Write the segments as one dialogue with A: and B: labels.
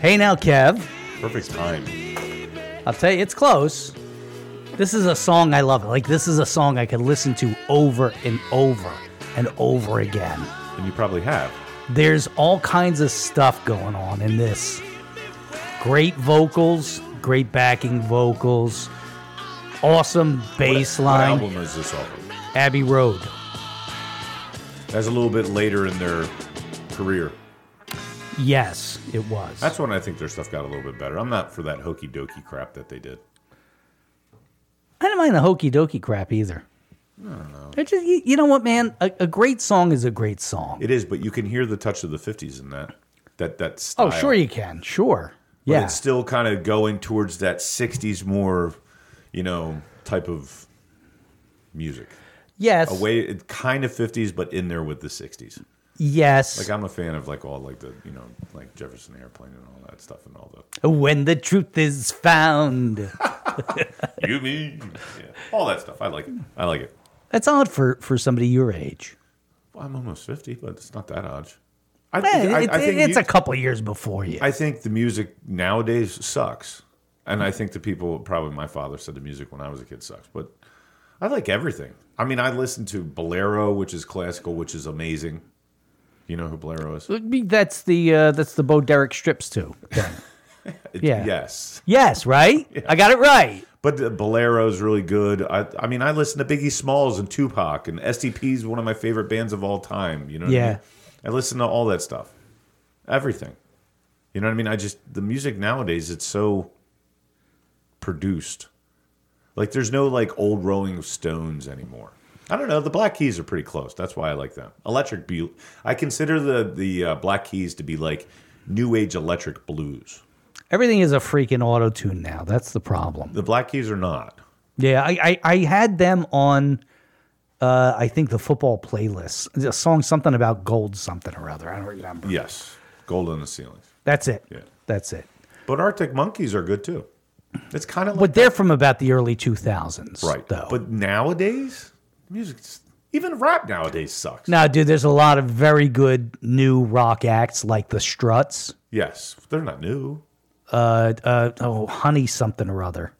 A: Hey now, Kev.
B: Perfect time.
A: I'll tell you, it's close. This is a song I love. Like this is a song I could listen to over and over and over again.
B: And you probably have.
A: There's all kinds of stuff going on in this. Great vocals, great backing vocals, awesome bass
B: What
A: line.
B: album is this off of?
A: Abbey Road.
B: That's a little bit later in their career.
A: Yes, it was.
B: That's when I think their stuff got a little bit better. I'm not for that hokey dokey crap that they did.
A: I don't mind the hokey dokey crap either. I don't know. Just, you, you know what, man? A, a great song is a great song.
B: It is, but you can hear the touch of the 50s in that. That that style.
A: oh, sure you can. Sure.
B: But
A: Yeah.
B: it's still kind of going towards that 60s more, you know, type of music.
A: yes.
B: Away, it kind of 50s, but in there with the 60s.
A: Yes.
B: Like I'm a fan of like all like the you know like Jefferson Airplane and all that stuff and all the
A: when the truth is found.
B: you mean yeah, all that stuff. I like it. I like it.
A: That's odd for, for somebody your age.
B: Well, I'm almost 50, but it's not that odd. I,
A: Eh,
B: think I,
A: it-
B: I think
A: it's
B: you-
A: a couple years before you.
B: I think the music nowadays sucks, and I think the people probably my father said the music when I was a kid sucks, but I like everything. I mean, I listen to bolero, which is classical, which is amazing. You know who bolero is?
A: that's the uh, that's the Bo Derek strips too. Yeah.
B: Yes,
A: yes, right. I got it right.
B: but the bolero is really good. I, I mean, I listen to Biggie Smalls and Tupac, and STP is one of my favorite bands of all time. You know? What I,
A: Yeah.
B: mean? I listen to all that stuff, everything. You know what I mean? I just the music nowadays it's so produced. Like there's no like old Rolling Stones anymore. I don't know. The Black Keys are pretty close. That's why I like them. Electric Be- I consider the the uh, Black Keys to be like new age electric blues.
A: Everything is a freaking auto tune now. That's the problem.
B: The Black Keys are not.
A: Yeah, I, I, I had them on. Uh, I think the football playlist. A song something about gold something or other. I don't remember.
B: Yes, gold on the ceiling.
A: That's it.
B: Yeah.
A: That's it.
B: But Arctic Monkeys are good too. It's kind of like
A: But they're from about the early two thousands,
B: right.
A: Though.
B: But nowadays, music's even rap nowadays sucks.
A: Now, dude, there's a lot of very good new rock acts like the Struts,
B: Yes, they're not new.
A: uh, uh, oh, Honey something or other.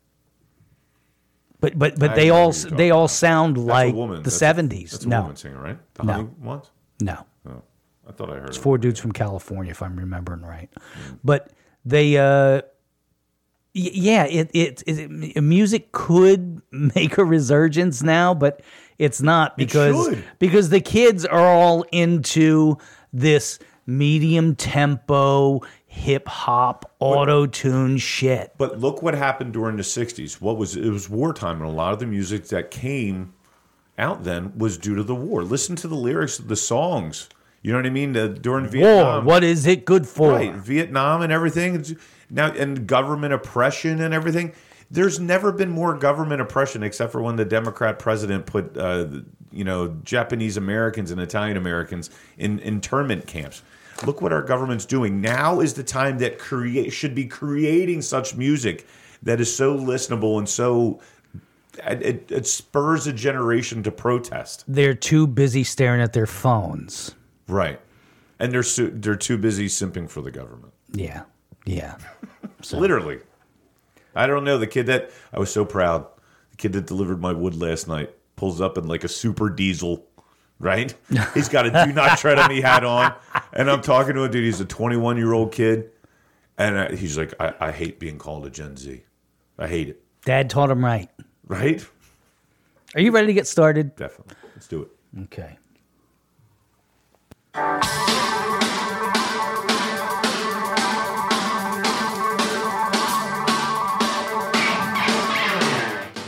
A: But but but
B: I
A: they
B: know
A: all
B: who you're
A: they
B: talking
A: all sound
B: That's
A: like
B: a woman.
A: the
B: That's a-
A: seventies.
B: That's a
A: No,
B: woman singer, right? The
A: No.
B: honey ones.
A: no,
B: Oh, I thought I heard. Hmm. It's
A: four dudes from California, if I'm remembering right. But they, uh, y- yeah, it, it it music could make a resurgence now, but it's not because
B: should.
A: because the kids are all into this medium tempo hip hop auto tune shit.
B: But look what happened during the '60s. What was it was wartime, and a lot of the music that came out then was due to the war. Listen to the lyrics of the songs. You know what I mean? The, during
A: War,
B: Vietnam,
A: what is it good for?
B: right? Vietnam and everything It's- now, and government oppression and everything. There's never been more government oppression, except for when the Democrat president put, uh, you know, Japanese Americans and Italian Americans in internment camps. Look what our government's doing. Now is the time that create should be creating such music that is so listenable and so it, it, it spurs a generation to protest.
A: They're too busy staring at their phones.
B: Right, and they're su- they're too busy simping for the government.
A: Yeah, yeah.
B: Literally. I don't know. The kid that I was so proud. The kid that delivered my wood last night pulls up in like a super diesel, right? He's got a do not tread on me hat on. And I'm talking to a dude. He's a 21 year old kid. And I, he's like, I, I hate being called a Gen Z. I hate it.
A: Dad taught him right.
B: Right?
A: Are you ready to get started?
B: Definitely. Let's do it.
A: Okay.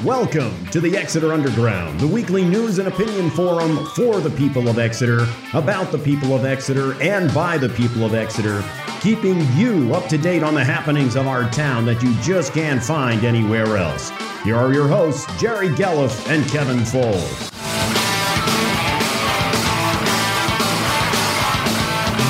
C: Welcome to the Exeter Underground, the weekly news and opinion forum for the people of Exeter, about the people of Exeter, and by the people of Exeter, keeping you up to date on the happenings of our town that you just can't find anywhere else. Here are your hosts, Jerry Gelliff and Kevin Foles.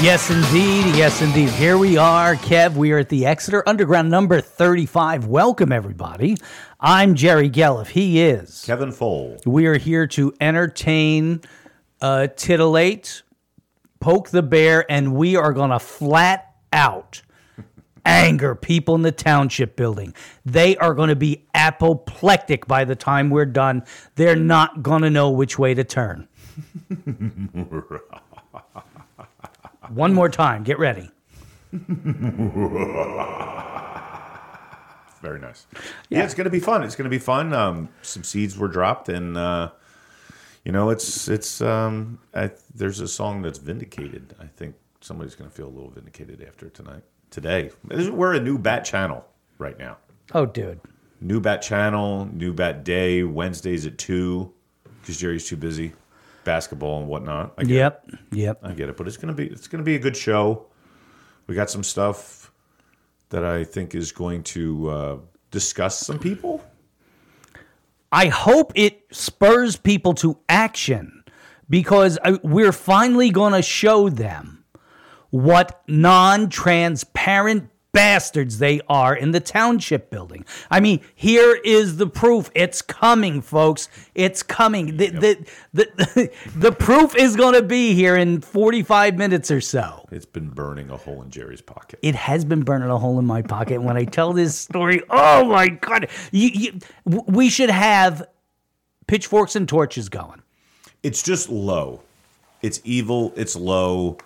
A: Yes, indeed. Yes, indeed. Here we are, Kev. We are at the Exeter Underground number 35. Welcome, everybody. I'm Jerry Gelliff. He is.
B: Kevin Fole.
A: We are here to entertain, uh, titillate, poke the bear, and we are going to flat out anger people in the township building. They are going to be apoplectic by the time we're done. They're not going to know which way to turn. One more time. Get ready.
B: Very nice. Yeah, it's going to be fun. It's going to be fun. Um, some seeds were dropped, and uh, you know, it's it's. Um, I, there's a song that's vindicated. I think somebody's going to feel a little vindicated after tonight. Today, This- we're a new bat channel right now.
A: Oh, dude.
B: New bat channel, new bat day. Wednesdays at two, because Jerry's too busy, basketball and whatnot. I get it.
A: Yep. Yep.
B: I get it, but it's gonna be it's gonna be a good show. We got some stuff that I think is going to uh, discuss some people.
A: I hope it spurs people to action because I, we're finally going to show them what non transparent bastards they are in the township building. I mean, here is the proof. It's coming, folks. It's coming. The, the, the, the proof is going to be here in 45 minutes or so
B: It's been burning a hole in Jerry's pocket.
A: it has been burning a hole in my pocket. When I tell this story, oh my god, you, you, w- we should have pitchforks and torches going.
B: It's just low. It's evil. It's low.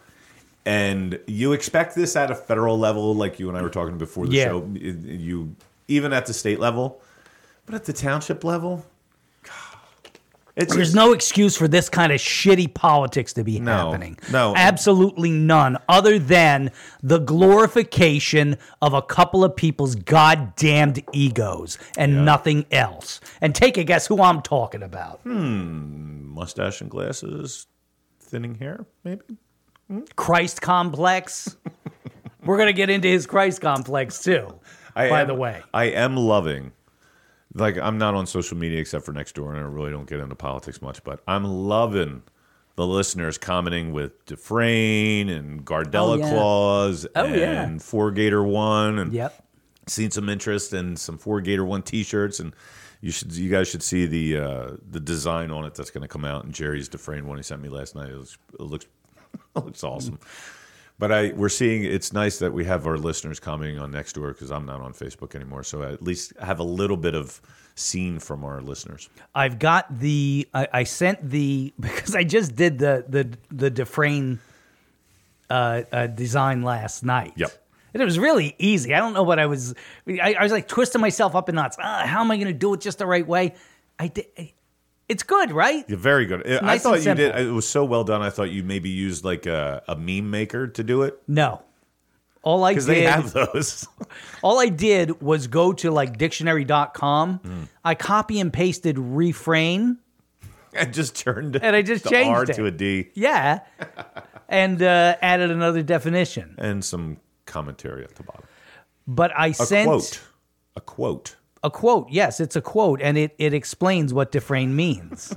B: And you expect this at a federal level, like you and I were talking before the
A: Yeah.
B: show. It- You even at the state level, but at the township level, it's
A: There's no excuse for this kind of shitty politics to be happening.
B: no.
A: absolutely none, other than the glorification of a couple of people's goddamned egos and nothing else. And take a guess who I'm talking about?
B: hmm, mustache and glasses, thinning hair, maybe.
A: Christ complex. We're gonna get into his Christ complex too.
B: I
A: by
B: am-
A: the way.
B: I am loving. Like I'm not on social media except for next door, and I really don't get into politics much. But I'm loving the listeners commenting with Dufresne and Gardella
A: Oh, yeah.
B: Claus
A: Oh,
B: and
A: yeah.
B: Four Gator One, and
A: Yep.
B: seen some interest in some Four Gator One T-shirts, and you should you guys should see the uh, the design on it that's going to come out. And Jerry's Dufresne one he sent me last night. It looks it looks, it looks awesome. But I we're seeing it's nice that we have our listeners commenting on next door because I'm not on Facebook anymore, so I at least have a little bit of scene from our listeners.
A: I've got the I, I sent the because I just did the the the Dufresne uh, uh, design last night.
B: Yep.
A: And it was really easy. I don't know what I was. I, I was like twisting myself up in knots. Ah, how am I going to do it just the right way? I did. It's good, right?
B: Yeah, very good. I- I
A: nice
B: thought
A: and
B: you did.
A: simple.
B: It was so well done. I thought you maybe used like a, a meme maker to do it
A: No. All I did.
B: because they have those.
A: All I did was go to like dictionary.com. I copy and pasted refrain.
B: I just turned
A: And I just
B: the
A: changed
B: R
A: it.
B: to a D.
A: Yeah. and uh, added another definition.
B: and some commentary at the bottom.
A: But I
B: A
A: sent
B: quote. A quote.
A: a quote. Yes, it's a quote, and it, it explains what Dufresne means.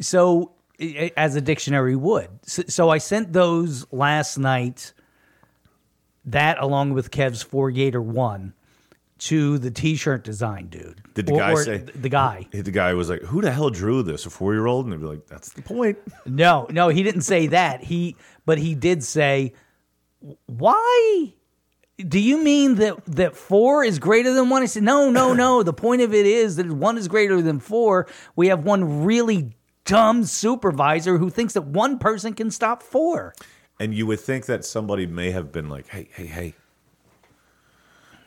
A: so, i- i- as a dictionary would. So, so I sent those last night, that along with Kev's Four Gator One, to the t shirt design dude.
B: Did the
A: Or-
B: guy
A: or
B: say-
A: th- The guy.
B: The guy was like, "Who the hell drew this? A four-year-old?" And they'd be like, "That's the point."
A: No, no, he didn't say that. He, but he did say, "Why do you mean that that four is greater than one?" I said, "No, no, no. The point of it is that one is greater than four. We have one really dumb supervisor who thinks that one person can stop four.
B: And you would think that somebody may have been like, "Hey, hey, hey."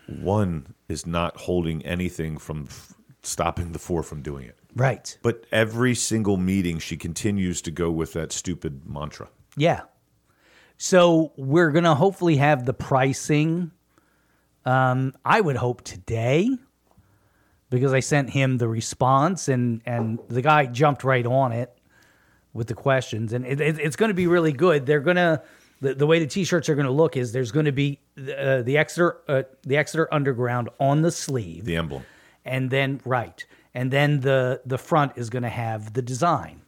B: One is not holding anything from f- stopping the four from doing it.
A: Right?
B: But every single meeting, she continues to go with that stupid mantra.
A: Yeah. So we're gonna hopefully have the pricing. Um, I would hope today, because I sent him the response and and the guy jumped right on it with the questions, and it, it- it's going to be really good. They're gonna the, the way the t-shirts are going to look is there's going to be the, uh, the Exeter uh, the Exeter Underground on the sleeve,
B: The emblem.
A: and then right, and then the the front is going to have the design.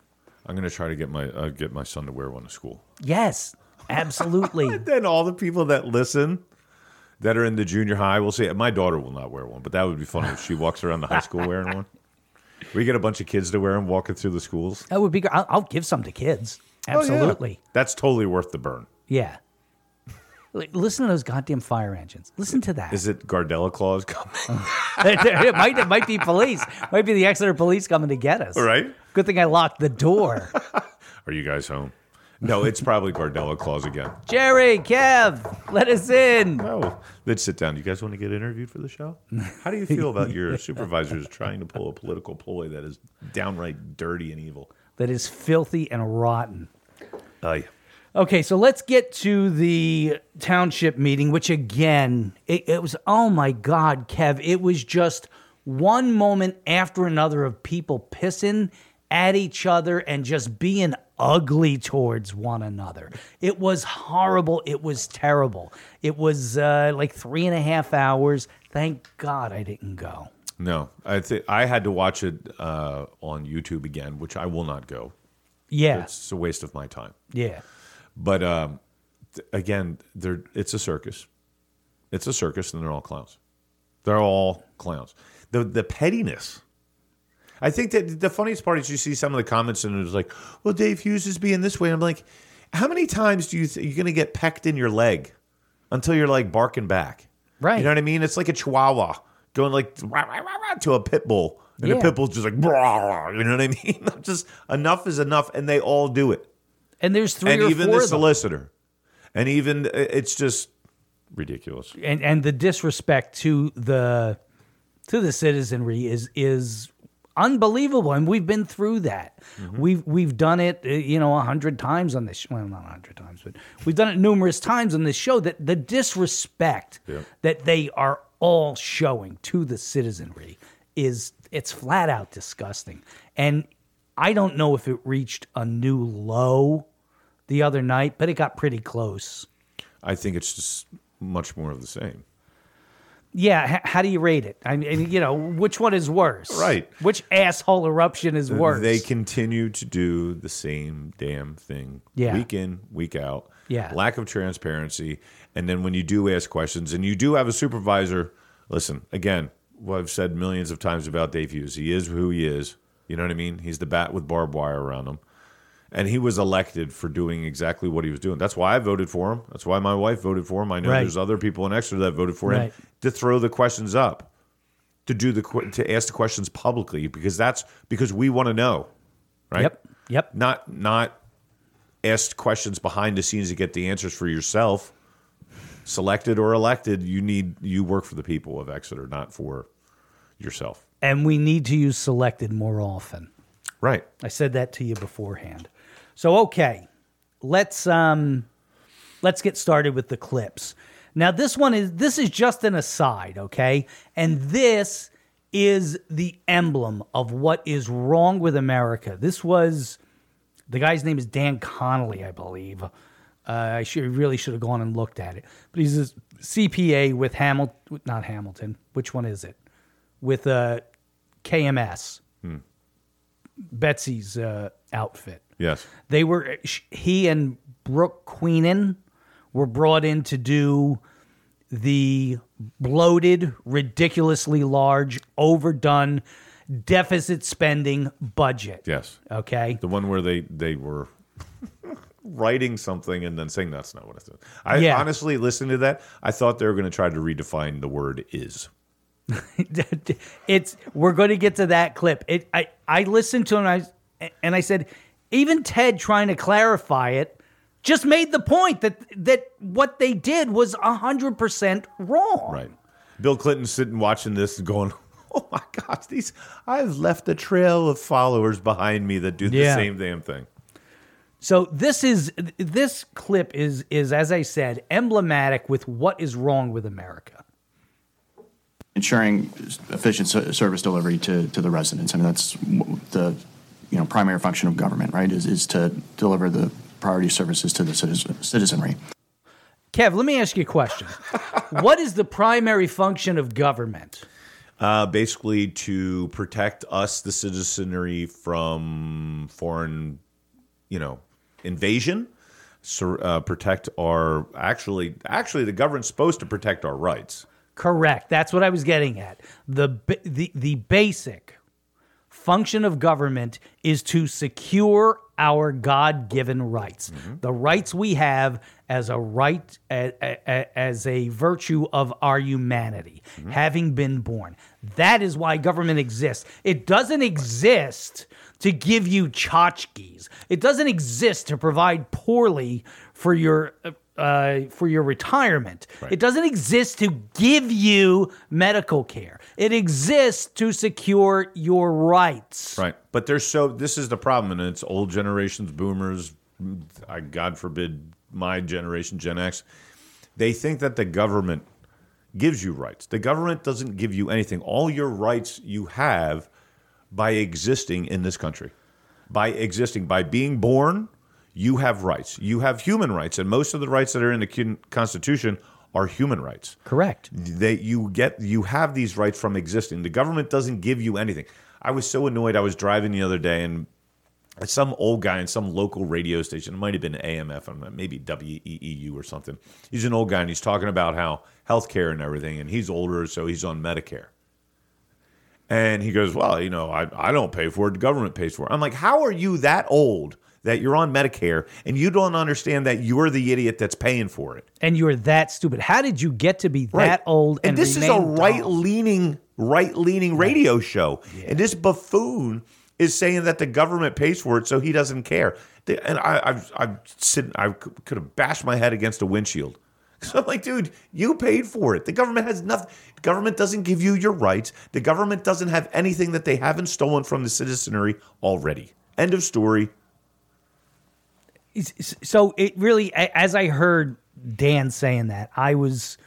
B: I'm gonna try to get my uh, get my son to wear one to school.
A: Yes, absolutely.
B: then all the people that listen that are in the junior high will say my daughter will not wear one but that would be funny if she walks around the high school wearing one we get a bunch of kids to wear them walking through the schools
A: That would be great. I'll, I'll give some to kids.
B: Oh, yeah.
A: Oh, Absolutely.
B: that's totally worth the burn
A: yeah. L- Listen to those goddamn fire engines. Listen to that.
B: Is it Gardella Claus coming?
A: it, might, it might be police. Might be the Exeter police coming to get us.
B: right?
A: Good thing I locked the door.
B: Are you guys home? No, it's probably Gardella Claus again.
A: Jerry, Kev, let us in.
B: Oh, let's sit down. You guys want to get interviewed for the show? How do you feel about your supervisors trying to pull a political ploy that is downright dirty and evil?
A: That is filthy and rotten.
B: Uh,
A: Okay, so let's get to the township meeting, which again, it, it was, oh my God, Kev, it was just one moment after another of people pissing at each other and just being ugly towards one another. It was horrible. It was terrible. It was uh, like three and a half hours. Thank God I didn't go.
B: no, I think I had to watch it uh, on YouTube again, which I will not go.
A: Yeah,
B: It's a waste of my time.
A: yeah.
B: But um, th- again, they're, it's a circus. It's a circus, and they're all clowns. They're all clowns. The the pettiness. I think that the funniest part is you see some of the comments, and it's like, "Well, Dave Hughes is being this way." I'm like, "How many times do you th- you're going to get pecked in your leg until you're like barking back?"
A: Right.
B: You know what I mean? It's like a chihuahua going like rah, rah, rah, rah, to a pit bull, and
A: Yeah.
B: the pit bull's just like, rah, rah, you know what I mean? just enough is enough, and they all do it
A: And there's three
B: and
A: or
B: even
A: four
B: the
A: of them.
B: solicitor, and even uh, it's just ridiculous.
A: and and the disrespect to the to the citizenry is is unbelievable and we've been through that
D: Mm-hmm.
A: we've we've done it uh, you know a hundred times on this sh- well not a hundred times but we've done it numerous times on this show that the disrespect that they are all showing to the citizenry is it's flat out disgusting and i don't know if it reached a new low the other night but it got pretty close
B: I think it's just much more of the same.
A: Yeah, h- how do you rate it? I mean, you know, which one is worse?
B: Right.
A: Which asshole eruption is worse?
B: They continue to do the same damn thing
A: Yeah.
B: week in, week out.
A: Yeah.
B: Lack of transparency. And then when you do ask questions and you do have a supervisor, listen, again, what I've said millions of times about Dave Hughes, he is who he is. You know what I mean? He's the bat with barbed wire around him. And he was elected for doing exactly what he was doing. That's why I voted for him. That's why my wife voted for him. I know
A: Right.
B: there's other people in Exeter that voted for him
A: Right.
B: to throw the questions up to do the que- to ask the questions publicly because that's because we want to know, right?
A: Yep. Yep.
B: Not not ask questions behind the scenes to get the answers for yourself. Selected or elected, you need you work for the people of Exeter, not for yourself.
A: And we need to use selected more often.
B: Right.
A: I said that to you beforehand. So okay, let's um let's get started with the clips. Now this one is this is just an aside, okay? And this is the emblem of what is wrong with America. This was the guy's name is Dan Connolly, I believe. Uh, I should really should have gone and looked at it, but he's a CPA with Hamilton, not Hamilton. Which one is it? With uh, KMS.
B: Hmm,
A: Betsy's uh, outfit.
B: Yes.
A: They were sh- he and Brooke Queenan were brought in to do the bloated, ridiculously large, overdone deficit spending budget.
B: Yes.
A: Okay.
B: The one where they they were writing something and then saying that's not what I said. I
A: Yeah.
B: honestly listened to that. I thought they were going to try to redefine the word is.
A: it's we're going to get to that clip. It I I listened to it and I and I said even Ted trying to clarify it just made the point that that what they did was 100% wrong.
B: Right. Bill Clinton's sitting watching this and going, "Oh my gosh, these I've left a trail of followers behind me that do the
A: Yeah.
B: same damn thing."
A: So this is this clip is is as I said emblematic with what is wrong with America.
E: ensuring efficient ser- service delivery to, to the residents. I mean, that's w- the you know primary function of government, right? Is is to deliver the priority services to the citizen, citizenry.
A: Kev, let me ask you a question. what is the primary function of government?
B: Uh, basically, to protect us, the citizenry, from foreign, you know, invasion. Sur- uh, protect our actually actually the government's supposed to protect our rights.
A: Correct. That's what I was getting at. The ba- the the basic function of government is to secure our God given rights, the rights we have as a right, a- a- a- as a virtue of our humanity, having been born. That is why government exists. It doesn't exist to give you tchotchkes, it doesn't exist to provide poorly for your. uh, Uh, for your retirement, it doesn't exist to give you medical care. It exists to secure your rights.
B: Right. But there's so this is the problem, and it's old generations, boomers, I, God forbid, my generation, Gen X. They think that the government gives you rights. The government doesn't give you anything. All your rights you have by existing in this country, by existing, by being born, you have rights. You have human rights, and most of the rights that are in the cu- Constitution are human rights
A: Correct.
B: that you get you have these rights from existing. The government doesn't give you anything. I was so annoyed. I was driving the other day and some old guy in some local radio station, it might have been AMF, I'm not- maybe WEEU or something. He's an old guy and he's talking about how healthcare and everything, and he's older, so he's on Medicare. And he goes, Well, you know, I, I don't pay for it. The government pays for it. I'm like, How are you that old that you're on Medicare and you don't understand that you're the idiot that's paying for it?
A: And you're that stupid. How did you get to be that old? And,
B: this is a
A: remain dumb?
B: right leaning, right leaning radio show, and this buffoon is saying that the government pays for it, so he doesn't care. The- And I, I've, I've sitting, I c- could have bashed my head against a windshield. So I'm like, dude, you paid for it. The government has nothing. The government doesn't give you your rights. The government doesn't have anything that they haven't stolen from the citizenry already. End of story.
A: It's- it's- So it really, a- as I heard Dan saying that, I was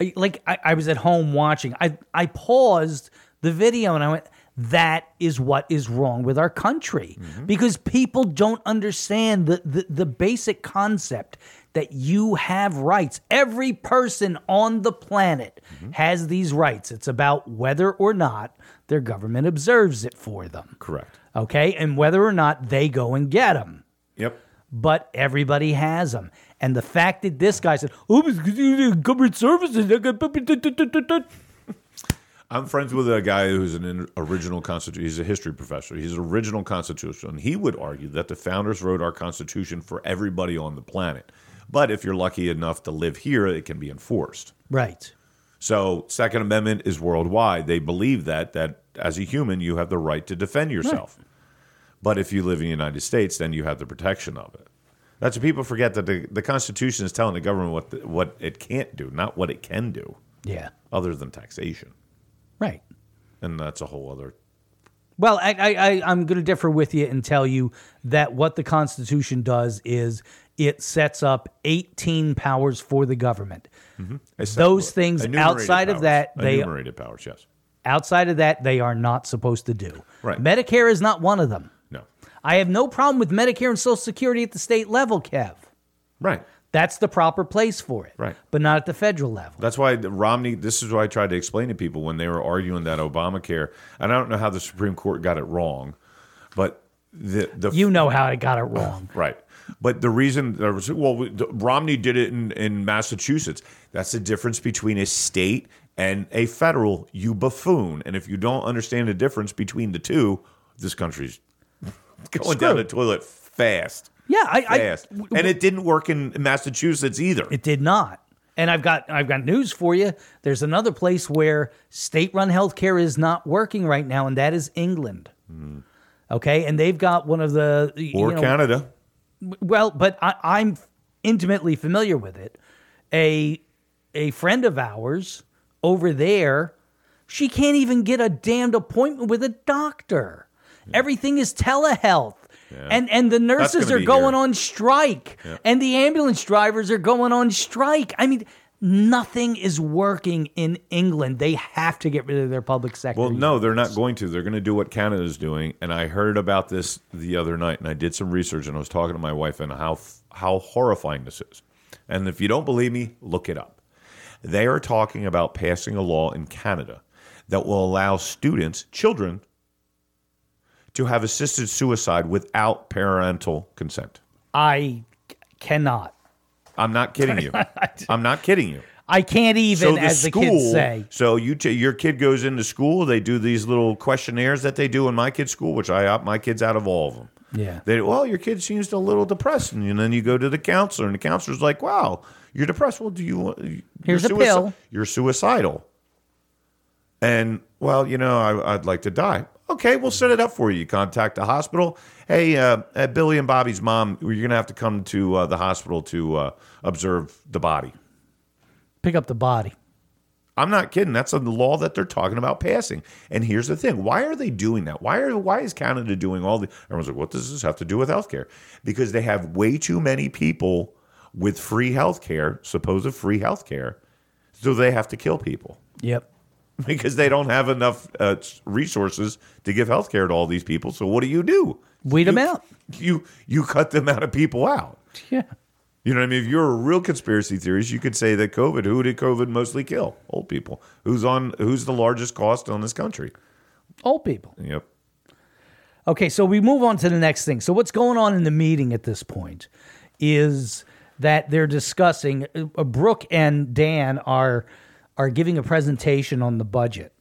A: I- like, I, I was at home watching. I I paused the video and I went, "That is what is wrong with our country because people don't understand the, the the basic concept." That you have rights. Every person on the planet has these rights. It's about whether or not their government observes it for them.
B: Correct.
A: Okay. And whether or not they go and get them
B: Yep.
A: but everybody has them. And the fact that this guy said, "Oh, it's 'cause you did government services," I got bu- bu- du- du- du- du."
B: I'm friends with a guy who's an in- original constitution. He's a history professor. He's an original constitution. He would argue that the founders wrote our constitution for everybody on the planet. But if you're lucky enough to live here, it can be enforced.
A: right?
B: So, Second Amendment is worldwide. They believe that that as a human, you have the right to defend yourself. But if you live in the United States, then you have the protection of it. That's what people forget that the, the Constitution is telling the government what the, what it can't do, not what it can do,
A: Yeah,
B: other than taxation.
A: right.
B: And that's a whole other
A: Well, I, I, I I'm going to differ with you and tell you that what the Constitution does is it sets up 18 powers for the government.
B: Mm-hmm.
A: Those things
B: Enumerated
A: outside of
B: powers.
A: that, they
B: enumerated powers. Yes,
A: outside of that they are not supposed to do.
B: Right.
A: Medicare is not one of them.
B: no,
A: I have no problem with Medicare and Social Security at the state level, Kev.
B: right.
A: That's the proper place for it.
B: Right.
A: But not at the federal level.
B: That's why the Romney. This is why I tried to explain to people when they were arguing that Obamacare, and I don't know how the Supreme Court got it wrong, but the the
A: You know how I got it wrong.
B: Right. But the reason there was, well, we- the- Romney did it in, in Massachusetts. That's the difference between a state and a federal, you buffoon. And if you don't understand the difference between the two, this country's going down the toilet fast.
A: Yeah, I- I-
B: fast. and it didn't work in Massachusetts either.
A: It did not. And I've got I've got news for you. There's another place where state-run healthcare is not working right now, and that is England. Okay, and they've got one of the you
B: Hmm. or
A: know,
B: Canada.
A: Well, but I, I'm intimately familiar with it. A a friend of ours over there, she can't even get a damned appointment with a doctor. Everything is telehealth. And and the nurses
B: gonna
A: are
B: be
A: going
B: here.
A: on strike. And the ambulance drivers are going on strike. I mean, nothing is working in England. They have to get rid of their public sector.
B: Well, no, they're not going to. They're going to do what Canada's doing. And I heard about this the other night, and I did some research, and I was talking to my wife, and how how horrifying this is. And if you don't believe me, look it up. They are talking about passing a law in Canada that will allow students, children, to have assisted suicide without parental consent.
A: I c- cannot.
B: I'm not kidding you. I'm not kidding you.
A: I can't even,
B: the
A: as the kids say.
B: So you t- your kid goes into school. They do these little questionnaires that they do in my kid's school, which I opt my kids out of all of them.
A: Yeah.
B: They well, your kid seems a little depressed, and then you go to the counselor, and the counselor's like, "Wow, you're depressed. Well, do you want? you're
A: Here's a
B: suici-
A: pill."
B: You're suicidal." And well, you know, I, I'd like to die. Okay, we'll set it up for you. You contact the hospital. Hey, uh, uh, Billy and Bobby's mom, you're gonna have to come to uh, the hospital to uh, observe the body.
A: Pick up the body.
B: I'm not kidding. That's a law that they're talking about passing. And here's the thing: why are they doing that? Why are why is Canada doing all the? Everyone's like, what does this have to do with healthcare? Because they have way too many people with free healthcare, supposed free healthcare, so they have to kill people
A: Yep.
B: because they don't have enough uh, resources to give healthcare to all these people. So what do you do?
A: Weed
B: You-
A: them out.
B: You you cut them out of people out.
A: Yeah.
B: You know what I mean? If you're a real conspiracy theorist, you could say that COVID, who did COVID mostly kill? Old people. Who's on who's the largest cost on this country?
A: Old people.
B: Yep.
A: Okay, so we move on to the next thing. So what's going on in the meeting at this point is that they're discussing uh, Brooke and Dan are are giving a presentation on the budget.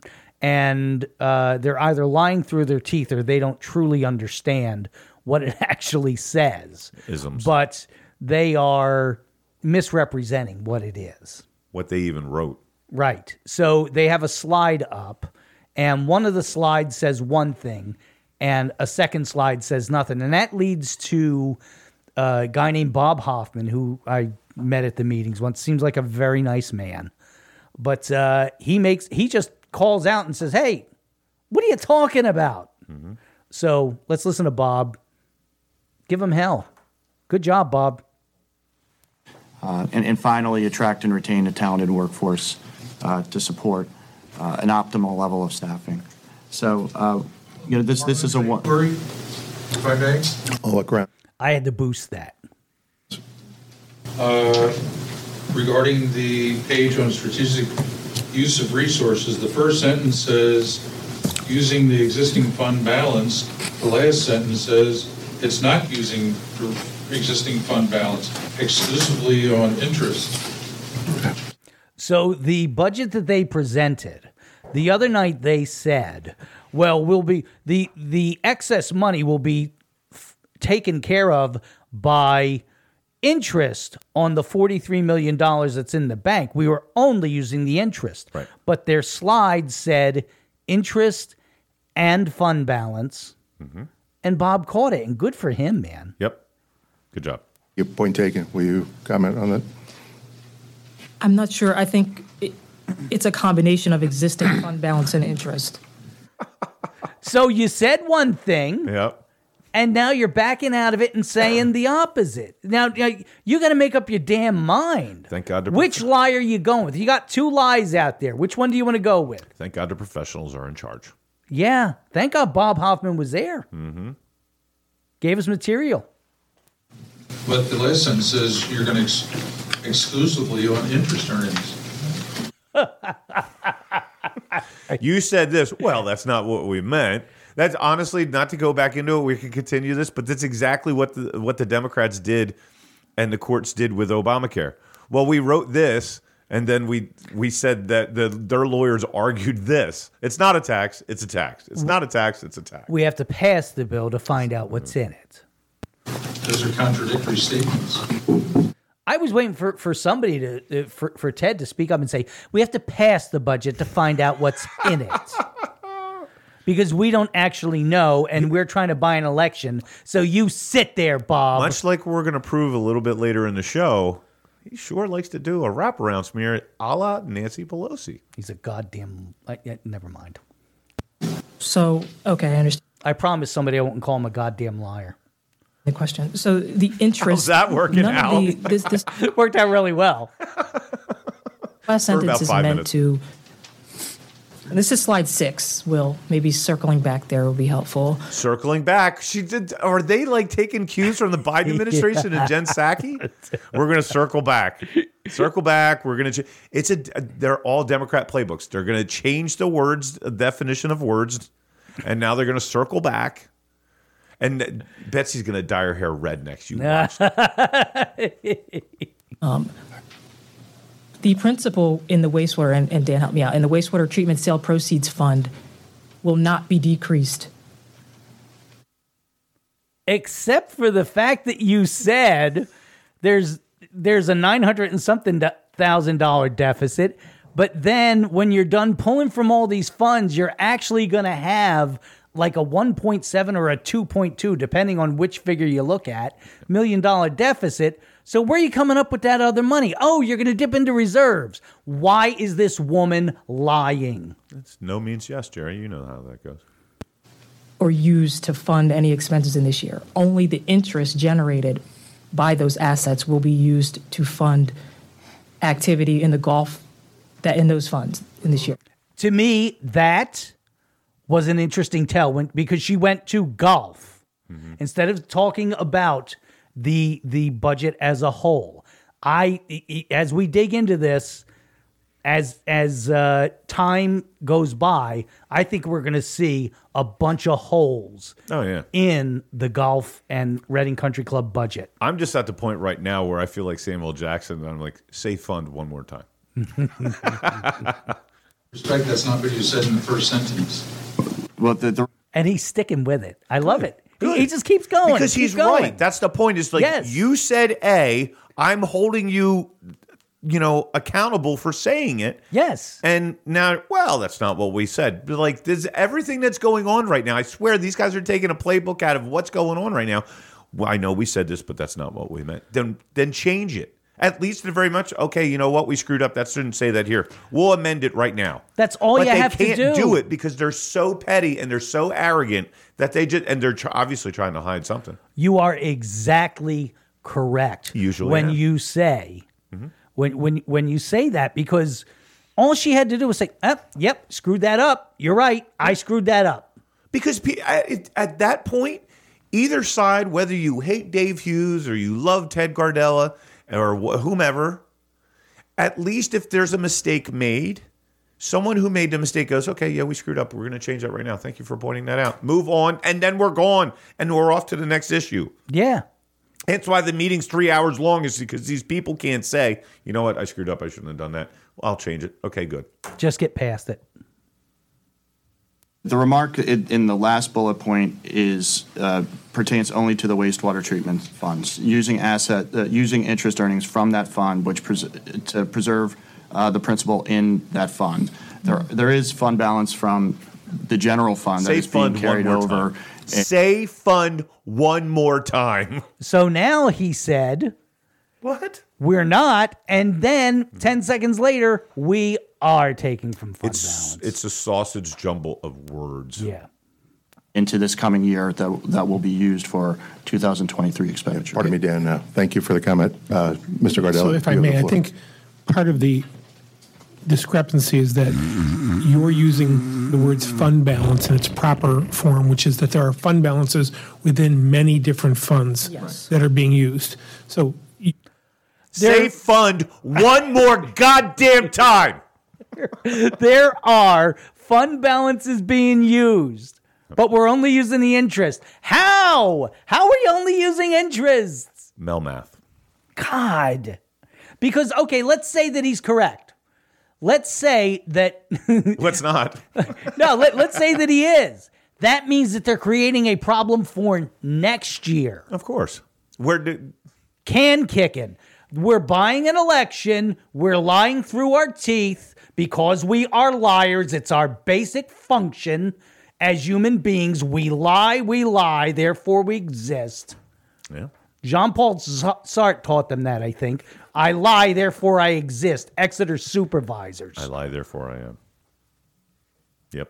A: And uh, they're either lying through their teeth or they don't truly understand what it actually says.
B: Isms.
A: But they are misrepresenting what it is.
B: What they even wrote.
A: Right. So they have a slide up, and one of the slides says one thing, and a second slide says nothing. And that leads to a guy named Bob Hoffman, who I met at the meetings once, seems like a very nice man. But uh, he makes, he just calls out and says, Hey, what are you talking about? So let's listen to Bob. Give him hell. Good job, Bob.
E: Uh, and, and finally, attract and retain a talented workforce uh, to support uh, an optimal level of staffing. So, uh, you know, this this is a one.
F: Inquiry, if I may.
G: I'll Oh, look around.
A: I had to boost that.
F: Uh, Regarding the page on strategic use of resources, the first sentence says, using the existing fund balance. The last sentence says, it's not using the existing fund balance exclusively on interest.
A: So the budget that they presented the other night, they said, "Well, we'll be the the excess money will be f- taken care of by interest on the forty three million dollars that's in the bank. We were only using the interest,
B: Right.
A: but their slide said interest and fund balance." And Bob caught it, and good for him, man.
B: Mm-hmm. Yep. Good job.
G: Your point taken. Will you comment on that?
H: I'm not sure. I think it, it's a combination of existing fund balance and interest.
A: So you said one thing,
B: Yep.
A: and now you're backing out of it and saying the opposite. Now, now you got to make up your damn mind.
B: Thank God they're-
A: Which lie are you going with? You got two lies out there. Which one do you want to go with?
B: Thank God the professionals are in charge.
A: Yeah, thank God Bob Hoffman was there. Mm-hmm. Gave us material.
F: But the last sentence says, you're going to exclusively on interest earnings.
B: You said this. Well, that's not what we meant. That's honestly not to go back into it. We can continue this, but that's exactly what the what the Democrats did and the courts did with Obamacare. Well, we wrote this, and then we we said that the, their lawyers argued this. It's not a tax. It's a tax. It's not a tax. It's a tax.
A: We have to pass the bill to find out what's in it.
F: Those are contradictory statements.
A: I was waiting for, for somebody to uh, for, for Ted to speak up and say we have to pass the budget to find out what's in it because we don't actually know and we're trying to buy an election. So you sit there, Bob.
B: Much like we're going to prove a little bit later in the show, he sure likes to do a wraparound smear a la Nancy Pelosi.
A: He's a goddamn. I, yeah, never mind.
H: So, okay, I understand
A: I promised somebody I won't call him a goddamn liar.
H: the question. So the interest.
B: that working
H: none of the- this, this
A: It worked out really well.
H: last
B: about
H: sentence is
B: five
H: meant
B: minutes.
H: to. And this is slide six. Will maybe circling back there will be helpful.
B: Circling back, she did. Are they like taking cues from the Biden administration and Jen Psaki? We're going to circle back, circle back. We're going to. Ch- it's a. They're all Democrat playbooks. They're going to change the words definition of words, and now they're going to circle back. And Betsy's going to dye her hair red next. You watch.
H: Um, The principal in the wastewater, and, and Dan help me out, in the wastewater treatment sale proceeds fund will not be decreased.
A: except for the fact that you said there's there's a nine hundred and something do- thousand dollar deficit, but then when you're done pulling from all these funds, you're actually going to have like a 1.7 or a 2.2 depending on which figure you look at million dollar deficit so where are you coming up with that other money oh you're going to dip into reserves why is this woman lying
B: It's no means yes, Jerry. You know how that goes.
H: or used to fund any expenses in this year. Only the interest generated by those assets will be used to fund activity in the golf that in those funds in this year.
A: to me that was an interesting tell when, because she went to golf
B: Mm-hmm.
A: instead of talking about the the budget as a whole i e- e- as we dig into this as as uh, time goes by i think we're going to see a bunch of holes
B: Oh, yeah.
A: in the golf and reading country club budget
B: I'm just at the point right now where I feel like Samuel Jackson. And I'm like, say fund one more time.
F: Respect, that's not what you said in the first sentence.
E: Well, the, the
A: and he's sticking with it i love it He- he, just keeps going
B: because
A: keeps
B: he's
A: going.
B: right. That's the point. It's like
A: Yes.
B: you said A. I'm holding you, you know, accountable for saying it.
A: yes
B: And now, well, that's not what we said. But like, there's everything that's going on right now. I swear these guys are taking a playbook out of what's going on right now. Well, I know we said this, but that's not what we meant. Then, then change it. At least the very much. Okay, you know what? We screwed up. That shouldn't say that here. We'll amend it right now.
A: That's all
B: but
A: you
B: they
A: have to
B: can't
A: do.
B: it because they're so petty and they're so arrogant that they just and they're tr- obviously trying to hide something.
A: you are exactly correct
B: Usually, Mm-hmm.
A: when
B: yeah.
A: you say when when when you say that because all she had to do was say eh, yep screwed that up you're right i screwed that up
B: Because pe- at, it- at that point, either side, whether you hate Dave Hughes or you love Ted Gardella or wh- whomever, at least if there's a mistake made, someone who made the mistake goes, okay, yeah, we screwed up. We're going to change that right now. Thank you for pointing that out. Move on. And then we're gone. And we're off to the next issue.
A: yeah
B: That's why the meeting's three hours long, is because these people can't say, you know what, I screwed up. I shouldn't have done that. Well, I'll change it. Okay, good.
A: just get past it
E: The remark in in the last bullet point is, uh, pertains only to the wastewater treatment funds, using asset, uh, using interest earnings from that fund, which pres- to preserve uh, the principal in that fund. There, there is fund balance from the general fund that
B: Say
E: is being
B: fund one
E: carried
B: more
E: over. eh,
B: time. Say fund one more time.
A: so now he said
B: What?
A: we're not and then 10 seconds later we are taking from fund balance
B: It's a sausage jumble of words.
A: yeah
E: into this coming year that, that will be used for 2023 expenditure.
G: Pardon me, Dan. Uh, thank you for the comment, uh, Mr. Gardella.
I: So if I
G: you have the
I: may, I
G: floor.
I: think part of the discrepancy is that you're using the words fund balance in its proper form, which is that there are fund balances within many different funds
H: Yes.
I: that are being used. So you-
B: Say fund one more goddamn time.
A: there are fund balances being used, but we're only using the interest. How? How are you only using interest?
B: Melmath.
A: God. Because, okay, let's say that he's correct. Let's say that,
B: Let's not.
A: no, let, let's say that he is. That means that they're creating a problem for next year.
B: of course. Where do,
A: can kicking. We're buying an election. We're lying through our teeth because we are liars. It's our basic function as human beings. We lie, we lie, therefore we exist.
B: yeah.
A: Jean Paul Sartre taught them that, I think. I lie, therefore I exist. Exeter supervisors.
B: I lie, therefore I am. Yep.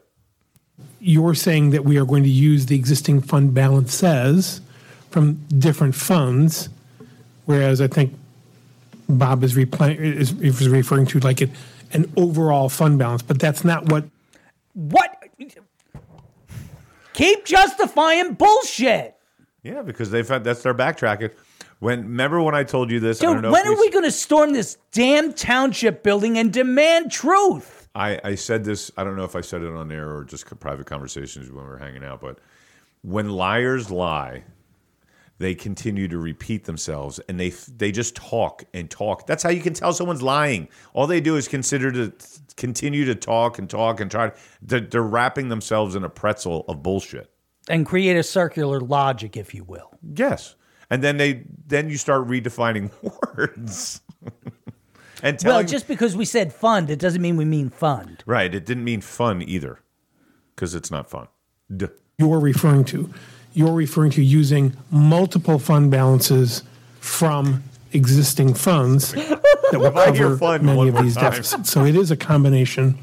I: you're saying that we are going to use the existing fund balances from different funds, whereas I think Bob is, repla- is, is referring to like an, an overall fund balance, but that's not what
A: What? Keep justifying bullshit.
B: Yeah, because they found that's their backtracking. When remember when I told you this? I don't
A: Dude,
B: know
A: when
B: if
A: are we going to storm this damn township building and demand truth?
B: I, I said this. I don't know if I said it on air or just private conversations when we were hanging out, but when liars lie, they continue to repeat themselves, and they they just talk and talk. That's how you can tell someone's lying. All they do is consider to continue to talk and talk and try. They're, they're wrapping themselves in a pretzel of bullshit.
A: and create a circular logic, if you will.
B: Yes. And then they then you start redefining words. and telling
A: well, just because we said fund, it doesn't mean we mean fund.
B: right, it didn't mean fun either. Cuz it's not fun. D-
I: you're referring to. You're referring to using multiple fund balances from existing funds that will
B: I hear
I: cover
B: fund one
I: many of
B: more
I: these
B: time.
I: deficits. So it is a combination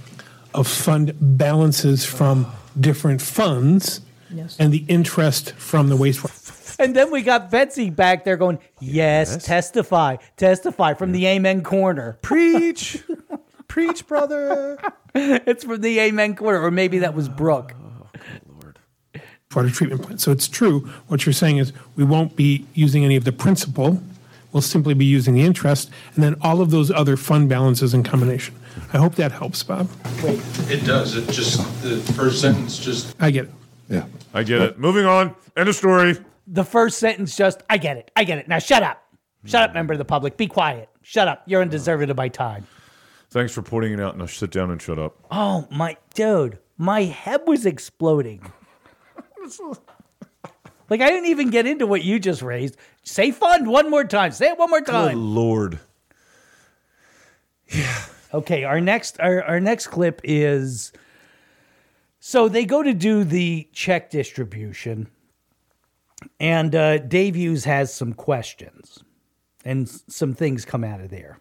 I: of fund balances from different funds
H: Yes.
I: and the interest from the wastewater.
A: And then we got Betsy back there going, yes, testify, testify from the Amen Corner.
B: Preach. Preach, brother.
A: It's from the Amen Corner. Or maybe that was Brooke.
I: wastewater treatment plant. So it's true. What you're saying is we won't be using any of the principal. We'll simply be using the interest and then all of those other fund balances in combination. I hope that helps, Bob.
F: It does, it just, the first sentence just,
I: I get it.
G: Yeah.
B: I get it. Moving on. End of story.
A: The first sentence just, I get it, I get it. Now shut up. Shut
B: Mm.
A: up, member of the public. Be quiet. Shut up. You're undeserving of my time.
B: Thanks for pointing it out. Now sit down and shut up.
A: Oh, my dude, my head was exploding. like, I didn't even get into what you just raised. Say fund one more time. Say it one more time.
B: Lord.
A: Okay, our next our, our next clip is so they go to do the check distribution, and uh, Dave Hughes has some questions, and s- some things come out of there.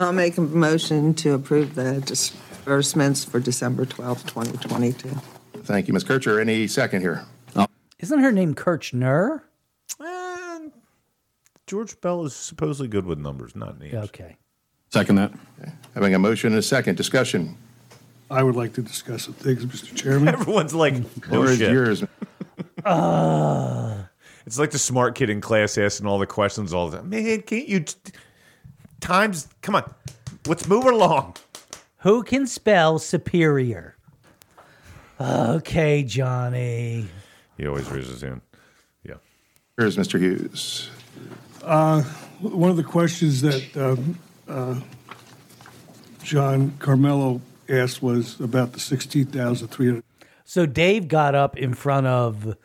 J: I'll make a motion to approve the disbursements for December 12th, 2022.
G: Thank you, Ms. Kircher. Any second here?
A: Isn't her name Kirchner?
B: And George Bell is supposedly good with numbers, not names.
A: Okay,
G: Second that. Having a motion and a second discussion.
K: I would like to discuss some things, Mr. Chairman.
B: Everyone's like, no
G: Floor is
B: shit.
G: yours.
B: It's like the smart kid in class asking all the questions all the time. Man, can't you? t- times, come on, let's move along.
A: who can spell superior? Okay, Johnny.
B: He always raises his hand. Yeah.
G: Yours, Mr. Hughes.
K: Uh, One of the questions that um, uh, John Carmelo asked was about the 16,300.
A: So Dave got up in front of,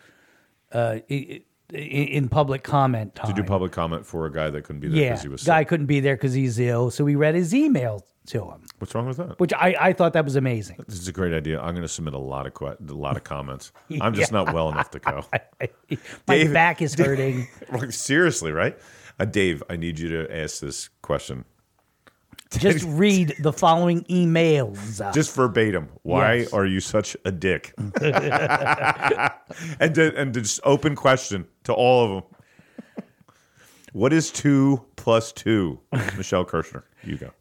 A: uh, i- i- in public comment time.
B: To do public comment for a guy that couldn't be there
A: Yeah,
B: because he was
A: guy
B: sick.
A: couldn't be there because he's ill, so we read his email to him,
B: What's wrong with that?
A: which I, I thought that was amazing.
B: This is a great idea. I'm going to submit a lot of que- a lot of comments. I'm just not well enough to go.
A: My
B: Dave-
A: back is hurting.
B: Like, Seriously, right? Uh, Dave, I need you to ask this question
A: Just read the following emails.
B: just verbatim. Why
A: Yes.
B: are you such a dick? and then, and then just open question to all of them. What is two plus two? Michelle Kirshner. You go.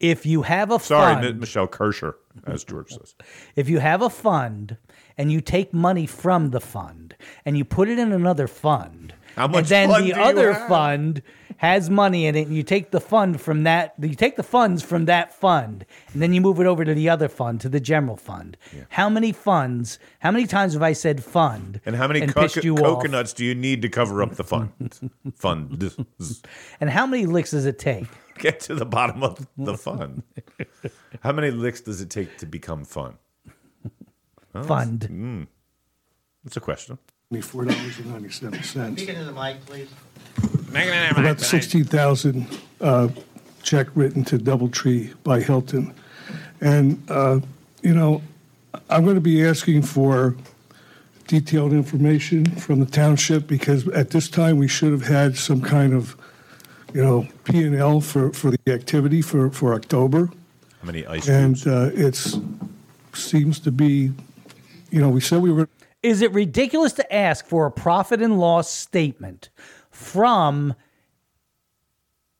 A: If you have a
B: Sorry,
A: fund,
B: Mi- Michelle Kirshner, as George says.
A: if you have a fund and you take money from the fund and you put it in another fund,
B: How much
A: and then
B: fund
A: the
B: do you
A: other
B: have?
A: fund has money in it, and you take the fund from that, you take the funds from that fund, and then you move it over to the other fund, to the general fund. How many funds? How many times have I said fund?
B: And how many co-
A: pissed you off?
B: coconuts do you need to cover up the fund? fund.
A: And how many licks does it take?
B: Get to the bottom of the fund. How many licks does it take to become fun?
A: Fund.
B: It's a question.
K: Four dollars and ninety-seven cents.
E: into the mic, please.
K: About sixteen thousand uh, check written to DoubleTree by Hilton, and uh, you know, I'm going to be asking for detailed information from the township because at this time we should have had some kind of, you know, P and L for for the activity for for October,
B: How many ice
K: and
B: cubes?
K: uh, it's seems to be, you know, we said we were.
A: Is it ridiculous to ask for a profit and loss statement from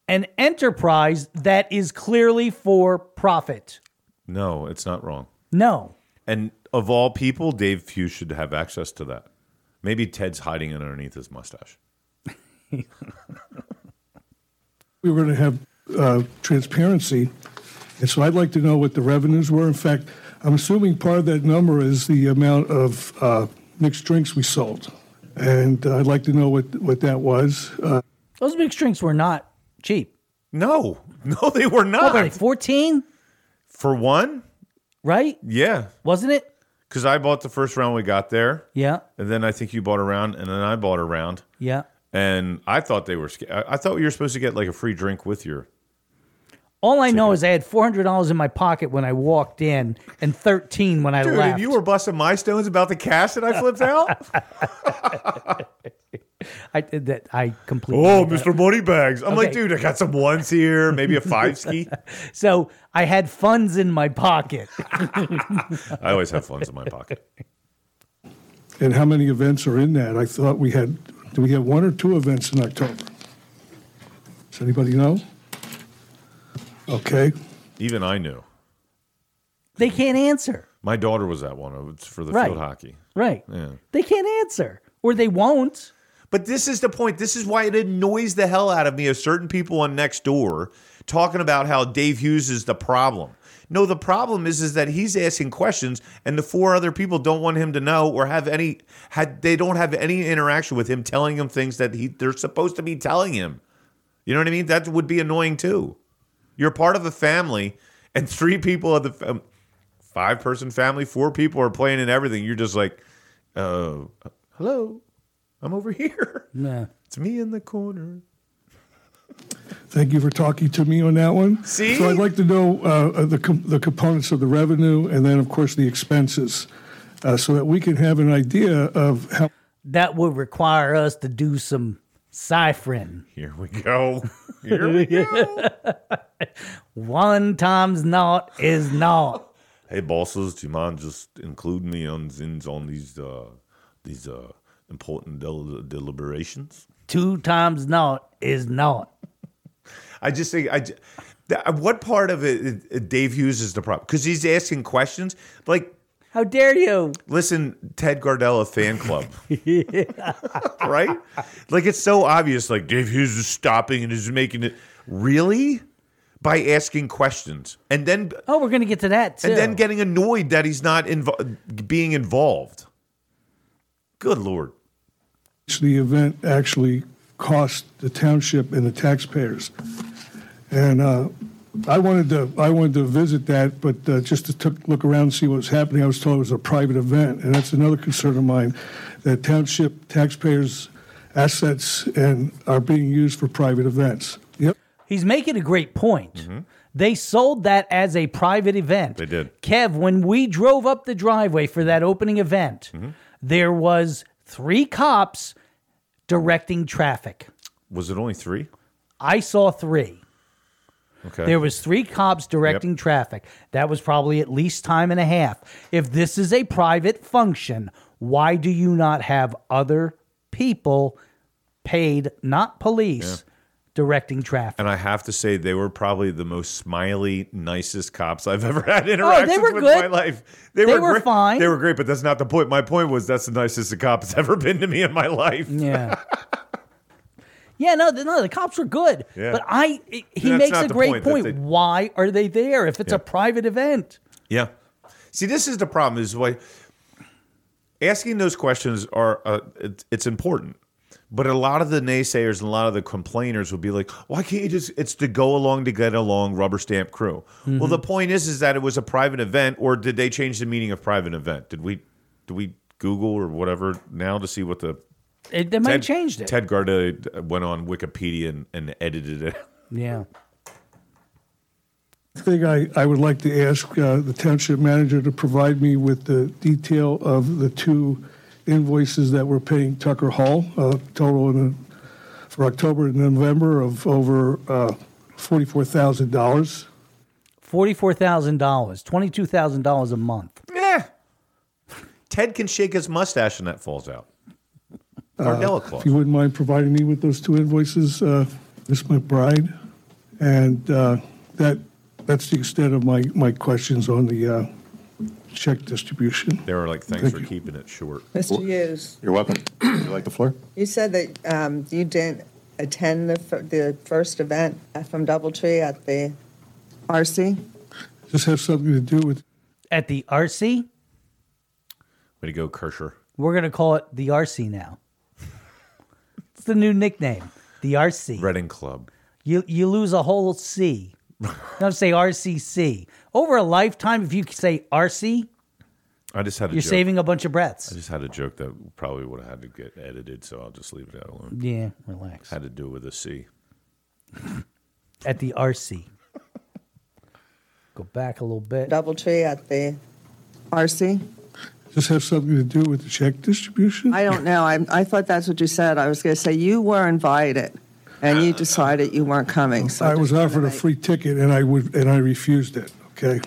A: an enterprise that is clearly for profit?
B: No, it's not wrong.
A: No.
B: And of all people, Dave Few should have access to that. Maybe Ted's hiding it underneath his mustache.
K: we were going to have uh, transparency. And so I'd like to know what the revenues were. In fact, I'm assuming part of that number is the amount of uh, mixed drinks we sold. And uh, I'd like to know what, what that was. Uh,
A: Those mixed drinks were not cheap.
B: No, no, they were
A: What
B: not.
A: were they, 14?
B: For one,
A: Right?
B: yeah,
A: Wasn't it?
B: Because I bought the first round we got there.
A: Yeah.
B: And then I think you bought a round, and then I bought a round.
A: Yeah.
B: And I thought they were. sca- I I thought you were supposed to get like a free drink with your.
A: All I know is I had four hundred dollars in my pocket when I walked in, and thirteen when I
B: Dude,
A: left.
B: if you were busting my stones about the cash that I flipped out.
A: I did that. I completely.
B: oh,
A: missed
B: Mister Moneybags! I'm like,
A: Okay.
B: dude, I got some ones here, maybe a five ski.
A: that. So I had funds in my pocket.
B: I always have ones in my pocket.
K: And how many events are in that? I thought we had, do we have one or two events in October? Does anybody know? Okay.
B: Even I knew.
A: they can't answer.
B: My daughter was at one. It's for the
A: Right.
B: field hockey.
A: Right.
B: Yeah.
A: They can't answer, or they won't.
B: But this is the point. This is why it annoys the hell out of me of certain people on next door talking about how Dave Hughes is the problem. No, the problem is is that he's asking questions and the four other people don't want him to know or have any had they don't have any interaction with him telling him things that he they're supposed to be telling him. You know what I mean? That would be annoying too. You're part of a family and three people of the fam- five person family, four people are playing in everything. You're just like, uh, hello, I'm over here.
A: Nah.
B: It's me in the corner.
K: Thank you for talking to me on that one.
B: See?
K: So I'd like to know uh, the, com- the components of the revenue and then, of course, the expenses uh, so that we can have an idea of how.
A: That would require us to do some ciphering.
B: Here we go. Here we go.
A: One times naught is naught.
B: hey, bosses, do you mind just including me on zins on these uh, these uh, important del- deliberations?
A: Two times naught is naught.
B: I just think I. j- that- What part of it, it Dave Hughes is the problem? Because he's asking questions like
A: How dare you?
B: listen, Ted Gardella fan club. right? Like it's so obvious, like Dave Hughes is stopping and is making it really by asking questions. And then
A: Oh, we're gonna get to that too.
B: and then getting annoyed that he's not invo- being involved. Good lord.
K: much the event actually cost the township and the taxpayers. And uh, I wanted to I wanted to visit that, but uh, just to took, look around and see what was happening. I was told it was a private event, and that's another concern of mine that township taxpayers' assets and are being used for private events. Yep.
A: He's making a great point.
B: Mm-hmm.
A: They sold that as a private event.
B: They did.
A: Kev, when we drove up the driveway for that opening event,
B: Mm-hmm.
A: there was three cops directing traffic.
B: Was it only three?
A: I saw three.
B: Okay.
A: There was three cops directing traffic. That was probably at least time and a half. If this is a private function, why do you not have other people paid, not police, directing traffic?
B: and I have to say, they were probably the most smiley, nicest cops I've ever had
A: Oh, were
B: interactions with
A: good.
B: in my life. They,
A: They were
B: great.
A: fine.
B: They were great, but that's not the point. My point was that's the nicest the cop has ever been to me in my life.
A: Yeah. Yeah, no, the, no, the cops were good.
B: Yeah.
A: But I, he
B: that's
A: makes
B: not
A: a
B: the
A: great
B: point,
A: point.
B: that they-
A: Why are they there if it's
B: Yeah.
A: a private event?
B: Yeah. See, this is the problem. Is why asking those questions are uh, it, it's important. But a lot of the naysayers and a lot of the complainers would be like, "Why can't you just? It's to go along to get along, rubber stamp crew."
A: Mm-hmm.
B: Well, the point is, is that it was a private event, or did they change the meaning of private event? Did we, did we Google or whatever now to see what the
A: It, they might have changed it.
B: Ted Garda went on Wikipedia and, and edited it.
A: Yeah.
K: thing I, I would like to ask uh, the township manager to provide me with the detail of the two invoices that we're paying Tucker Hall, uh, total in, for October and November of over uh, $44,000.
A: $44,000, $22,000 a month.
B: Yeah. Ted can shake his mustache and that falls out. Gardella clause.
K: If you wouldn't mind providing me with those two invoices, uh, Ms. McBride, and uh, that that's the extent of my, my questions on the uh, check distribution.
B: They were like, thanks
K: Thank
B: for
K: you.
B: keeping it short.
J: Mr. Hughes,
G: You're welcome. Would you like the floor?
J: you said that um, you didn't attend the, fir- the first event from Doubletree at the RC?
K: This has something to do with
A: At the RC,
B: Way to go, Kersher.
A: we're going to call it the RC now. it's the new nickname, the RC.
B: Reading Club.
A: You, you lose a whole C. Don't say RCC. Over a lifetime, if you say RC,
B: I just had a
A: You're
B: joke.
A: saving a bunch of breaths.
B: I just had a joke that probably would have had to get edited, so I'll just leave that alone.
A: Yeah, relax.
B: Had to do with a C.
A: At the RC. Go back a little bit.
J: Doubletree at the RC.
K: Does this have something to do with the check distribution?
J: I don't know. I, I thought that's what you said. I was going to say you were invited, and you decided you weren't coming. So
K: I was offered a free ticket and I would, and I refused it, okay?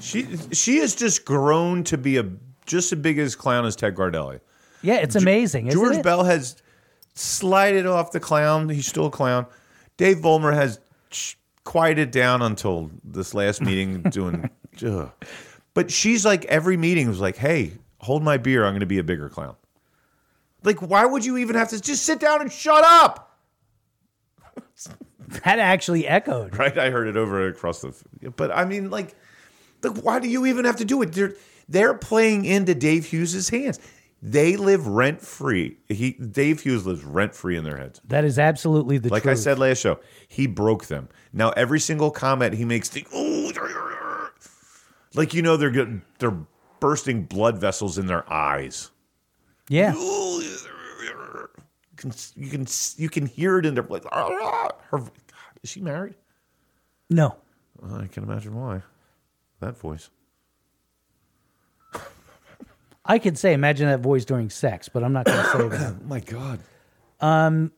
B: She she has just grown to be a just as big as clown as Ted Gardelli.
A: Yeah, it's amazing. isn't
B: George
A: it?
B: Bell has slided off the clown. He's still a clown. Dave Vollmer has ch- quieted down until this last meeting doing. ugh. But she's like every meeting was like, "Hey, hold my beer. I'm going to be a bigger clown." Like, why would you even have to just sit down and shut up?
A: That actually echoed.
B: Right, I heard it over across the. But I mean, like, like why do you even have to do it? They're they're playing into Dave Hughes's hands. They live rent free. He Dave Hughes lives rent free in their heads.
A: That is absolutely the
B: like
A: truth.
B: I said last show, he broke them. Now every single comment he makes, the, "Ooh," like you know they're good, they're bursting blood vessels in their eyes.
A: Yeah.
B: You can you can you can hear it in their like. "Ah, Her, God, is she married?
A: No.
B: I can imagine why. That voice.
A: I could say, imagine that voice during sex, but I'm not going to say that.
B: My God.
A: Um,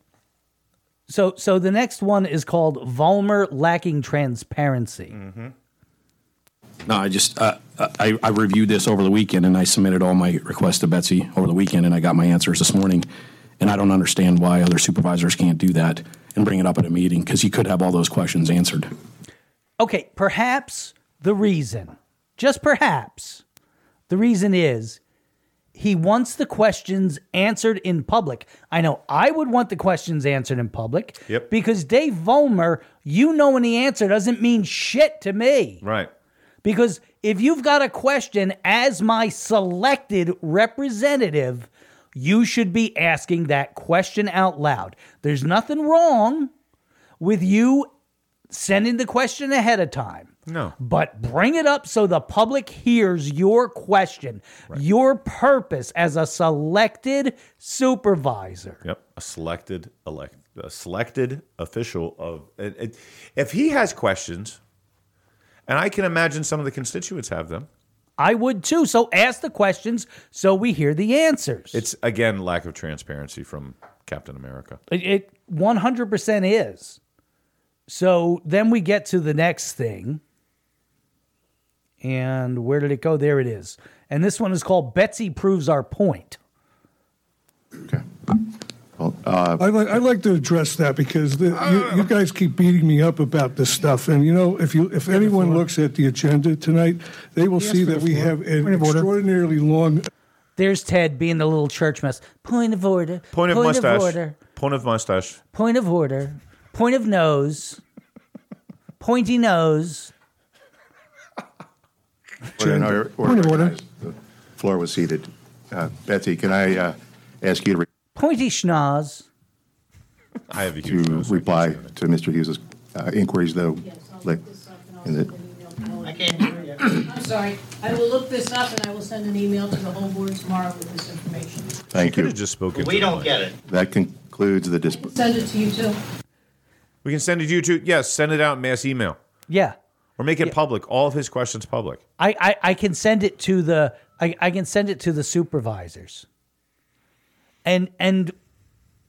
A: so, so the next one is called Vollmer lacking transparency.
B: Mm-hmm.
L: No, I just uh, I, I reviewed this over the weekend and I submitted all my requests to Betsy over the weekend and I got my answers this morning. And I don't understand why other supervisors can't do that and bring it up at a meeting because you could have all those questions answered.
A: Okay, perhaps the reason, just perhaps, the reason is he wants the questions answered in public. I know I would want the questions answered in public.
B: Yep.
A: Because Dave Vollmer, you knowing the answer doesn't mean shit to me.
B: Right.
A: Because if you've got a question as my selected representative, you should be asking that question out loud. There's nothing wrong with you sending the question ahead of time.
B: No.
A: But bring it up so the public hears your question, your purpose as a selected supervisor.
B: Yep, a selected elect, a selected official of. It, it- if he has questions, and I can imagine some of the constituents have them.
A: I would too. So ask the questions so we hear the answers.
B: It's again lack of transparency from Captain America.
A: It, it 100% is. So then we get to the next thing. And where did it go? There it is. And this one is called Betsy Proves Our Point.
K: I'd like, I'd like to address that because the, you, you guys keep beating me up about this stuff. And, you know, if, you, if anyone looks at the agenda tonight, they will
A: Yes,
K: see
A: for
K: that
A: the
K: we
A: floor.
K: have an
A: Point of order.
K: extraordinarily long.
A: There's Ted being the little church mess. Point of order.
B: Point of mustache.
A: order.
B: Point of mustache.
A: Point of order. Point of nose. Pointy nose.
G: Order in order-
A: Point of order.
G: organized. The Floor was seated. Uh, Betsy, can I uh, ask you to, re-
A: Pointy schnoz.
B: I have a
G: to reply to Mr. Hughes's uh, inquiries, though? Like, is it-
M: I can't hear you. I'm sorry. I will look this up and I will send an email to the whole board tomorrow with this information.
G: Thank you.
B: just spoken.
M: We don't get it.
G: That concludes the dis-
M: Send it to you too.
B: We can send it to you too. Yes, send it out in mass email
A: Yeah.
B: or make it public. All of his questions public.
A: I, I, I can send it to the I, I can send it to the supervisors. And and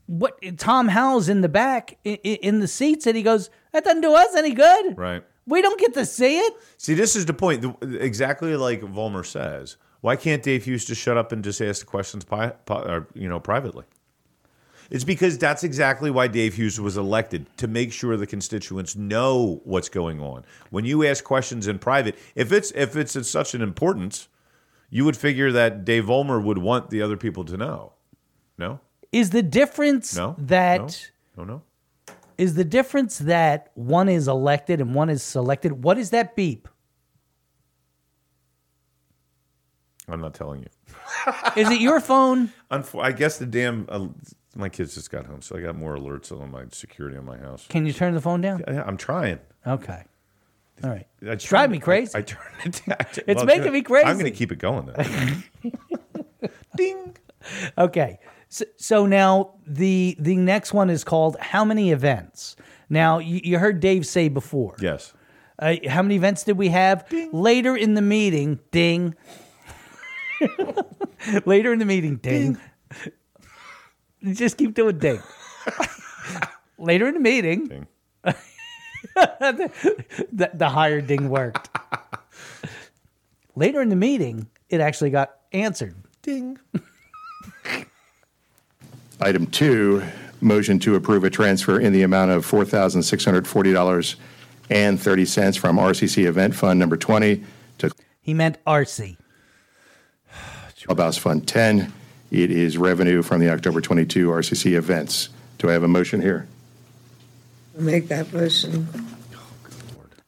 A: what Tom Howell's in the back in, in the seats and he goes that doesn't do us any good.
B: Right.
A: We don't get to see it.
B: See, this is the point. The- Exactly like Vollmer says. Why can't Dave Hughes just shut up and just ask the questions, pi- pi- or, you know, privately? It's because that's exactly why Dave Hughes was elected to make sure the constituents know what's going on. When you ask questions in private, if it's if it's of such an importance, you would figure that Dave Vollmer would want the other people to know. No,
A: Is the difference
B: no,
A: that is
B: no, no. no.
A: the difference that one is elected and one is selected? What is that beep?
B: I'm not telling you.
A: Is it your phone?
B: Unf- I guess the damn uh, my kids just got home, so I got more alerts on my security on my house.
A: Can you turn the phone down?
B: Yeah, I'm trying.
A: Okay. All right.
B: It's
A: driving me crazy.
B: I turned it down.
A: It's making me crazy.
B: I'm going to keep it going though.
A: Ding. Okay. So, so now the the next one is called how many events? Now you, you heard Dave say before.
B: Yes.
A: Uh, how many events did we have? Later in the meeting, ding. Later in the meeting, ding. You Just keep doing ding. Later in the meeting, the, the higher ding worked. Later in the meeting, it actually got answered. Ding.
G: Item two, motion to approve a transfer in the amount of $4,640.30 from RCC Event Fund Number 20 to
A: He meant RC.
G: Clubhouse Fund 10. It is revenue from the October 22 RCC events. Do I have a motion here?
J: Make that motion.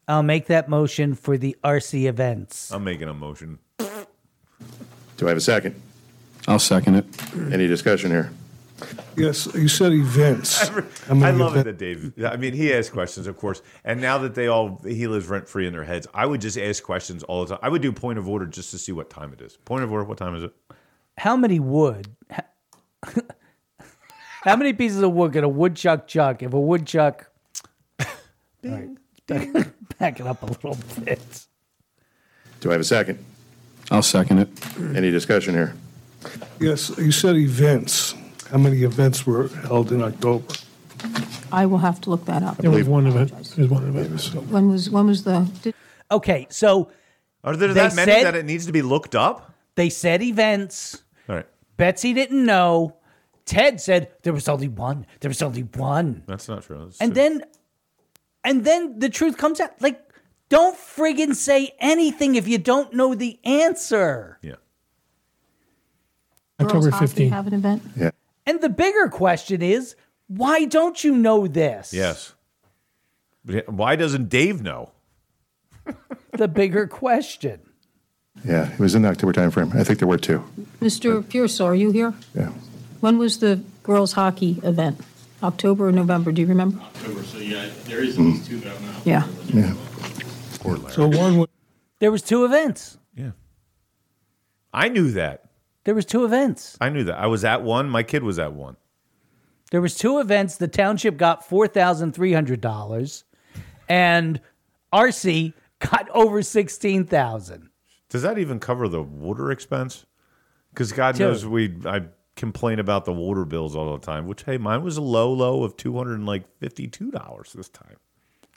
A: I'll make that motion for the RC events.
B: I'm making a motion.
G: Do I have a second?
L: I'll second it.
G: Any discussion here?
K: Yes, you said events.
B: I, love it that Dave. I mean, he asks questions, of course, and now that they all he lives rent free in their heads, I would just ask questions all the time. I would do point of order just to see what time it is. Point of order, what time is it?
A: How many wood? How many pieces of wood could a woodchuck chuck if a woodchuck? Bing, ding. Back it up a little bit.
G: Do I have a second?
L: I'll second it.
G: Any discussion here?
K: Yes, you said events. How many events were held in October?
M: I will have to look that up.
I: There was one event. There was one event.
M: When was, when was the, did-
A: Okay, so
B: are there that many that it needs to be looked up?
A: They said events.
B: All right,
A: Betsy didn't know. Ted said there was only one. There was only one.
B: that's not true. That's
A: And then, and then the truth comes out. Like, don't friggin' say anything if you don't know the answer.
B: Yeah.
I: October
M: Girls hockey
I: 15.
M: have an event?
G: Yeah.
A: And the bigger question is, why don't you know this?
B: Yes. But Why doesn't Dave know?
A: The bigger question.
G: Yeah, it was in the October timeframe. I think there were two.
M: Mr. Pearsall, are you here?
G: Yeah.
M: When was the girls hockey event? October or November, do you remember?
N: October, so yeah, there is at least two, but I'm not.
M: Yeah.
G: Yeah.
K: So
M: Uh,
K: one was
A: There was two events.
B: I knew that.
A: There was two events.
B: I knew that. I was at one. My kid was at one.
A: There was two events. The township got four thousand three hundred dollars, and RC got over sixteen thousand.
B: Does that even cover the water expense? Because God
A: Dude.
B: knows we I complain about the water bills all the time. Which hey, mine was a low low of two hundred and like fifty two dollars this time.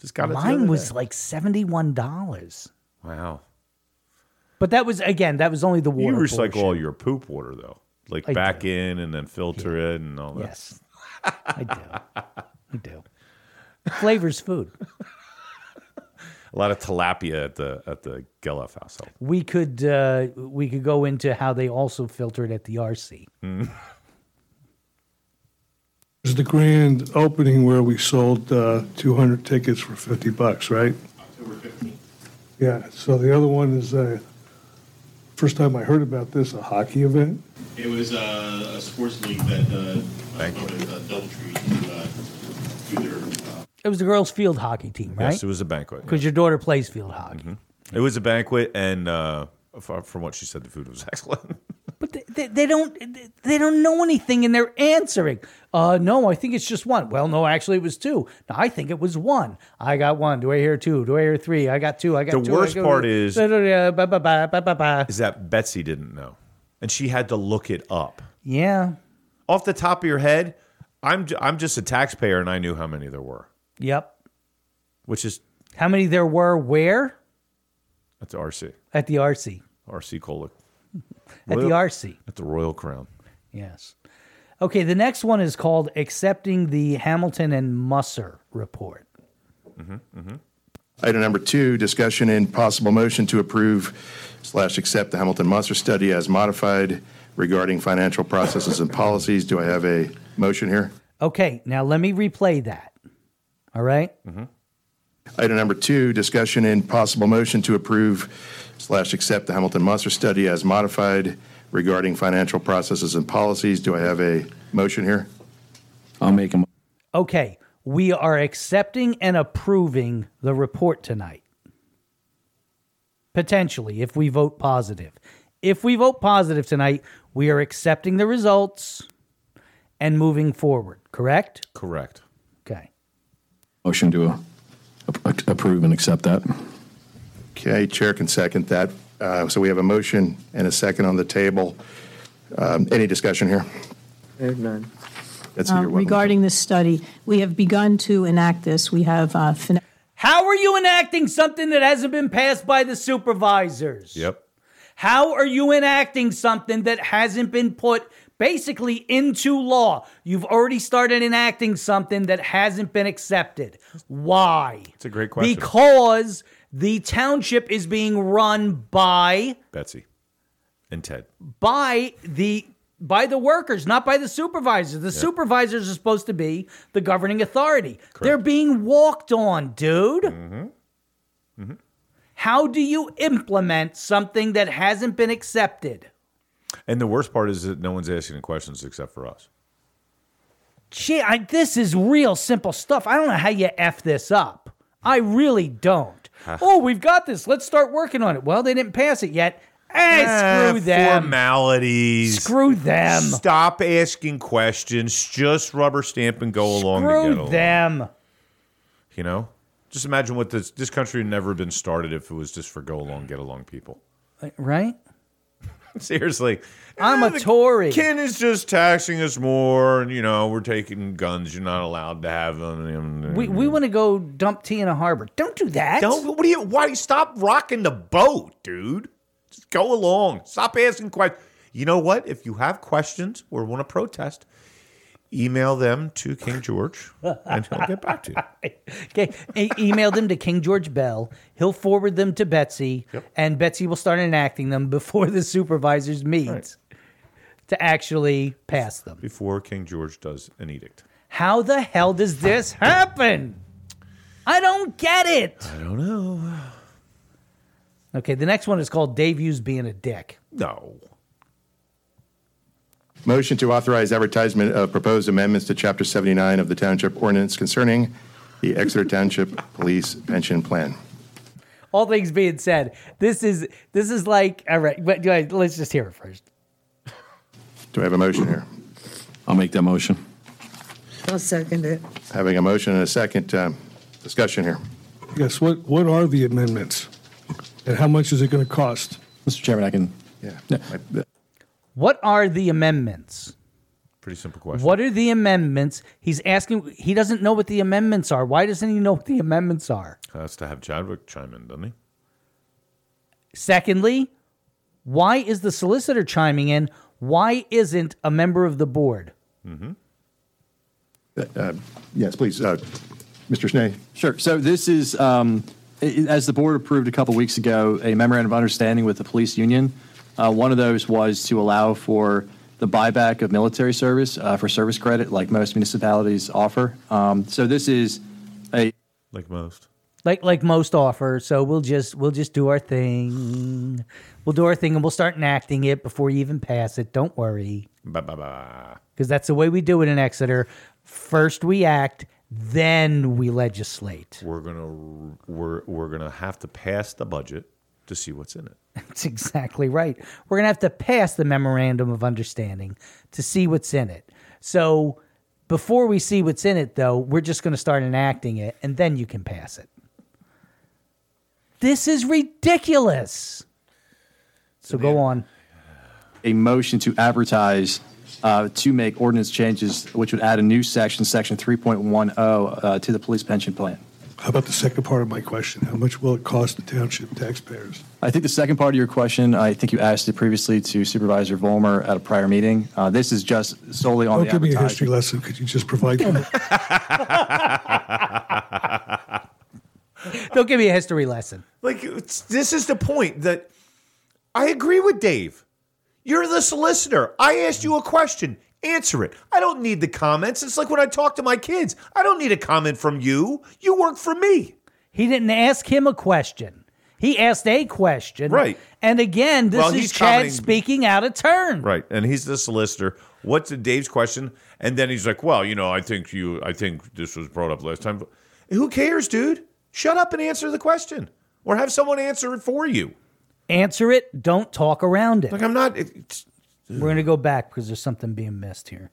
B: Just got it. the
A: Mine
B: other
A: was
B: day.
A: like seventy one dollars,
B: wow.
A: but that was again that was only the water.
B: you recycle
A: portion.
B: all your poop water though, like
A: I
B: back in and then filter it and all that.
A: Yes, I do. I do. Flavors food.
B: A lot of tilapia at the at the Geloff household.
A: We could uh, we could go into how they also filter it at the RC.
K: was Mm. the grand opening where we sold uh, 200 tickets for 50 bucks, right? Yeah, so the other one is, uh, first time I heard about this, a hockey event.
N: It was uh, a sports league that uh, voted uh, Doubletree to uh, do their. Uh,
A: It was the girls' field hockey team, right?
B: Yes, it was a banquet.
A: because your daughter plays field hockey.
B: Mm-hmm. It was a banquet, and uh, f- from what she said, the food was excellent.
A: They, they don't they don't know anything, and they're answering. Uh, no, I think it's just one. Well, no, actually, it was two. No, I think it was one. I got one. Do I hear two? Do I hear three? I got two. I got
B: The
A: two.
B: worst
A: I got-
B: part is-
A: Da, da, da, ba, ba, ba, ba, ba, ba.
B: is that Betsy didn't know, and she had to look it up
A: yeah,
B: off the top of your head. I'm ju- I'm just a taxpayer, and I knew how many there were,
A: yep.
B: which is
A: How many there were? Where
B: that's RC
A: at the RC?
B: RC Cola
A: At
B: Royal-
A: the RC.
B: at the Royal Crown.
A: Yes. Okay, the next one is called Accepting the Hamilton and Musser Report.
G: Mm-hmm. Item number two, discussion and possible motion to approve slash accept the Hamilton Monster Study as modified regarding financial processes and policies. Do I have a motion here?
A: Okay, now let me replay that. All right?
G: Item number two, discussion and possible motion to approve slash accept the Hamilton Monster Study as modified regarding financial processes and policies. Do I have a motion here?
L: I'll make a. mo-
A: Okay, we are accepting and approving the report tonight. potentially, if we vote positive. If we vote positive tonight, we are accepting the results and moving forward, correct?
B: Correct.
A: Okay.
L: Motion to uh, ap- approve and accept that.
G: Okay, Chair can second that. Uh, So we have a motion and a second on the table. Um, Any discussion here?
E: none.
G: That's
M: Uh,
G: your one.
M: Regarding this study, we have begun to enact this. We have, uh, fin-
A: How are you enacting something that hasn't been passed by the supervisors?
B: Yep.
A: How are you enacting something that hasn't been put basically into law? You've already started enacting something that hasn't been accepted. Why?
B: It's a great question.
A: Because the township is being run by
B: Betsy and Ted.
A: by the by the workers, not by the supervisors. The supervisors are supposed to be the governing authority. They're being walked on, dude.
B: Mm-hmm.
A: How do you implement something that hasn't been accepted?
B: And the worst part is that no one's asking questions except for us.
A: Gee, I, this is real simple stuff. I don't know how you f this up. I really don't. oh, we've got this. Let's start working on it. Well, they didn't pass it yet. Hey, screw
B: Eh,
A: them.
B: Formalities.
A: Screw them.
B: Stop asking questions. Just rubber stamp and go along to get
A: Screw
B: along.
A: them.
B: You know? Just imagine what this this country would never been started if it was just for go along, get along people.
A: Right?
B: Seriously.
A: I'm
B: Eh,
A: a
B: the
A: Tory.
B: Ken is just taxing us more, and you know, we're taking guns, you're not allowed to have them.
A: We, we want to go dump tea in a harbor. Don't do that.
B: Don't. What do you? Why stop rocking the boat, dude? Just go along. Stop asking questions. You know what? If you have questions or want to protest, email them to King George, and he'll get back to you.
A: Okay. E- email them to King George Bell. He'll forward them to Betsy, and Betsy will start enacting them before the supervisors meet to actually pass them.
B: Before King George does an edict.
A: How the hell does this happen? I don't get it. I
B: don't know.
A: Okay, the next one is called Dave Hughes being a dick.
B: No.
G: Motion to authorize advertisement of proposed amendments to Chapter 79 of the Township Ordinance concerning the Exeter Township Police Pension Plan.
A: All things being said, this is this is like all right. But but let's just hear it first.
G: Do I have a motion here? I'll make that motion.
J: I'll second it.
G: Having a motion and a second um, discussion here.
K: Yes, what, what are the amendments? And how much is it going to cost?
L: Mr. Chairman, I can.
G: Yeah.
A: What are the amendments?
B: Pretty simple question.
A: What are the amendments? He's asking. He doesn't know what the amendments are. Why doesn't he know what the amendments are?
B: Has to have Chadwick chime in, doesn't he?
A: Secondly, why is the solicitor chiming in? Why isn't a member of the board?
B: Mm-hmm.
G: Uh, Yes, please, uh, Mr. Schnee.
O: Sure. So this is, um, i- i- as the board approved a couple weeks ago, a memorandum of understanding with the police union. Uh, one of those was to allow for the buyback of military service uh, for service credit, like most municipalities offer. Um, so this is a
B: like most.
A: Like like most offer. So we'll just we'll just do our thing. We'll do our thing and we'll start enacting it before you even pass it. Don't worry.
B: Ba ba ba.
A: Because that's the way we do it in Exeter. First we act, then we legislate.
B: We're gonna we're we're gonna have to pass the budget to see what's in it.
A: That's exactly right. We're going to have to pass the memorandum of understanding to see what's in it. So before we see what's in it, though, we're just going to start enacting it and then you can pass it. This is ridiculous. So go on.
O: a motion to advertise uh, to make ordinance changes, which would add a new section, section 3.10, uh, to the police pension plan.
K: How about the second part of my question? How much will it cost the township taxpayers?
O: I think the second part of your question, I think you asked it previously to Supervisor Vollmer at a prior meeting. Uh, This is just solely on
K: Don't
O: the
K: Oh, give me a
O: advertising.
K: history lesson. Could you just provide that?
A: Don't give me a history lesson.
B: Like it's, this is the point that I agree with Dave. You're the solicitor. I asked you a question. Answer it. I don't need the comments. It's like when I talk to my kids. I don't need a comment from you. You work for me.
A: He didn't ask him a question. He asked a question.
B: Right.
A: And again, this
B: Well,
A: is
B: he's
A: Chad
B: commenting-
A: speaking out of turn.
B: Right. And he's the solicitor. What's Dave's question? And then he's like, "Well, you know, I think you I think this was brought up last time." Who cares, dude? Shut up and answer the question or have someone answer it for you.
A: Answer it. Don't talk around it. Like
B: I'm not.
A: We're gonna go back because there's something being missed here.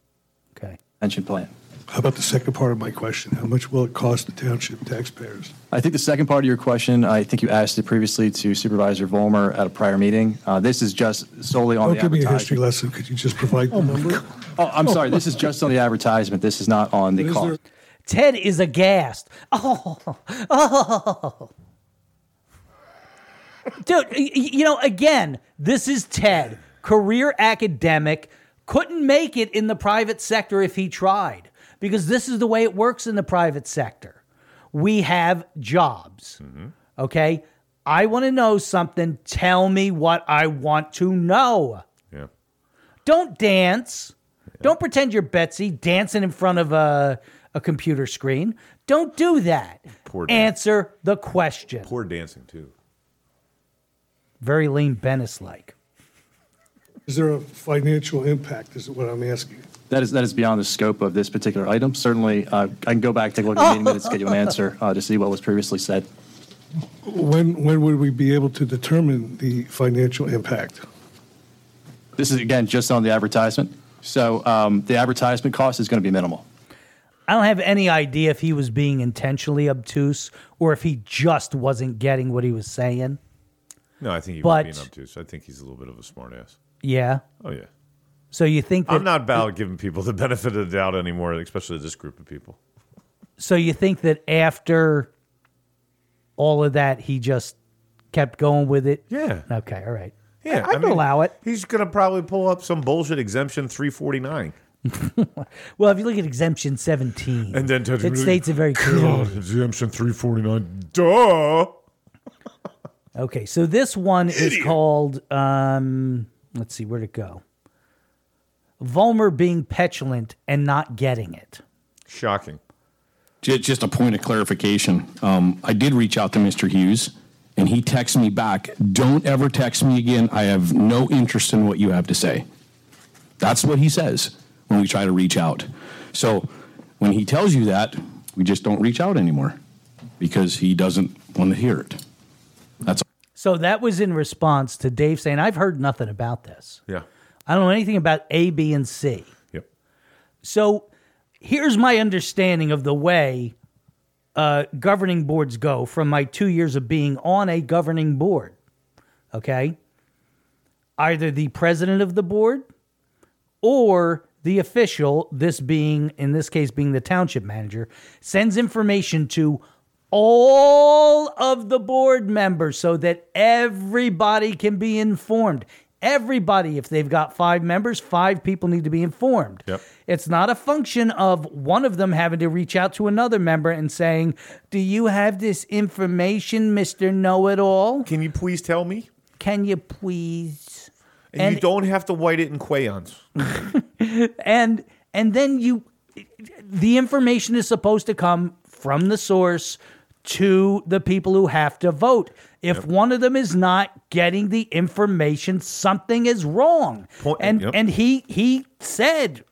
A: Okay.
O: Pension plan.
K: How about the second part of my question? How much will it cost the township taxpayers?
O: I think the second part of your question, I think you asked it previously to Supervisor Vollmer at a prior meeting. Uh, This is just solely on
K: Don't
O: the
K: Oh, give me a
O: advertisement.
K: history lesson. Could you just provide the number?
O: Oh, I'm sorry. This is just on the advertisement. This is not on the
K: Is
O: cost.
K: there-
A: Ted is aghast. Oh, oh. Dude, y- y- you know, again, this is Ted, career academic, couldn't make it in the private sector if he tried, because this is the way it works in the private sector. We have jobs.
K: Mm-hmm.
A: Okay? I want to know something. Tell me what I want to know.
B: Yeah.
A: Don't dance. Don't pretend you're Betsy dancing in front of a, a computer screen. Don't do that.
B: Poor Dan.
A: Answer the question.
B: Poor dancing too.
A: Very lean Bennis like.
K: Is there a financial impact, is what I'm asking?
O: That is that is beyond the scope of this particular item. Certainly, uh, I can go back, take a look at the meeting minutes, get you an answer uh, to see what was previously said.
K: When, when would we be able to determine the financial impact?
O: This is again just on the advertisement. So um, the advertisement cost is going to be minimal.
A: I don't have any idea if he was being intentionally obtuse or if he just wasn't getting what he was saying.
B: No, I think he
A: But-
B: was being obtuse. I think he's a little bit of a smartass.
A: Yeah.
B: Oh yeah.
A: So you think that
B: I'm not about giving people the benefit of the doubt anymore, especially this group of people.
A: so you think that after all of that he just kept going with it?
B: Yeah.
A: Okay, all right.
B: Yeah,
A: I, I can allow it.
B: He's gonna probably pull up some bullshit exemption 349,
A: Well, if you look at exemption 17,
B: and then
A: it states it very clearly.
B: God, exemption 349. Duh.
A: Okay, so this one is called. Um, let's see, where'd it go? Vollmer being petulant and not getting it.
B: Shocking.
L: Ju- Just a point of clarification. Um, I did reach out to Mr. Hughes, and he texted me back, "Don't ever text me again. I have no interest in what you have to say." That's what he says when we try to reach out. So when he tells you that, we just don't reach out anymore because he doesn't want to hear it. That's
A: So that was in response to Dave saying, I've heard nothing about this.
B: Yeah.
A: I don't know anything about A, B, and C.
B: Yep.
A: So here's my understanding of the way uh, governing boards go from my two years of being on a governing board. Okay. Either the president of the board or the official, this being, in this case, being the township manager, sends information to all of the board members so that everybody can be informed. Everybody, if they've got five members, five people need to be informed.
B: Yep.
A: It's not a function of one of them having to reach out to another member and saying, Do you have this information, Mr. Know It All?
B: Can you please tell me?
A: Can you please?
B: And, you don't have to white it in crayons.
A: and and then you the information is supposed to come from the source to the people who have to vote if one of them is not getting the information something is wrong
B: Point-
A: and
B: yep.
A: and he he said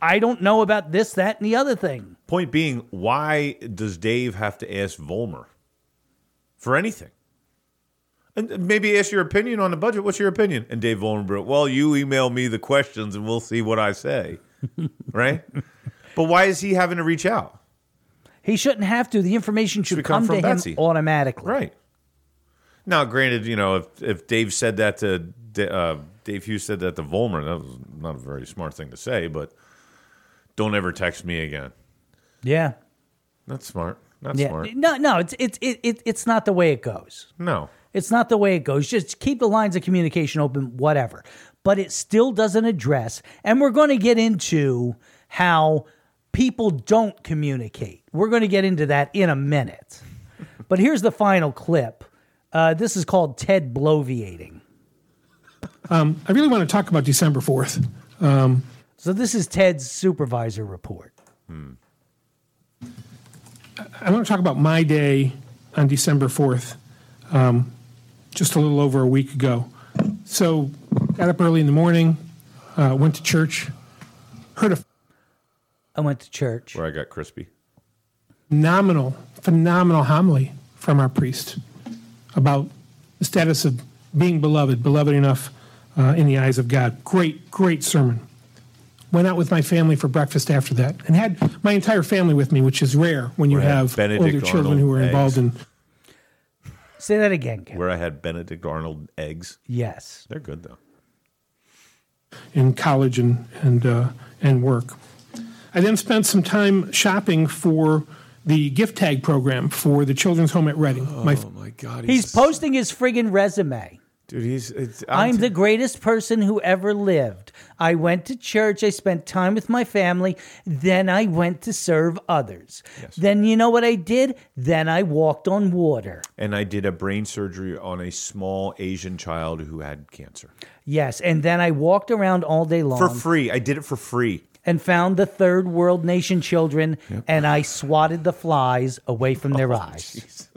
A: i don't know about this that and the other thing
B: Point being, why does Dave have to ask Volmer for anything? And maybe ask your opinion on the budget. What's your opinion? And Dave Volmer, wrote, well, you email me the questions and we'll see what I say. right? But why is he having to reach out?
A: he shouldn't have to the information should,
B: Should come
A: come, to
B: from
A: him
B: Betsy.
A: automatically
B: Right. Now, granted, you know, if, if Dave said that to Da- uh, Dave Hughes said that to Volmer, that was not a very smart thing to say, but don't ever text me again.
A: yeah
B: Not smart. Not
A: yeah
B: smart.
A: no no it's it's it, it, it's not the way it goes
B: No.
A: It's not the way it goes. Just keep the lines of communication open, whatever. But it still doesn't address, and we're going to get into how people don't communicate. We're going to get into that in a minute. but here's the final clip. Uh, this is called Ted Bloviating.
I: Um, I really want to talk about December 4th. Um,
A: So this is Ted's supervisor report.
I: I want to talk about my day on December 4th, um, just a little over a week ago. So, got up early in the morning, uh, went to church, heard a
A: I went to church.
B: Where I got crispy.
I: phenomenal, phenomenal homily from our priest about the status of being beloved, beloved enough uh, in the eyes of God. Great, great sermon. Went out with my family for breakfast after that, and had my entire family with me, which is rare when you
B: Right.
I: have
B: Benedict
I: older children
B: Arnold
I: who are involved in.
A: Say that again. Ken.
B: Where I had Benedict Arnold eggs.
A: Yes.
B: They're good, though.
I: in college and and uh, and work. I then spent some time shopping for the gift tag program for the Children's Home at Reading. Oh my,
A: He's, posting his friggin' resume.
B: Dude, he's. It's,
A: I'm, the greatest person who ever lived. I went to church. I spent time with my family. Then I went to serve others. Then you know what I did? Then I walked on water.
B: And I did a brain surgery on a small Asian child who had cancer
A: Yes. And then I walked around all day long
B: for free. I did it for free.
A: and found the third world nation children and I swatted the flies away from
B: Oh,
A: their eyes.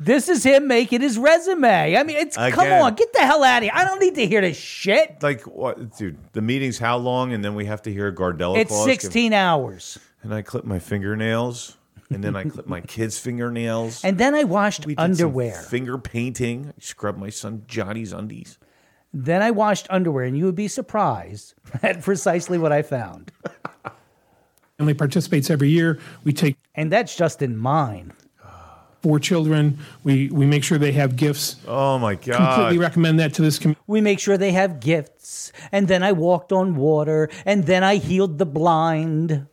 A: This is him making his resume. I mean, it's come
B: Again.
A: on, get the hell out of here. I don't need to hear this shit.
B: Like what, dude? The meeting's how long, and then we have to hear a Gardella.
A: It's
B: clause.
A: 16 hours.
B: And I clip my fingernails, and then I clip my kids' fingernails.
A: And then I washed
B: We did some
A: underwear.
B: finger painting. I scrubbed my son Johnny's undies.
A: Then I washed underwear, and you would be surprised at precisely what I found.
I: family participates every year. We take
A: and that's just in mine.
I: Four children. We we make sure they have gifts.
B: Oh my
I: Completely recommend that to this community.
A: We make sure they have gifts. And then I walked on water, and then I healed the blind.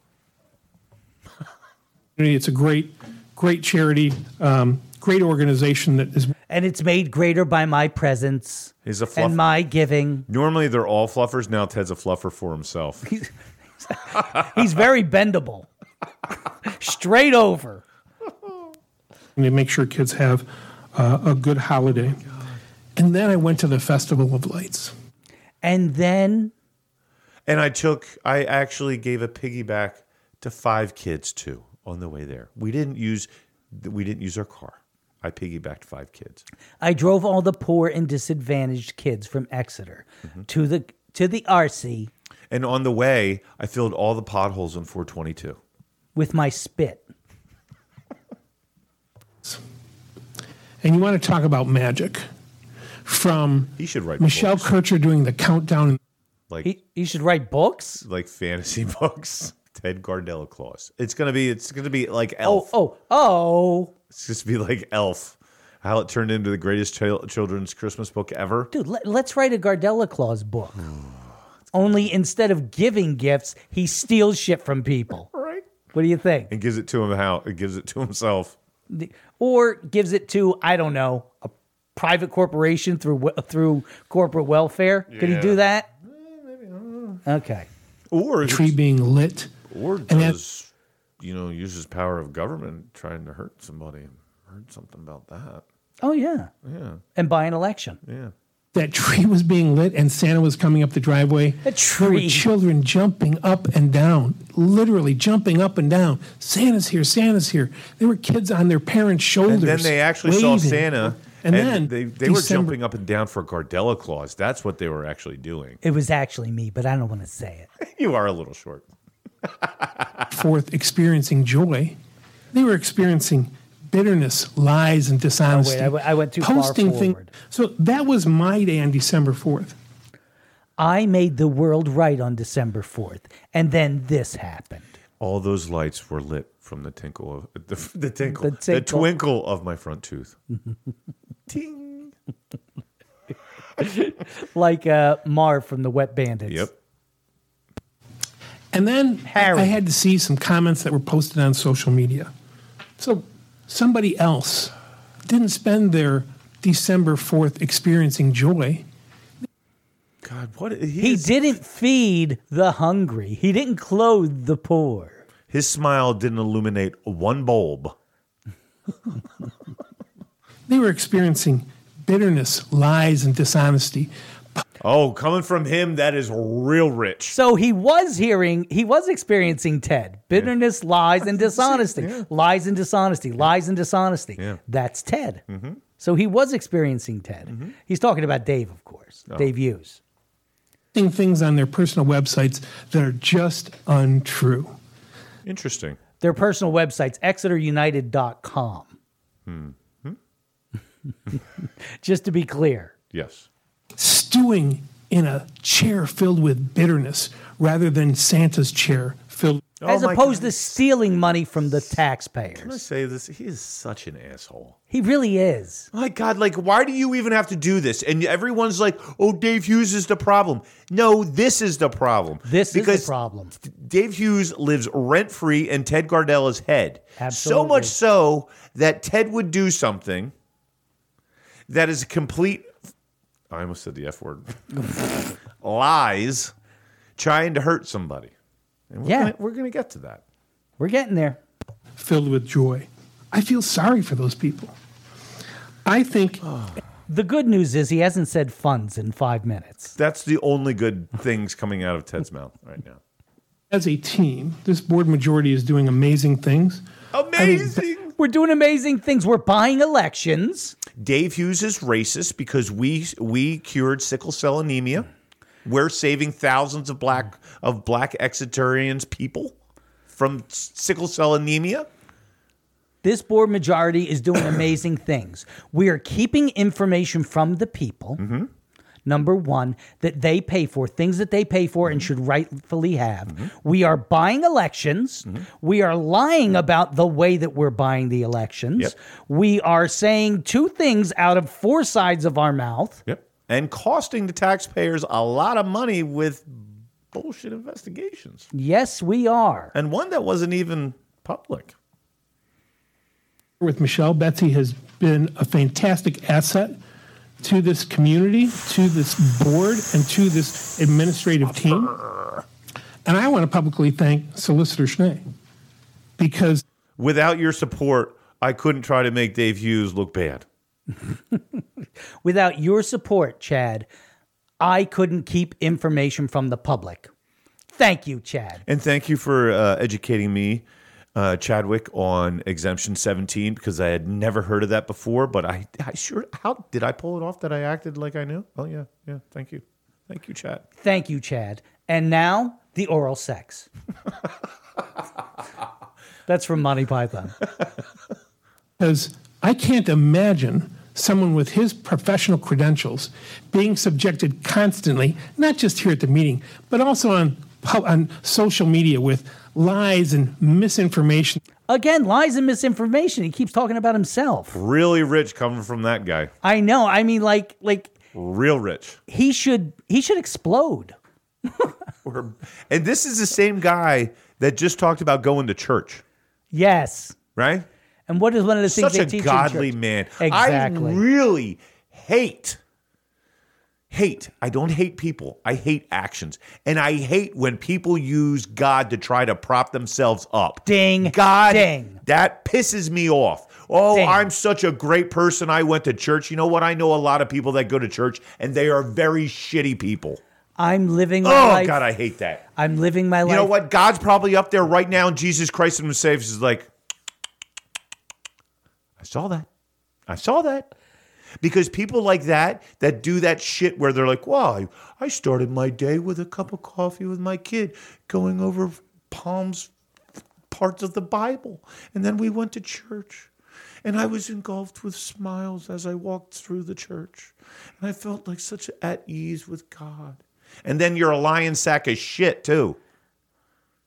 I: It's a great, great charity, um, great organization that is.
A: And it's made greater by my presence
B: He's a fluff.
A: and my giving.
B: Normally they're all fluffers. Now Ted's a fluffer for himself.
A: He's very bendable, straight over.
I: and to make sure kids have uh, a good holiday. and then I went to the Festival of Lights.
A: And then
B: And I took, I actually gave a piggyback to five kids too on the way there. We didn't use, we didn't use our car. I piggybacked five kids.
A: I drove all the poor and disadvantaged kids from Exeter
B: Mm-hmm.
A: to the to the RC
B: And on the way, I filled all the potholes on 422.
A: with my spit.
I: And you want to talk about magic from
B: He should write
I: Michelle
B: books.
I: Kircher doing the countdown.
B: Like
A: he should write books,
B: like fantasy books. Ted Gardella Claus. It's gonna be, it's gonna be like
A: Oh,
B: Elf.
A: oh, oh.
B: It's just be like Elf. How it turned into the greatest chil- children's Christmas book ever.
A: Dude, let, us write a Gardella Claus book. Only instead of giving gifts, he steals shit from people.
B: Right.
A: What do you think?
B: And gives it to him how it gives it to himself.
A: The- Or gives it to, I don't know, a private corporation through we- through corporate welfare. Could he
B: Yeah.
A: do that? Okay.
B: Or
I: tree being lit.
B: Or
I: And that-
B: does you know uses power of government trying to hurt somebody? Heard something about that?
A: Oh, yeah.
B: Yeah,
A: And by an election.
B: yeah.
I: That tree was being lit and Santa was coming up the driveway.
A: A
I: There were
A: tree.
I: children jumping up and down, literally jumping up and down. Santa's here, Santa's here. There were kids on their parents' shoulders.
B: And then they actually saw
I: waving.
B: Santa,
I: And, then
B: they they were
I: December-
B: jumping up and down for Gardella claws. That's what they were actually doing.
A: It was actually me, but I don't want to say it.
B: You are a little short.
I: forth experiencing joy, they were experiencing bitterness, lies, and dishonesty.
A: Oh, I went- I went too far forward.
I: So that was my day on December 4th.
A: I made the world right on December 4th, and then this happened.
B: All those lights were lit from the tinkle of the, the tinkle,
A: The
B: the,
A: tinkle.
B: twinkle of my front tooth. Ting.
A: like uh, Marv from the Wet Bandits.
B: Yep.
I: And then I had to see some comments that were posted on social media. So somebody else didn't spend their December 4th experiencing joy.
B: God, what he,
A: He didn't feed the hungry. He didn't clothe the poor.
B: His smile didn't illuminate one bulb.
I: They were experiencing bitterness, lies, and dishonesty.
B: Oh, coming from him, that is real rich.
A: So he was hearing, he was experiencing Ted bitterness, lies, and dishonesty. Lies and dishonesty. Lies and dishonesty.
B: Yeah.
A: That's Ted. So he was experiencing Ted.
B: Mm-hmm.
A: He's talking about Dave, of course.
I: Oh.
A: Dave Hughes.
I: posting Things on their personal websites that are just untrue.
B: Interesting.
A: Their personal websites, exeterunited.com.
B: Hmm.
A: Just to be clear.
B: Yes.
I: Stewing in a chair filled with bitterness rather than Santa's chair filled
A: As opposed to stealing money from the taxpayers.
B: Oh, Can I say this? He is such an asshole.
A: He really is.
B: My God, like, why do you even have to do this? And everyone's like, oh, Dave Hughes is the problem. No, this is the problem.
A: This is the
B: because
A: problem.
B: Dave Hughes lives rent free in Ted Gardella's head. So
A: Absolutely.
B: much so that Ted would do something that is complete. I almost said the F word. Lies trying to hurt somebody. And we're
I: Yeah.
B: Gonna, we're going to get to that.
A: We're getting there.
I: Filled with joy. I feel sorry for those people. I think
B: Ah.
A: the good news is he hasn't said funds in five minutes.
B: That's the only good things coming out of Ted's mouth right now.
I: As a team, this board majority is doing amazing things.
B: Amazing.
A: We're doing amazing things. We're buying elections.
B: Dave Hughes is racist because we we cured sickle cell anemia. We're saving thousands of black of black Exeterians people from s- sickle cell anemia.
A: This board majority is doing amazing things. We are keeping information from the people.
B: Mm-hmm.
A: Number one, that they pay for, things that they pay for and
B: Mm-hmm.
A: should rightfully have. We are buying elections.
B: Mm-hmm.
A: We are lying about the way that we're buying the elections. We are saying two things out of four sides of our mouth.
B: Yep. And costing the taxpayers a lot of money with bullshit investigations.
A: Yes, we are.
B: And one that wasn't even public.
I: with Michelle Betsy has been a fantastic asset to this community, to this board, and to this administrative team. And I want to publicly thank Solicitor Schnee because
B: Without your support, I couldn't try to make Dave Hughes look bad.
A: Without your support, Chad, I couldn't keep information from the public. Thank you, Chad.
B: And thank you for uh, educating me, uh, Chadwick, on exemption 17 because I had never heard of that before. But I, I sure, how did I pull it off that I acted like I knew? Oh, yeah. Yeah. Thank you. Thank you, Chad.
A: Thank you, Chad. And now the oral sex. That's from Monty Python.
I: because I can't imagine someone with his professional credentials being subjected constantly, not just here at the meeting, but also on pu- on social media with lies and misinformation.
A: Again, lies and misinformation. He keeps talking about himself.
B: Really rich coming from that guy.
A: I know. I mean, like, like
B: Real rich.
A: he should he should explode.
B: And this is the same guy that just talked about going to church,
A: Yes.
B: right?
A: And what is one of the things
B: Such
A: they
B: a
A: teach in
B: godly
A: church?
B: man.
A: Exactly.
B: I really hate, hate. I don't hate people. I hate actions. And I hate when people use God to try to prop themselves up.
A: Ding.
B: God.
A: Ding.
B: That pisses me off. Oh, I'm such a great person. I went to church. You know what? I know a lot of people that go to church and they are very shitty people.
A: I'm living
B: Oh,
A: my life.
B: God, I hate that.
A: I'm living my life.
B: You know what? God's probably up there right now, and Jesus Christ and saves is like, I saw that. I saw that. Because people like that, that do that shit where they're like, wow, I, I started my day with a cup of coffee with my kid, going over Palm's parts of the Bible. And then we went to church. And I was engulfed with smiles as I walked through the church. And I felt like such at ease with God. And then you're a lion sack of shit, too.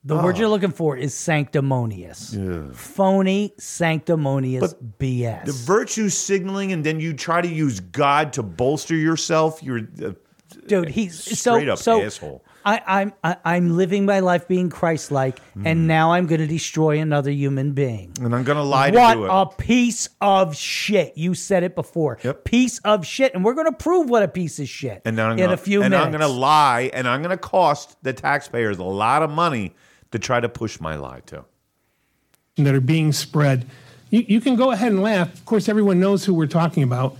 A: The word
B: Ah.
A: you're looking for is sanctimonious. Phony, sanctimonious BS.
B: The virtue signaling, and then you try to use God to bolster yourself. You're uh,
A: dude he's
B: straight
A: so,
B: up
A: so
B: asshole.
A: I, I'm I, I'm living my life being Christ-like, and now I'm going to destroy another human being.
B: Mm. And I'm gonna lie
A: what
B: to do it.
A: a piece of shit! You said it before. Piece of shit, and we're going to prove what a piece of shit.
B: and now I'm
A: in
B: gonna,
A: a few
B: and
A: minutes,
B: I'm gonna lie, and I'm gonna cost the taxpayers a lot of money to try to push my lie to.
I: that are being spread. You, you can go ahead and laugh. Of course, everyone knows who we're talking about.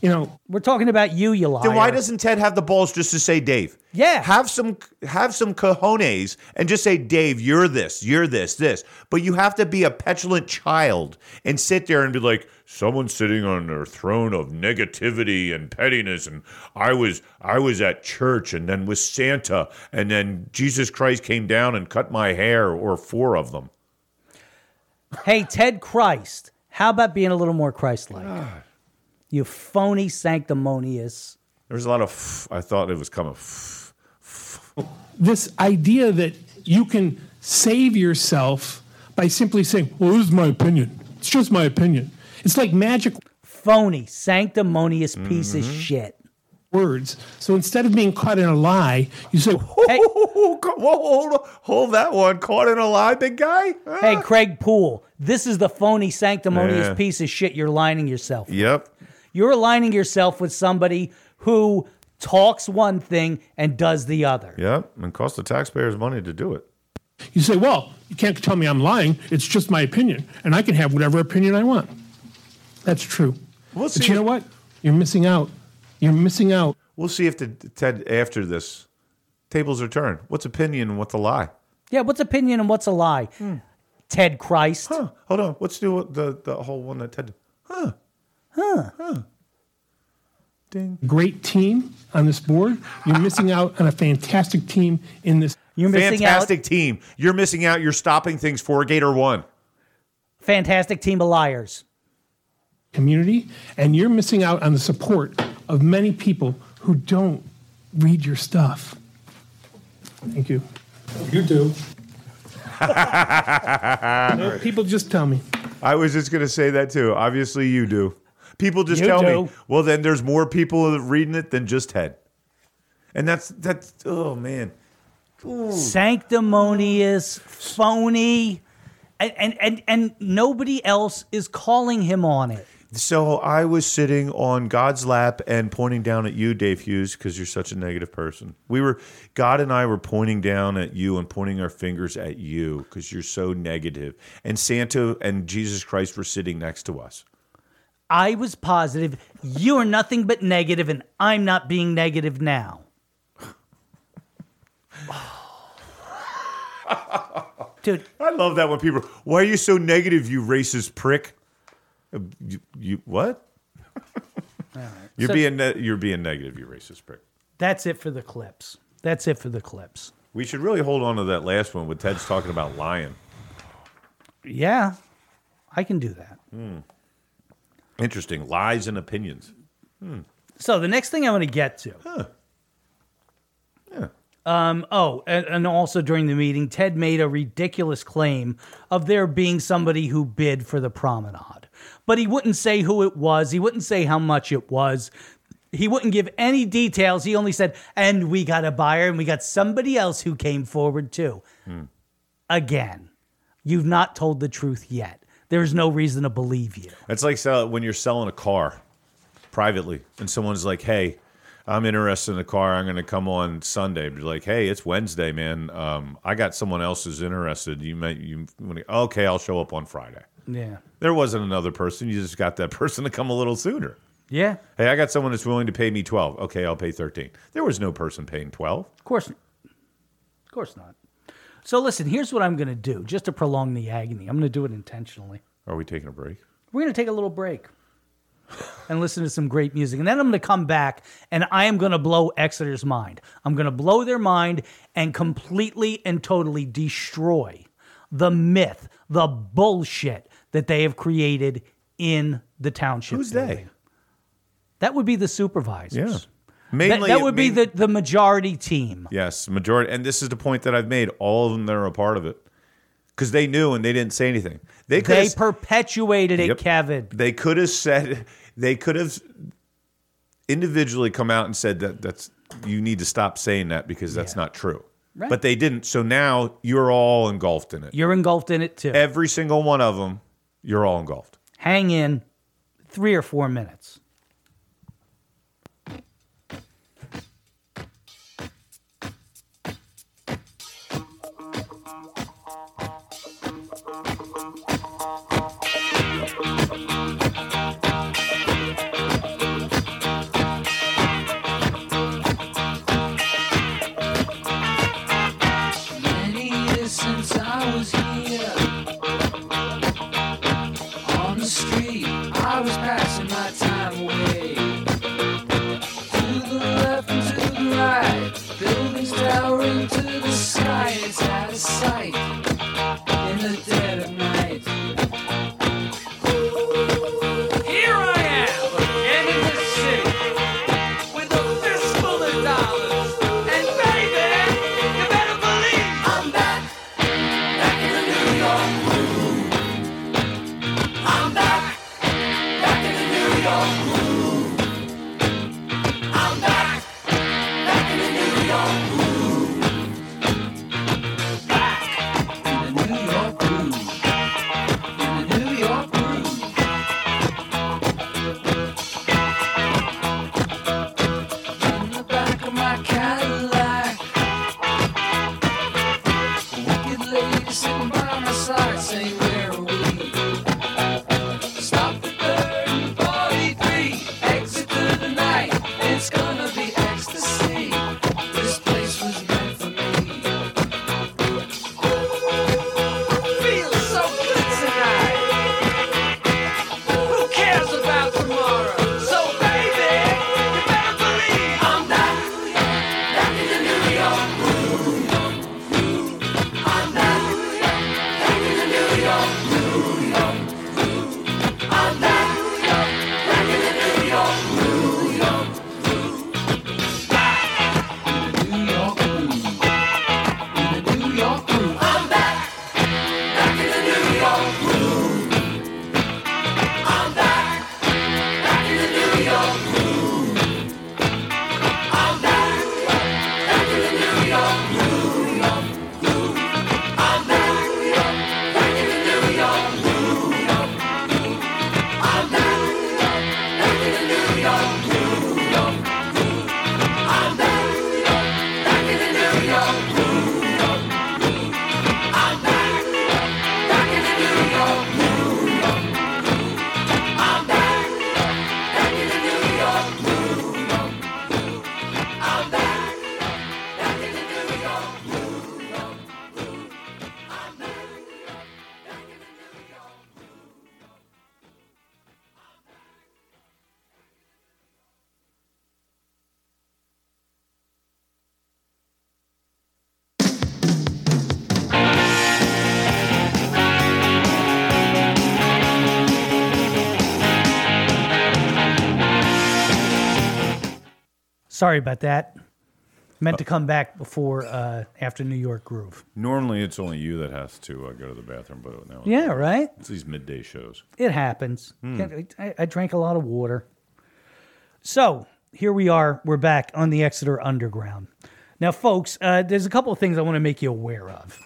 I: You know,
A: we're talking about you, you liar.
B: Then why doesn't Ted have the balls just to say Dave?
A: Yeah.
B: Have some have some cojones and just say Dave, you're this, you're this, this. But you have to be a petulant child and sit there and be like someone sitting on their throne of negativity and pettiness and I was I was at church and then with Santa and then Jesus Christ came down and cut my hair or four of them.
A: hey Ted Christ? How about being a little more Christ-like? You phony sanctimonious.
B: There was a lot of. F- I thought it was coming. F-
I: this idea that you can save yourself by simply saying, "Well, this is my opinion. It's just my opinion." It's like magic.
A: Phony, sanctimonious piece of shit.
I: Words. So instead of being caught in a lie, you say,
B: whoa, hold, hold that one. Caught in a lie, big guy.
A: Hey, Craig Poole, this is the phony, sanctimonious
B: Ah. Yeah.
A: piece of shit you're lining yourself.
B: Yep.
A: You're aligning yourself with somebody who talks one thing and does the other.
B: Yep. And cost the taxpayers money to do it.
I: You say, well, you can't tell me I'm lying. It's just my opinion, and I can have whatever opinion I want. That's true. but you know what? You're missing out. You're missing out.
B: We'll see if the Ted after this tables are turned. What's opinion and what's a lie?
A: Yeah, what's opinion and what's a lie? Ted Christ.
B: Hmm. Hold on. What's the the the whole one that Ted? Huh.
A: Huh.
B: Ding.
I: Great team on this board. You're missing out on a fantastic team in this. You're
B: Fantastic team. You're missing out. You're stopping things for Gator One.
A: Fantastic team of liars.
I: community, and you're missing out on the support of many people who don't read your stuff. Thank you. You do. No, people just tell me.
B: I was just going to say that too. Obviously, you do. People just
I: You
B: tell me.
I: do.
B: Well, then there's more people reading it than just Ted, and that's that's. Oh man,
A: Mm-hmm. Sanctimonious, phony, and, and and and nobody else is calling him on it.
B: So I was sitting on God's lap and pointing down at you, Dave Hughes, because you're such a negative person. We were, God and I were pointing down at you and pointing our fingers at you because you're so negative. And Santa and Jesus Christ were sitting next to us.
A: I was positive. You are nothing but negative, and I'm not being negative now. Dude.
B: I love that when people, why are you so negative, you racist prick? Uh, You, you- what? You're
A: So-
B: being uh, ne- you're being negative, you racist prick.
A: That's it for the clips. That's it for the clips.
B: We should really hold on to that last one with Ted's talking about lying.
A: Yeah, I can do that.
B: Hmm. Interesting lies and opinions. Hmm.
A: So the next thing I want to get to. Um, oh, and, and also during the meeting, Ted made a ridiculous claim of there being somebody who bid for the promenade, but he wouldn't say who it was. He wouldn't say how much it was. He wouldn't give any details. He only said, "And we got a buyer, and we got somebody else who came forward too."
B: Hmm.
A: Again, you've not told the truth yet. There's no reason to believe you.
B: It's like sell, when you're selling a car privately, and someone's like, "Hey, I'm interested in a car. I'm going to come on Sunday." But you're like, "Hey, it's Wednesday, man. Um, I got someone else who's interested. You might you wanna- okay? I'll show up on Friday."
A: Yeah.
B: There wasn't another person. You just got that person to come a little sooner.
A: Yeah.
B: Hey, I got someone that's willing to pay me twelve. Okay, I'll pay thirteen. There was no person paying twelve.
A: Of course, of course not. So listen, here's what I'm going to do, just to prolong the agony. I'm going to do it intentionally.
B: Are we taking a break?
A: We're going to take a little break and listen to some great music, and then I'm going to come back and I am going to blow Exeter's mind. I'm going to blow their mind and completely and totally destroy the myth, the bullshit that they have created in the township.
B: Who's they?
A: building. That would be the supervisors.
B: Yeah.
A: That-
B: Mainly-
A: that, would be
B: main-
A: the, the majority team.
B: Yes, majority, and this is the point that I've made. All of them that are a part of it, because they knew and they didn't say anything. They could
A: They perpetuated it, Kevin.
B: They could have said they could have individually come out and said that that's you need to stop saying that because that's not true.
A: Right.
B: But they didn't. So now you're all engulfed in it.
A: You're engulfed in it too.
B: Every single one of them, you're all engulfed.
A: Hang in three or four minutes.
D: Many years since I was here. On the street, I was passing my time away. To the left and to the right, buildings towering to the sky. It's out of sight in the dead of night. Here I am, and
A: Sorry about that. Meant to come back before uh, after New York Groove.
B: Normally, it's only you that has to uh, go to the bathroom, but now
A: Yeah, right?
B: It's these midday shows.
A: It happens.
B: Hmm.
A: Can't- I, I drank a lot of water. So here we are. We're back on the Exeter Underground. Now, folks, uh, there's a couple of things I want to make you aware of.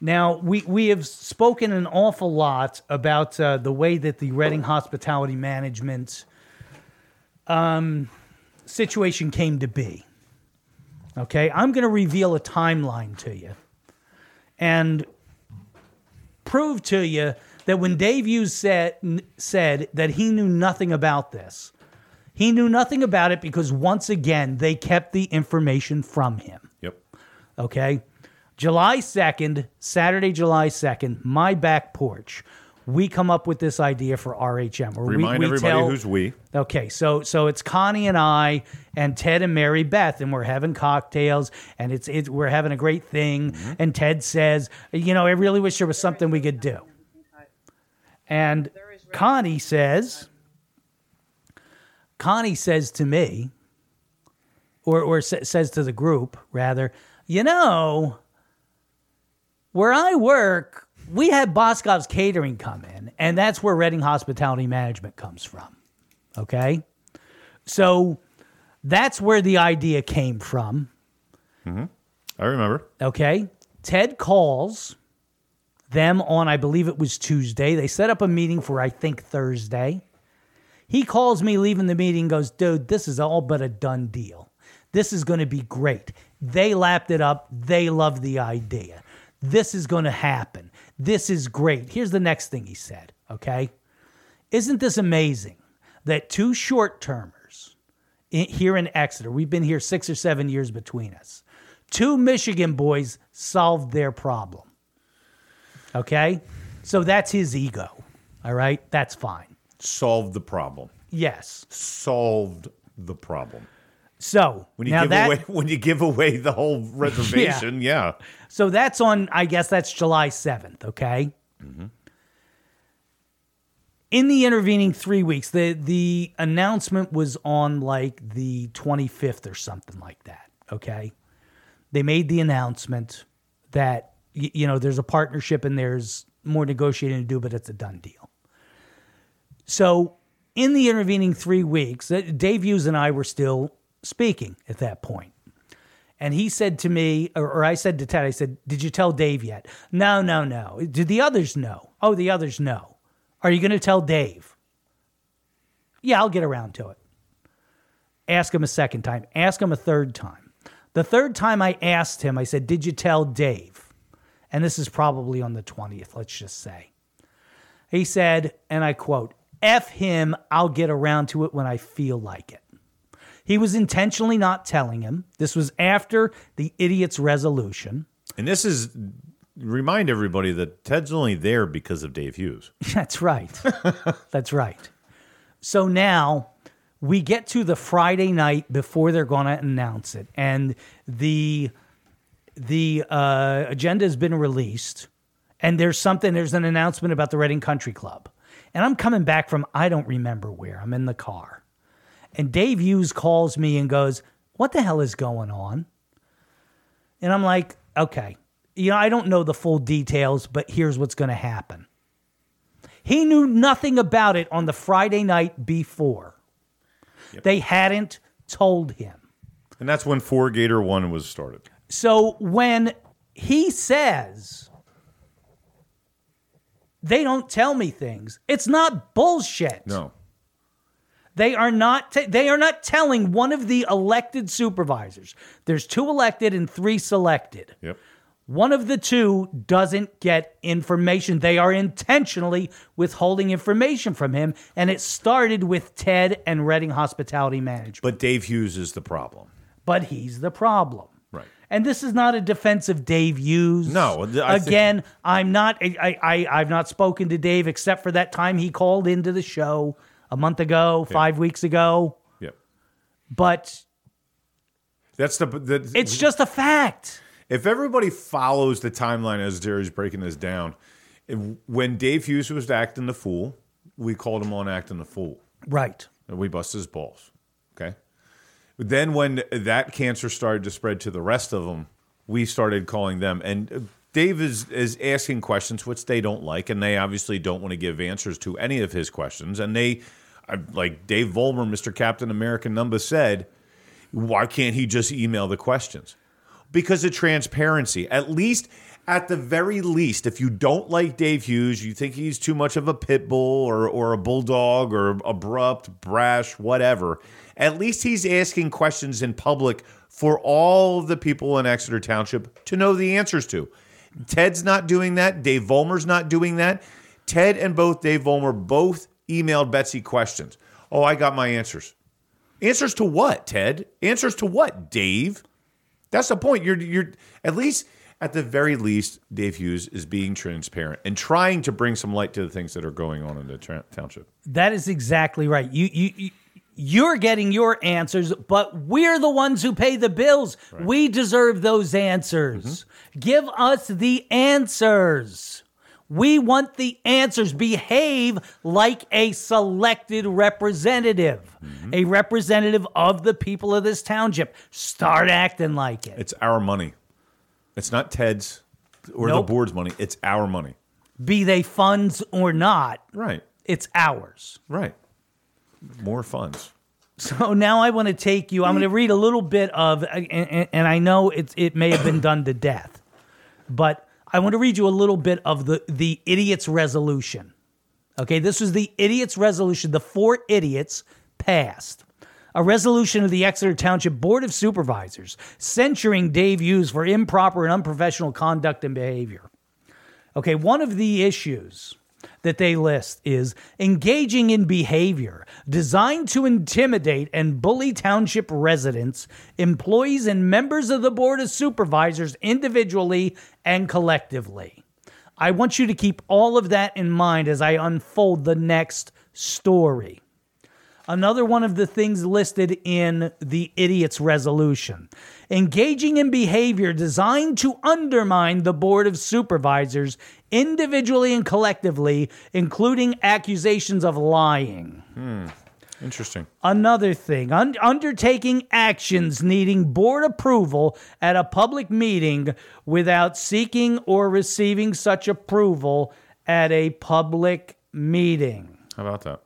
A: Now, we, we have spoken an awful lot about uh, the way that the Reading Hospitality Management um, situation came to be. Okay, I'm going to reveal a timeline to you. And prove to you that when Dave Hughes said said that he knew nothing about this, he knew nothing about it because once again they kept the information from him.
B: Yep.
A: Okay. July 2nd, Saturday, July 2nd, my back porch. We come up with this idea for RHM. Or
B: Remind everybody who's we.
A: Okay, so so it's Connie and I and Ted and Mary Beth, and we're having cocktails, and it's it, we're having a great thing. And Ted says, you know, I really wish there was something we could do. And Connie says, Connie says to me, or or sa- says to the group rather, you know, where I work, we had Boscov's Catering come in, and that's where Reading Hospitality Management comes from. Okay. So that's where the idea came from.
B: Mm-hmm. I remember.
A: Okay. Ted calls them on, I believe it was Tuesday. They set up a meeting for, I think, Thursday. He calls me leaving the meeting, goes, dude, this is all but a done deal. This is going to be great. They lapped it up. They love the idea. This is going to happen. This is great. Here's the next thing he said. Okay. Isn't this amazing that two short termers in, here in Exeter, we've been here six or seven years between us, two Michigan boys solved their problem. Okay. So that's his ego. All right. That's fine.
B: Solved the problem.
A: Yes.
B: Solved the problem.
A: So
B: When you
A: now
B: give
A: that,
B: away when you give away the whole reservation, yeah.
A: So that's on, I guess that's July 7th, okay? Mm-hmm. In the intervening three weeks, the, the announcement was on like the 25th or something like that, okay? They made the announcement that, y- you know, there's a partnership and there's more negotiating to do, but it's a done deal. So in the intervening three weeks, uh, Dave Hughes and I were still speaking at that point. And he said to me, or, or I said to Ted, I said, Did you tell Dave yet? No, no, no. Did the others know? Oh, the others know. Are you going to tell Dave? Yeah, I'll get around to it. Ask him a second time. Ask him a third time. The third time I asked him, I said, Did you tell Dave? And this is probably on the 20th, let's just say. He said, and I quote, F him, I'll get around to it when I feel like it. He was intentionally not telling him. This was after the idiot's resolution.
B: And this is remind everybody that Ted's only there because of Dave Hughes.
A: That's right. That's right. So now we get to the Friday night before they're going to announce it, and the the uh, agenda has been released, and there's something. There's an announcement about the Reading Country Club, and I'm coming back from I don't remember where. I'm in the car, and Dave Hughes calls me and goes, "What the hell is going on?" And I'm like, "Okay." You know, I don't know the full details, but here's what's going to happen. He knew nothing about it on the Friday night before. They hadn't told him.
B: And that's when Four Gator One was started.
A: So when he says, they don't tell me things, it's not bullshit.
B: No.
A: They are not. T- they are not telling one of the elected supervisors. There's two elected and three selected.
B: Yep.
A: One of the two doesn't get information. They are intentionally withholding information from him, and it started with Ted and Reading Hospitality Management.
B: But Dave Hughes is the problem.
A: But he's the problem.
B: Right.
A: And this is not a defense of Dave Hughes.
B: No, th- I think-
A: again, I'm not. I, I I've not spoken to Dave except for that time he called into the show a month ago, five weeks ago.
B: Yep.
A: But
B: That's the, the
A: It's just a fact.
B: If everybody follows the timeline as Jerry's breaking this down, if- when Dave Hughes was acting the fool, we called him on acting the fool.
A: right.
B: And we bust his balls. Okay. Then when that cancer started to spread to the rest of them, we started calling them. And uh, Dave is is asking questions which they don't like, and they obviously don't want to give answers to any of his questions. And they, I- like Dave Volmer, Mr. Captain American Numba said, why can't he just email the questions? Because of transparency. At least, at the very least, if you don't like Dave Hughes, you think he's too much of a pit bull or, or a bulldog or abrupt, brash, whatever, at least he's asking questions in public for all the people in Exeter Township to know the answers to. Ted's not doing that. Dave Volmer's not doing that. Ted and both Dave Volmer both emailed Betsy questions. Oh, I got my answers. Answers to what, Ted? Answers to what, Dave? That's the point. You're you're at least at the very least, Dave Hughes is being transparent and trying to bring some light to the things that are going on in the tra- township.
A: That is exactly right. You you. you you're getting your answers, but we're the ones who pay the bills. We deserve those answers.
B: Mm-hmm.
A: Give us the answers. We want the answers. Behave like a selected representative,
B: Mm-hmm.
A: a representative of the people of this township. Start acting like it.
B: It's our money. It's not Ted's or
A: Nope.
B: the board's money. It's our money.
A: Be they funds or not.
B: Right.
A: It's ours.
B: Right. More funds.
A: So now I want to take you. I'm going to read a little bit of, and, and- and I know it's it may have been done to death, but I want to read you a little bit of the the idiot's resolution. Okay, this was the idiot's resolution. The four idiots passed a resolution of the Exeter Township Board of Supervisors censuring Dave Hughes for improper and unprofessional conduct and behavior. Okay, one of the issues that they list is engaging in behavior designed to intimidate and bully township residents, employees, and members of the Board of Supervisors individually and collectively. I want you to keep all of that in mind as I unfold the next story. Another one of the things listed in the idiot's resolution engaging in behavior designed to undermine the Board of Supervisors individually and collectively, including accusations of lying.
B: Hmm. Interesting.
A: Another thing, un- undertaking actions needing board approval at a public meeting without seeking or receiving such approval at a public meeting.
B: How about that?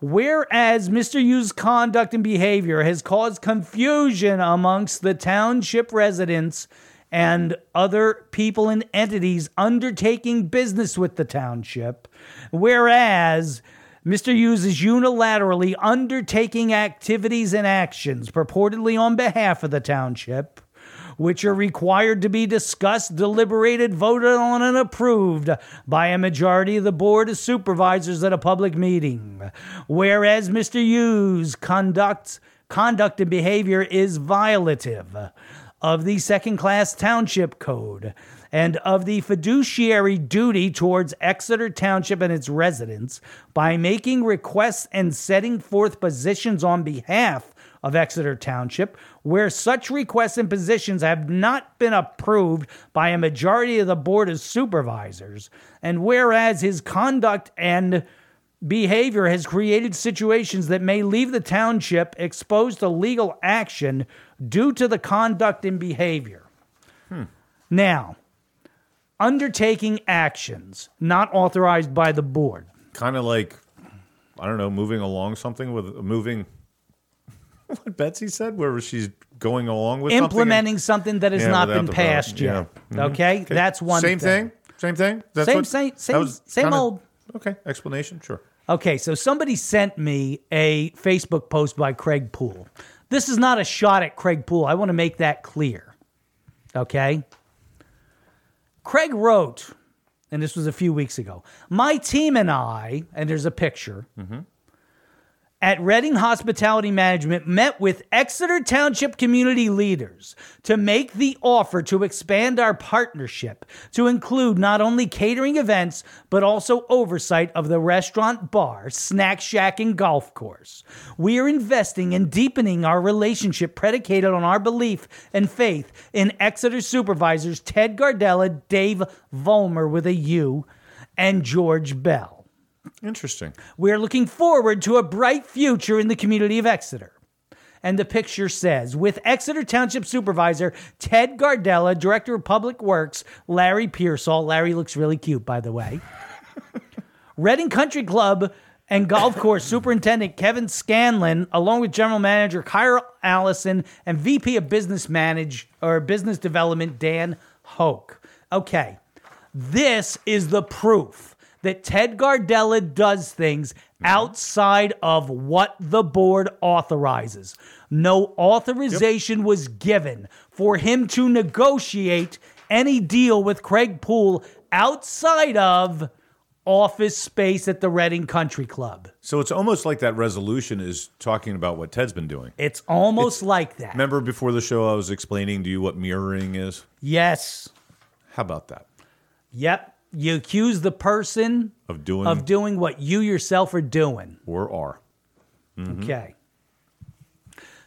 A: Whereas Mr. Yu's conduct and behavior has caused confusion amongst the township residents and other people and entities undertaking business with the township. Whereas Mr. Hughes is unilaterally undertaking activities and actions purportedly on behalf of the township which are required to be discussed, deliberated, voted on, and approved by a majority of the Board of Supervisors at a public meeting. Whereas Mr. Hughes conducts conduct and behavior is violative of the second class township code and of the fiduciary duty towards Exeter Township and its residents by making requests and setting forth positions on behalf of Exeter Township, where such requests and positions have not been approved by a majority of the Board of Supervisors, and whereas his conduct and behavior has created situations that may leave the township exposed to legal action due to the conduct and behavior. Now, undertaking actions not authorized by the board.
B: Kind of like I don't know, moving along something with moving. What Betsy said, where she's going along with something and-
A: implementing something that has
B: Yeah,
A: not
B: without
A: been
B: the ballot.
A: passed yet.
B: Yeah. Mhm.
A: Okay? that's one
B: Same
A: thing.
B: thing. Same thing.
A: Same-
B: what-
A: same-
B: that
A: same-
B: was
A: same
B: kinda-
A: old.
B: Okay, explanation. Sure.
A: Okay, so somebody sent me a Facebook post by Craig Poole. This is not a shot at Craig Poole. I want to make that clear. Okay? Craig wrote, and this was a few weeks ago, my team and I, and there's a picture,
B: Mm-hmm.
A: at Reading Hospitality Management met with Exeter Township community leaders to make the offer to expand our partnership to include not only catering events, but also oversight of the restaurant, bar, snack shack, and golf course. We are investing in deepening our relationship predicated on our belief and faith in Exeter supervisors Ted Gardella, Dave Vollmer with a U, and George Bell.
B: Interesting.
A: We are looking forward to a bright future in the community of Exeter. And the picture says With Exeter Township Supervisor Ted Gardella, Director of Public Works, Larry Pearsall. Larry looks really cute, by the way. Reading Country Club and Golf Course Superintendent Kevin Scanlon, along with General Manager Kyra Allison and VP of Business Manage or Business Development Dan Hoke. Okay, this is the proof that Ted Gardella does things outside of what the board authorizes. No authorization was given for him to negotiate any deal with Craig Poole outside of office space at the Reading Country Club.
B: So it's almost like that resolution is talking about what Ted's been doing.
A: It's almost like that.
B: Remember before the show, I was explaining to you what mirroring is?
A: Yes.
B: How about that?
A: Yep. You accuse the person
B: Of doing
A: of doing what you yourself are doing.
B: or are. Mhm.
A: Okay.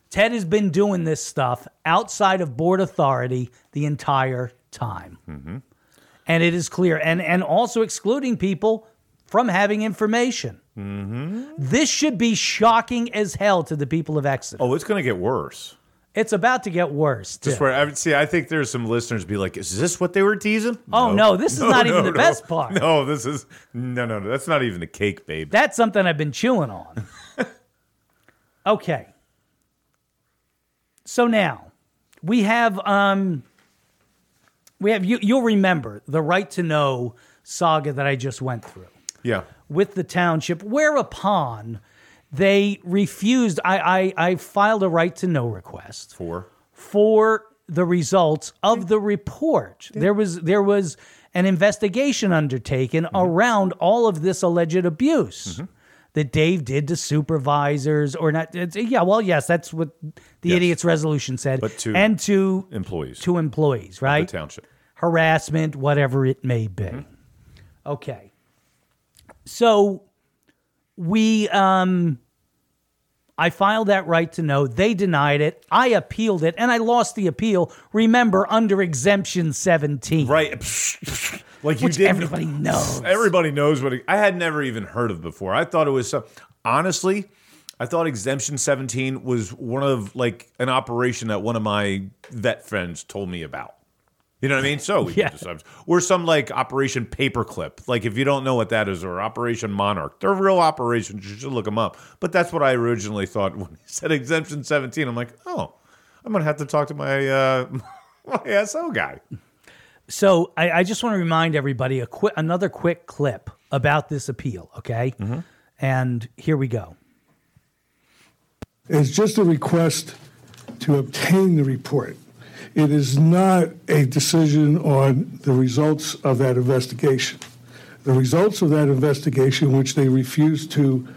A: Ted has been doing this stuff outside of board authority the entire time.
B: Mm-hmm.
A: And it is clear. And and also excluding people from having information.
B: Mm-hmm.
A: This should be shocking as hell to the people of Exeter.
B: Oh, it's going to get worse.
A: It's about to get worse. too.
B: Just where I would see, I think there's some listeners be like, "Is this what they were teasing?"
A: Oh, no, this is not even the best part.
B: No, this is no, no, no. That's not even the cake, babe.
A: That's something I've been chewing on. okay. So now we have um we have you you'll remember the right to know saga that I just went through
B: Yeah,
A: with the township, whereupon they refused I I, I filed a right to know request
B: for
A: for the results of the report. There was there was an investigation undertaken
B: Mm-hmm.
A: around all of this alleged abuse that Dave did to supervisors or not. it's- yeah, well, yes, that's what the
B: Yes.
A: idiot's resolution said,
B: But to-
A: and to
B: employees.
A: to employees, right?
B: The township. Mm-hmm.
A: harassment, whatever it may be. Okay. So we um I filed that right to know. They denied it. I appealed it and I lost the appeal. Remember under exemption 17.
B: Right. Like you
A: Which
B: didn't-
A: everybody knows.
B: Everybody knows what it, I had never even heard of before. I thought it was some. Honestly, I thought exemption seventeen was one of like an operation that one of my vet friends told me about. You know what I mean? So we
A: Yeah.
B: yeah. or some like Operation Paperclip. Like if you don't know what that is, or Operation Monarch, they're real operations. You should look them up. But that's what I originally thought when he said exemption seventeen. I'm like, oh, I'm gonna have to talk to my uh, my SO guy.
A: So I, I just want to remind everybody a quick another quick clip about this appeal, okay?
B: Mm-hmm.
A: And here we go.
K: It's just a request to obtain the report. It is not a decision on the results of that investigation. The results of that investigation, which they refused to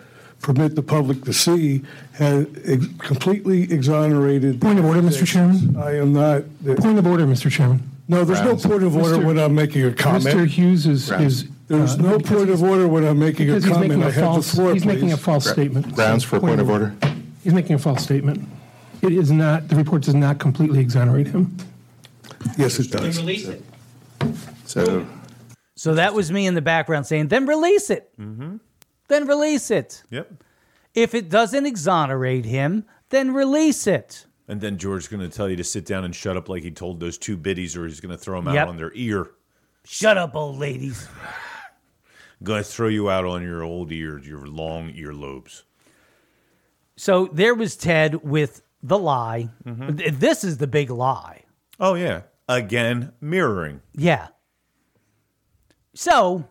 K: permit the public to see, has ex- completely exonerated.
I: Point of order, Mr. Chairman.
K: I am not.
I: Point of order, Mr. Chairman.
K: No, there's no point of order
I: Mr.
K: when I'm making a comment.
I: Mr. Hughes is- is,
K: There's
I: uh,
K: no point of order when I'm making a
I: because he's making
K: comment.
I: a
K: I have the
I: false,
K: floor,
I: he's making a
K: please.
I: false statement.
G: Grounds for a point of order.
I: He's making a false statement. It is not, the report does not completely exonerate him.
K: Yes, it
I: does.
G: release it. So,
A: So that was me in the background saying, then release it.
B: Mm-hmm.
A: Then release it.
B: Yep.
A: If it doesn't exonerate him, then release it.
B: And then George's going to tell you to sit down and shut up like he told those two biddies, or he's going to throw them out
A: Yep.
B: on their ear.
A: Shut up, old ladies.
B: Going to throw you out on your old ears, your long earlobes.
A: So there was Ted with the lie.
B: Mm-hmm.
A: Th- This is the big lie.
B: Oh, yeah. Again, mirroring.
A: Yeah. So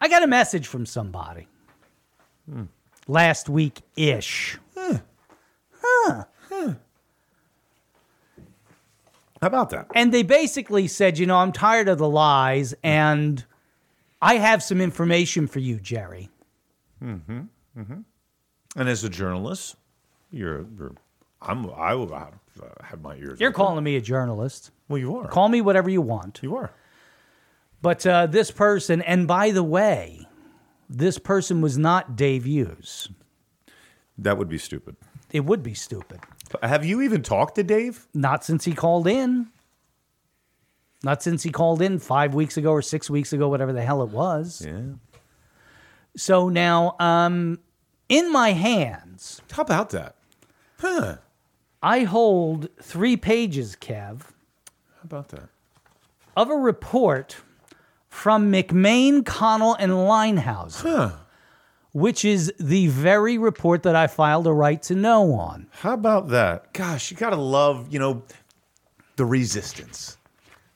A: I got a message from somebody last week ish. Huh. Huh.
B: How about that?
A: And they basically said, you know, I'm tired of the lies and I have some information for you, Jerry.
B: Mm-hmm. Mm-hmm. And as a journalist, you're, you're I'm, I will have, uh, have my ears.
A: You're calling me a journalist.
B: Well, you are.
A: Call me whatever you want.
B: You are.
A: But uh, this person, and by the way, this person was not Dave Hughes.
B: That would be stupid.
A: It would be stupid.
B: Have you even talked to Dave?
A: Not since he called in. Not since he called in five weeks ago or six weeks ago, whatever the hell it was.
B: Yeah.
A: So now, um, in my hands.
B: How about that? Huh.
A: I hold three pages, Kev. How
B: about that?
A: Of a report from McMain, Connell, and Linehouse, which is the very report that I filed a right to know on.
B: How about that? Gosh, you gotta love, you know, the resistance.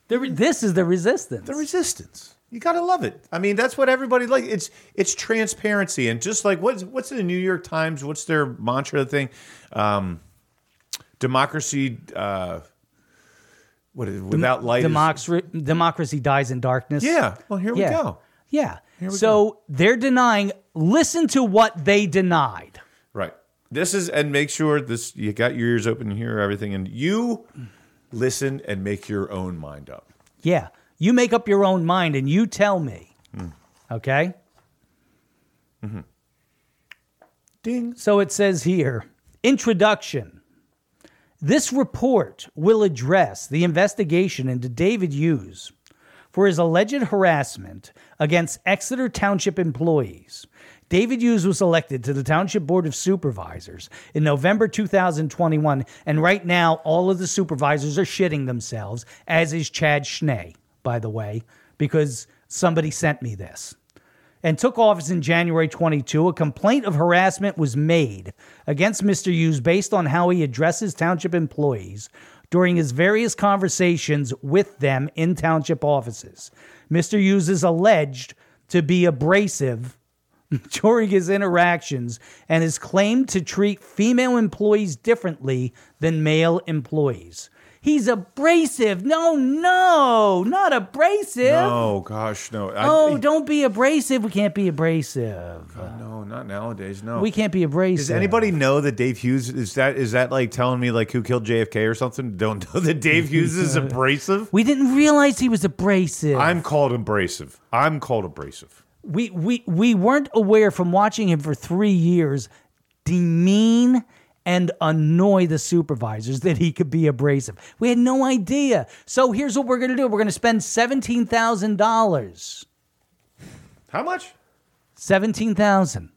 A: The re- this is the resistance.
B: The resistance. You gotta love it. I mean, that's what everybody like. It's it's transparency and just like what's what's the New York Times? What's their mantra thing? Um, democracy. Uh, what is without light? is-
A: Democracy, democracy dies in darkness.
B: Yeah. Well, here we
A: Yeah.
B: go.
A: Yeah.
B: Here we
A: so they're denying. Listen to what they denied.
B: Right. This is and make sure this you got your ears open, hear everything, and you listen and make your own mind up.
A: Yeah. You make up your own mind and you tell me.
B: Mm.
A: Okay. Mm-hmm.
B: Mhm.
A: Ding. So it says here Introduction. This report will address the investigation into David Hughes for his alleged harassment against Exeter Township employees. David Hughes was elected to the Township Board of Supervisors in November 2021, and right now all of the supervisors are shitting themselves, as is Chad Schnee, by the way, because somebody sent me this and took office in January 22, a complaint of harassment was made against Mr. Hughes based on how he addresses township employees during his various conversations with them in township offices. Mr. Hughes is alleged to be abrasive during his interactions and is claimed to treat female employees differently than male employees. He's abrasive. No, no, not abrasive.
B: No, gosh, no. I-
A: Oh, don't be abrasive. We can't be abrasive.
B: no, not nowadays. No,
A: We can't be abrasive.
B: Does anybody know that Dave Hughes is that? Is that like telling me like who killed JFK or something? Don't know that Dave Hughes is abrasive.
A: We didn't realize he was abrasive.
B: I'm called abrasive. I'm called abrasive.
A: we we we weren't aware from watching him for three years demean and annoy the supervisors that he could be abrasive. We had no idea. So here's what we're gonna do. We're gonna spend seventeen thousand dollars.
B: How much?
A: Seventeen thousand.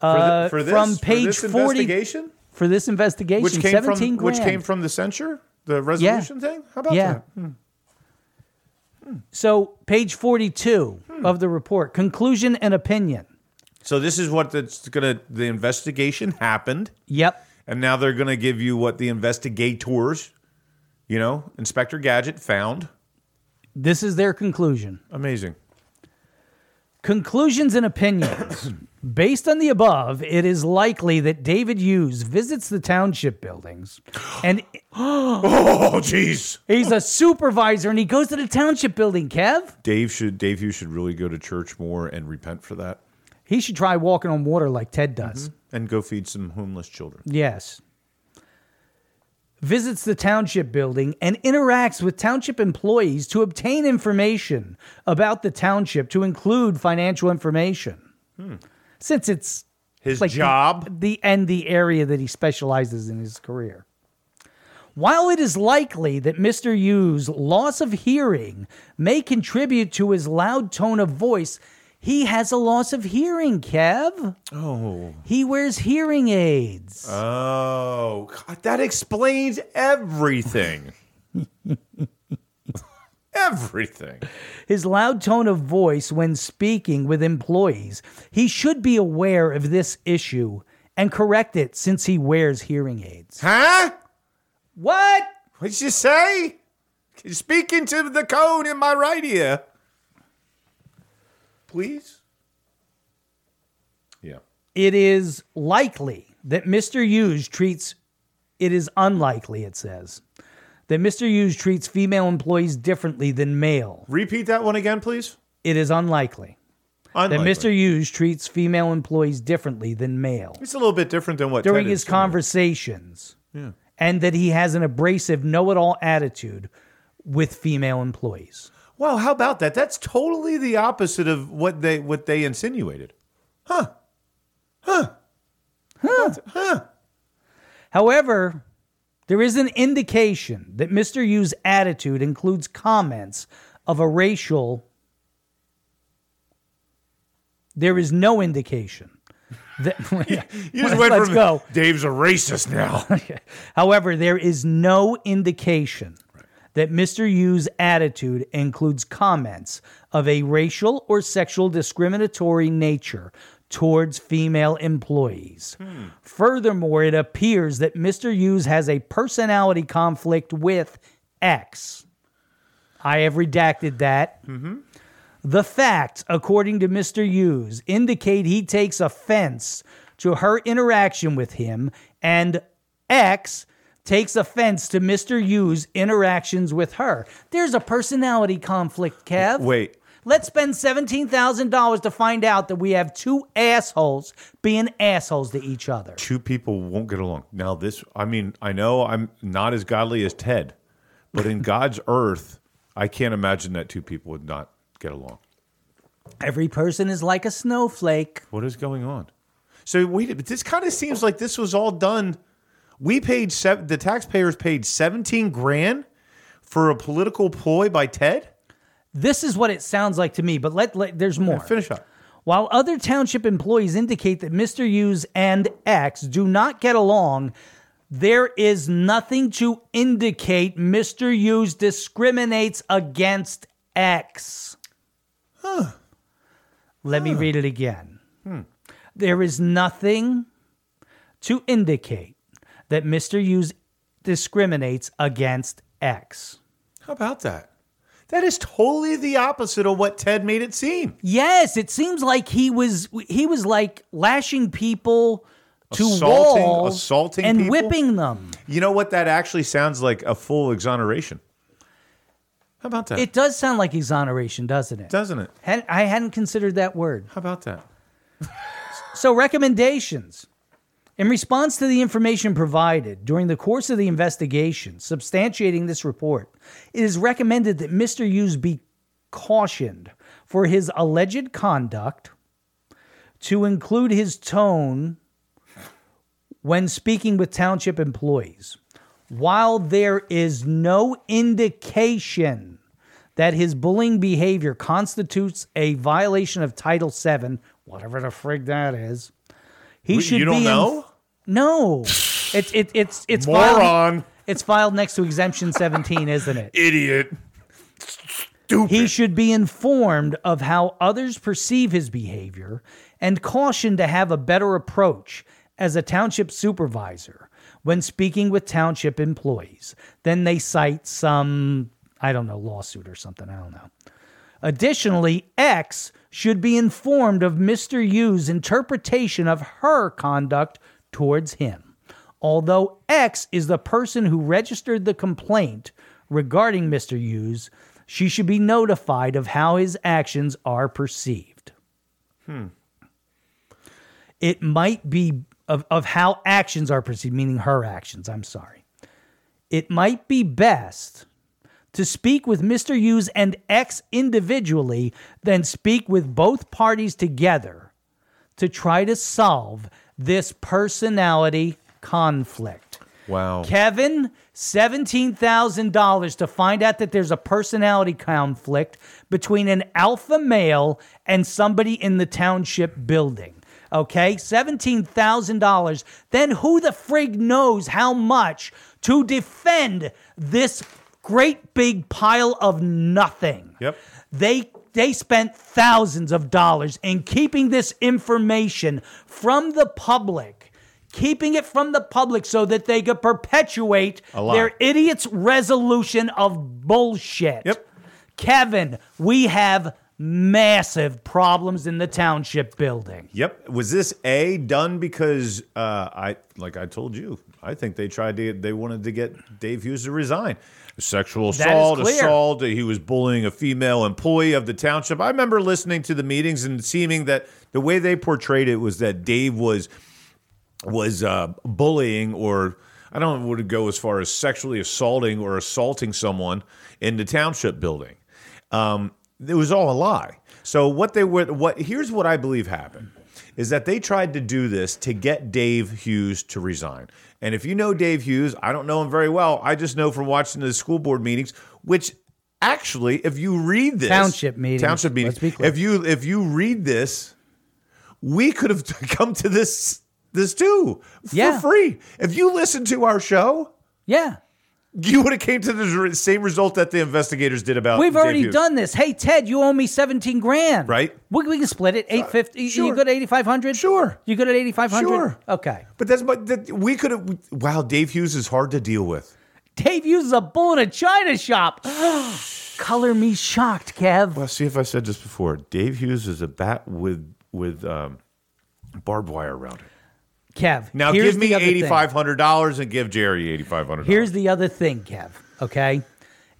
B: For,
A: Uh,
B: thi- for this,
A: from
B: for
A: page
B: this
A: forty
B: investigation,
A: for this investigation,
B: which came from
A: seventeen
B: which
A: grand.
B: came from the censure, the resolution thing. How about
A: yeah.
B: that? Hmm.
A: So, page 42
B: Hmm.
A: of the report conclusion and opinion.
B: So this is what that's gonna. The investigation happened.
A: Yep.
B: And now they're gonna give you what the investigators, you know, Inspector Gadget found.
A: This is their conclusion.
B: Amazing.
A: Conclusions and opinions. Based on the above, it is likely that David Hughes visits the township buildings and.
B: oh, jeez.
A: He's a supervisor and he goes to the township building, Kev.
B: Dave should Dave Hughes should really go to church more and repent for that, Mm-hmm.
A: He should try walking on water like Ted does.
B: and go feed some homeless children.
A: Yes. Visits the township building and interacts with township employees to obtain information about the township, to include financial information.
B: Hmm.
A: Since it's
B: his
A: job, the, and the area that he specializes in his career. While it is likely that Mr. Yu's loss of hearing may contribute to his loud tone of voice, he has a loss of hearing, Kev.
B: Oh.
A: He wears hearing aids.
B: Oh, God, that explains everything. everything.
A: His loud tone of voice when speaking with employees, he should be aware of this issue and correct it since he wears hearing aids.
B: Huh?
A: What?
B: What'd you say? Speaking to the cone in my right ear. Please? Yeah.
A: It is likely that Mr. Hughes treats, it is unlikely, it says, that Mr. Hughes treats female employees differently than male.
B: Repeat that one again, please.
A: It is unlikely,
B: Unlikely.
A: that Mr. Hughes treats female employees differently than male
B: It's a little bit different than what
A: during
B: Ted
A: his
B: is doing.
A: conversations.
B: Yeah.
A: and that he has an abrasive know it all attitude with female employees.
B: Wow, how about that? That's totally the opposite of what they what they insinuated. Huh. Huh.
A: Huh. However, there is an indication that Mr. Yu's attitude includes comments of a racial. There is no indication That,
B: You just went
A: let's
B: from
A: go.
B: Dave's a racist now.
A: However, there is no indication that Mr. Yu's attitude includes comments of a racial or sexual discriminatory nature towards female employees. Furthermore, it appears that Mr. Hughes has a personality conflict with X. I have redacted that. The facts, according to Mr. Hughes, indicate he takes offense to her interaction with him, and X takes offense to Mr. Hughes' interactions with her. There's a personality conflict, Kev.
B: Wait.
A: Let's spend $17,000 to find out that we have two assholes being assholes to each other.
B: Two people won't get along. Now, this, I mean, I know I'm not as godly as Ted, but in God's earth, I can't imagine that two people would not get along.
A: Every person is like a snowflake.
B: What is going on? So wait, but this kind of seems like this was all done. We paid seven, the taxpayers paid seventeen grand for a political ploy by Ted.
A: This is what it sounds like to me, but let, let there's more.
B: finish up.
A: While other township employees indicate that Mr. Hughes and X do not get along, there is nothing to indicate Mr. Hughes discriminates against X. Huh. Let me read it again. Hmm. There is nothing to indicate that Mr. Hughes discriminates against X.
B: How about that? That is totally the opposite of what Ted made it seem.
A: Yes, it seems like he was he was like lashing people to
B: Assaulting-
A: walls
B: assaulting
A: and
B: people?
A: whipping them.
B: You know what? That actually sounds like a full exoneration. How about that?
A: It does sound like exoneration, doesn't it?
B: Doesn't it?
A: Had- I hadn't considered that word.
B: How about that?
A: so recommendations. In response to the information provided during the course of the investigation substantiating this report, it is recommended that Mr. Hughes be cautioned for his alleged conduct to include his tone when speaking with township employees. While there is no indication that his bullying behavior constitutes a violation of Title VII, whatever the frig that is, he
B: Wait,
A: should
B: you don't
A: be
B: know?
A: no, it's it, it's it's
B: Moron.
A: Filed, it's filed next to exemption seventeen, isn't it?
B: Idiot.
A: He should be informed of how others perceive his behavior and cautioned to have a better approach as a township supervisor when speaking with township employees. Then they cite some, I don't know, lawsuit or something. I don't know. Additionally, X should be informed of Mr. Yu's interpretation of her conduct towards him. Although X is the person who registered the complaint regarding Mr. Hughes, she should be notified of how his actions are perceived.
B: Hmm.
A: It might be of, of how actions are perceived, meaning her actions. I'm sorry. It might be best to speak with Mr. Hughes and X individually, then speak with both parties together to try to solve this personality conflict.
B: Wow.
A: Kevin, $17,000 to find out that there's a personality conflict between an alpha male and somebody in the township building. Okay, $17,000. Then who the frig knows how much to defend this great big pile of nothing?
B: Yep.
A: They they spent thousands of dollars in keeping this information from the public, keeping it from the public so that they could perpetuate
B: A lie.
A: their idiot's resolution of bullshit. Yep. Kevin, we have massive problems in the township building.
B: Yep. Was this a done because uh, I like I told you? I think they tried to they wanted to get Dave Hughes to resign. Sexual
A: That is
B: assault,
A: clear.
B: assault. He was bullying a female employee of the township. I remember listening to the meetings and seeming that the way they portrayed it was that Dave was was uh, bullying or I don't want to go as far as sexually assaulting or assaulting someone in the township building. Um, it was all a lie. So what they would what here's what I believe happened is that they tried to do this to get Dave Hughes to resign. And if you know Dave Hughes, I don't know him very well. I just know from watching the school board meetings, which actually, if you read this
A: Township meetings.
B: township meetings,
A: Let's be clear.
B: if you if you read this we could have come to this this too for free. If you listened to our show,
A: yeah,
B: you would have came to the re- same result that the investigators did about.
A: We've
B: Dave
A: already
B: Hughes.
A: done this. Hey Ted, you owe me seventeen grand.
B: Right.
A: We, we can split it. Eight fifty. You
B: sure.
A: good at eighty five hundred? Sure. You good at eighty five hundred?
B: Sure.
A: Okay.
B: But that's but that, we could have. Wow, Dave Hughes is hard to deal with.
A: Dave uses a bull in a china shop. Color me shocked, Kev.
B: Well, see if I said this before. Dave Hughes is a bat with with um, barbed wire around it.
A: Kev.
B: Now
A: here's
B: give me
A: the other thing.
B: eighty five hundred dollars and give Jerry eighty five hundred.
A: Here's the other thing, Kev. Okay.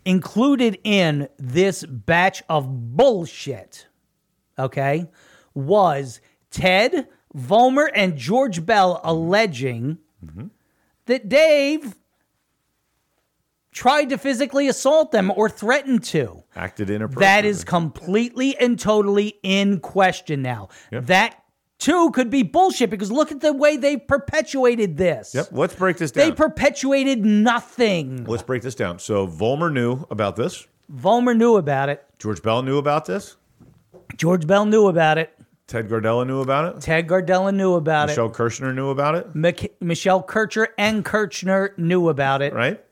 A: Included in this batch of bullshit, okay, was Ted, Vollmer, and George Bell alleging
B: Mm-hmm.
A: that Dave tried to physically assault them or threatened to.
B: Acted inappropriately.
A: That is completely and totally in question now. That too could be bullshit because look at the way they perpetuated this.
B: Yep. Let's break this
A: They
B: down.
A: perpetuated nothing.
B: Let's break this down. So Volmer knew about this.
A: Vollmer knew about it.
B: George Bell knew about this.
A: George Bell knew about it.
B: Ted Gardella knew about it.
A: Ted Gardella knew about
B: Michelle
A: it.
B: Kirshner knew about it.
A: Mich- Michelle Kircher and Kirchner knew about it.
B: Right.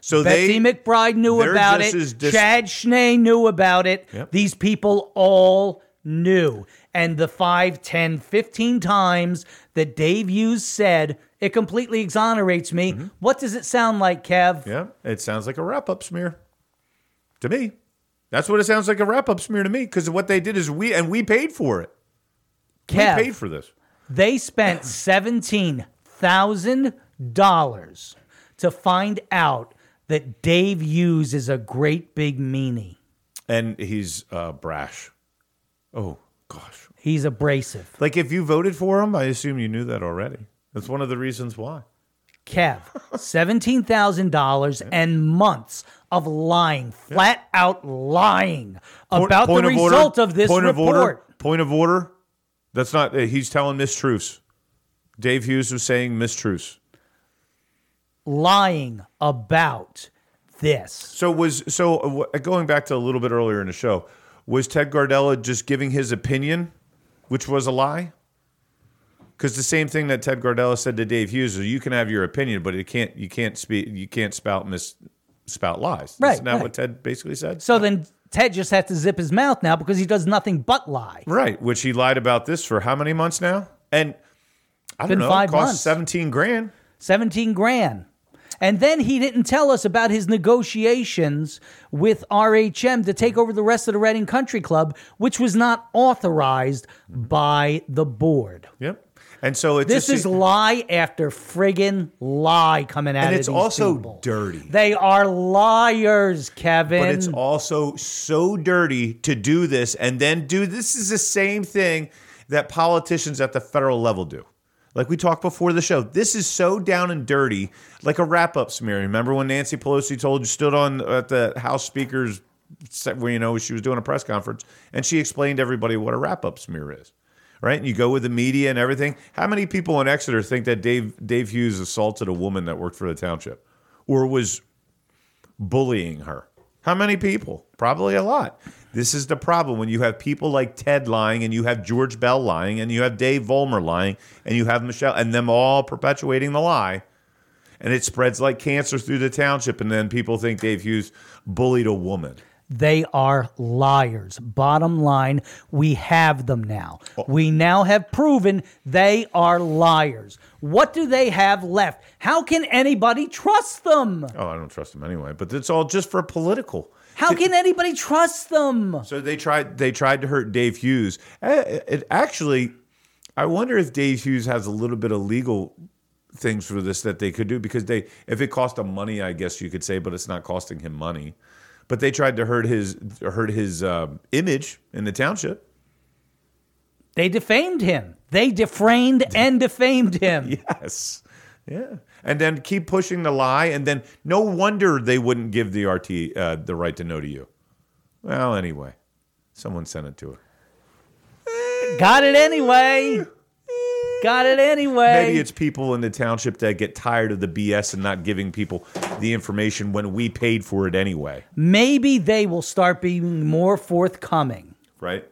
B: So
A: Betsy
B: they-
A: McBride knew
B: they're
A: about
B: just as
A: it.
B: dis-
A: Chad Schnee knew about it.
B: Yep.
A: These people all knew. And the five, ten, fifteen times that Dave Hughes said, it completely exonerates me. What does it sound like, Kev?
B: Mm-hmm. Yeah. It sounds like a wrap up smear to me. That's what it sounds like a wrap up smear to me because what they did is we and we paid for it.
A: Kev.
B: We paid for this.
A: They spent seventeen thousand dollars to find out that Dave Hughes is a great big meanie.
B: And he's uh, brash. Oh gosh.
A: He's abrasive.
B: Like if you voted for him, I assume you knew that already. That's one of the reasons why.
A: Kev, seventeen thousand dollars and months of lying, flat out lying about the result of this
B: point
A: report.
B: Of order, point of order. That's not. uh, He's telling mistruths. Dave Hughes was saying mistruths.
A: Lying about this.
B: So was so uh, wh- going back to a little bit earlier in the show. Was Ted Gardella just giving his opinion, which was a lie? Because the same thing that Ted Gardella said to Dave Hughes is, "You can have your opinion, but it can't. You can't speak. You can't spout mis, spout lies."
A: Right,
B: Isn't that
A: right.
B: what Ted basically said?
A: So then Ted just has to zip his mouth now because he does nothing but lie.
B: Right, which he lied about this for how many months now? And I
A: Been
B: don't know,
A: five
B: it cost
A: months.
B: seventeen grand.
A: Seventeen grand. And then he didn't tell us about his negotiations with RHM to take over the rest of the Reading Country Club, which was not authorized by the board.
B: Yep. And so it's
A: This
B: just-
A: is lie after friggin' lie coming out
B: and
A: of
B: it's
A: these
B: also
A: people.
B: dirty.
A: They are liars, Kevin.
B: But it's also so dirty to do this and then do this is the same thing that politicians at the federal level do. Like we talked before the show, this is so down and dirty, like a wrap up smear. Remember when Nancy Pelosi told stood on at the House Speaker's, se- where, you know, she was doing a press conference and she explained to everybody what a wrap up smear is, right? And you go with the media and everything. How many people in Exeter think that Dave Dave Hughes assaulted a woman that worked for the township, or was bullying her. How many people? Probably a lot. This is the problem when you have people like Ted lying and you have George Bell lying and you have Dave Vollmer lying and you have Michelle and them all perpetuating the lie. And it spreads like cancer through the township. And then people think Dave Hughes bullied a woman.
A: They are liars. Bottom line, we have them now. We now have proven they are liars. What do they have left? How can anybody trust them?
B: Oh, I don't trust him anyway, but it's all just for political.
A: How can anybody trust them?
B: So they tried. They tried to hurt Dave Hughes. Eh, It actually, I wonder if Dave Hughes has a little bit of legal things for this that they could do because they, if it cost them money, I guess you could say, but it's not costing him money. But they tried to hurt his hurt his um, image in the township.
A: They defamed him. They deframed and defamed him.
B: Yes. Yeah. And then keep pushing the lie, and then no wonder they wouldn't give the RT uh, the right to know to you. Well, anyway, someone sent it to her.
A: Got it anyway. Got it anyway.
B: Maybe it's people in the township that get tired of the BS and not giving people the information when we paid for it anyway,
A: Maybe they will start being more forthcoming.
B: right?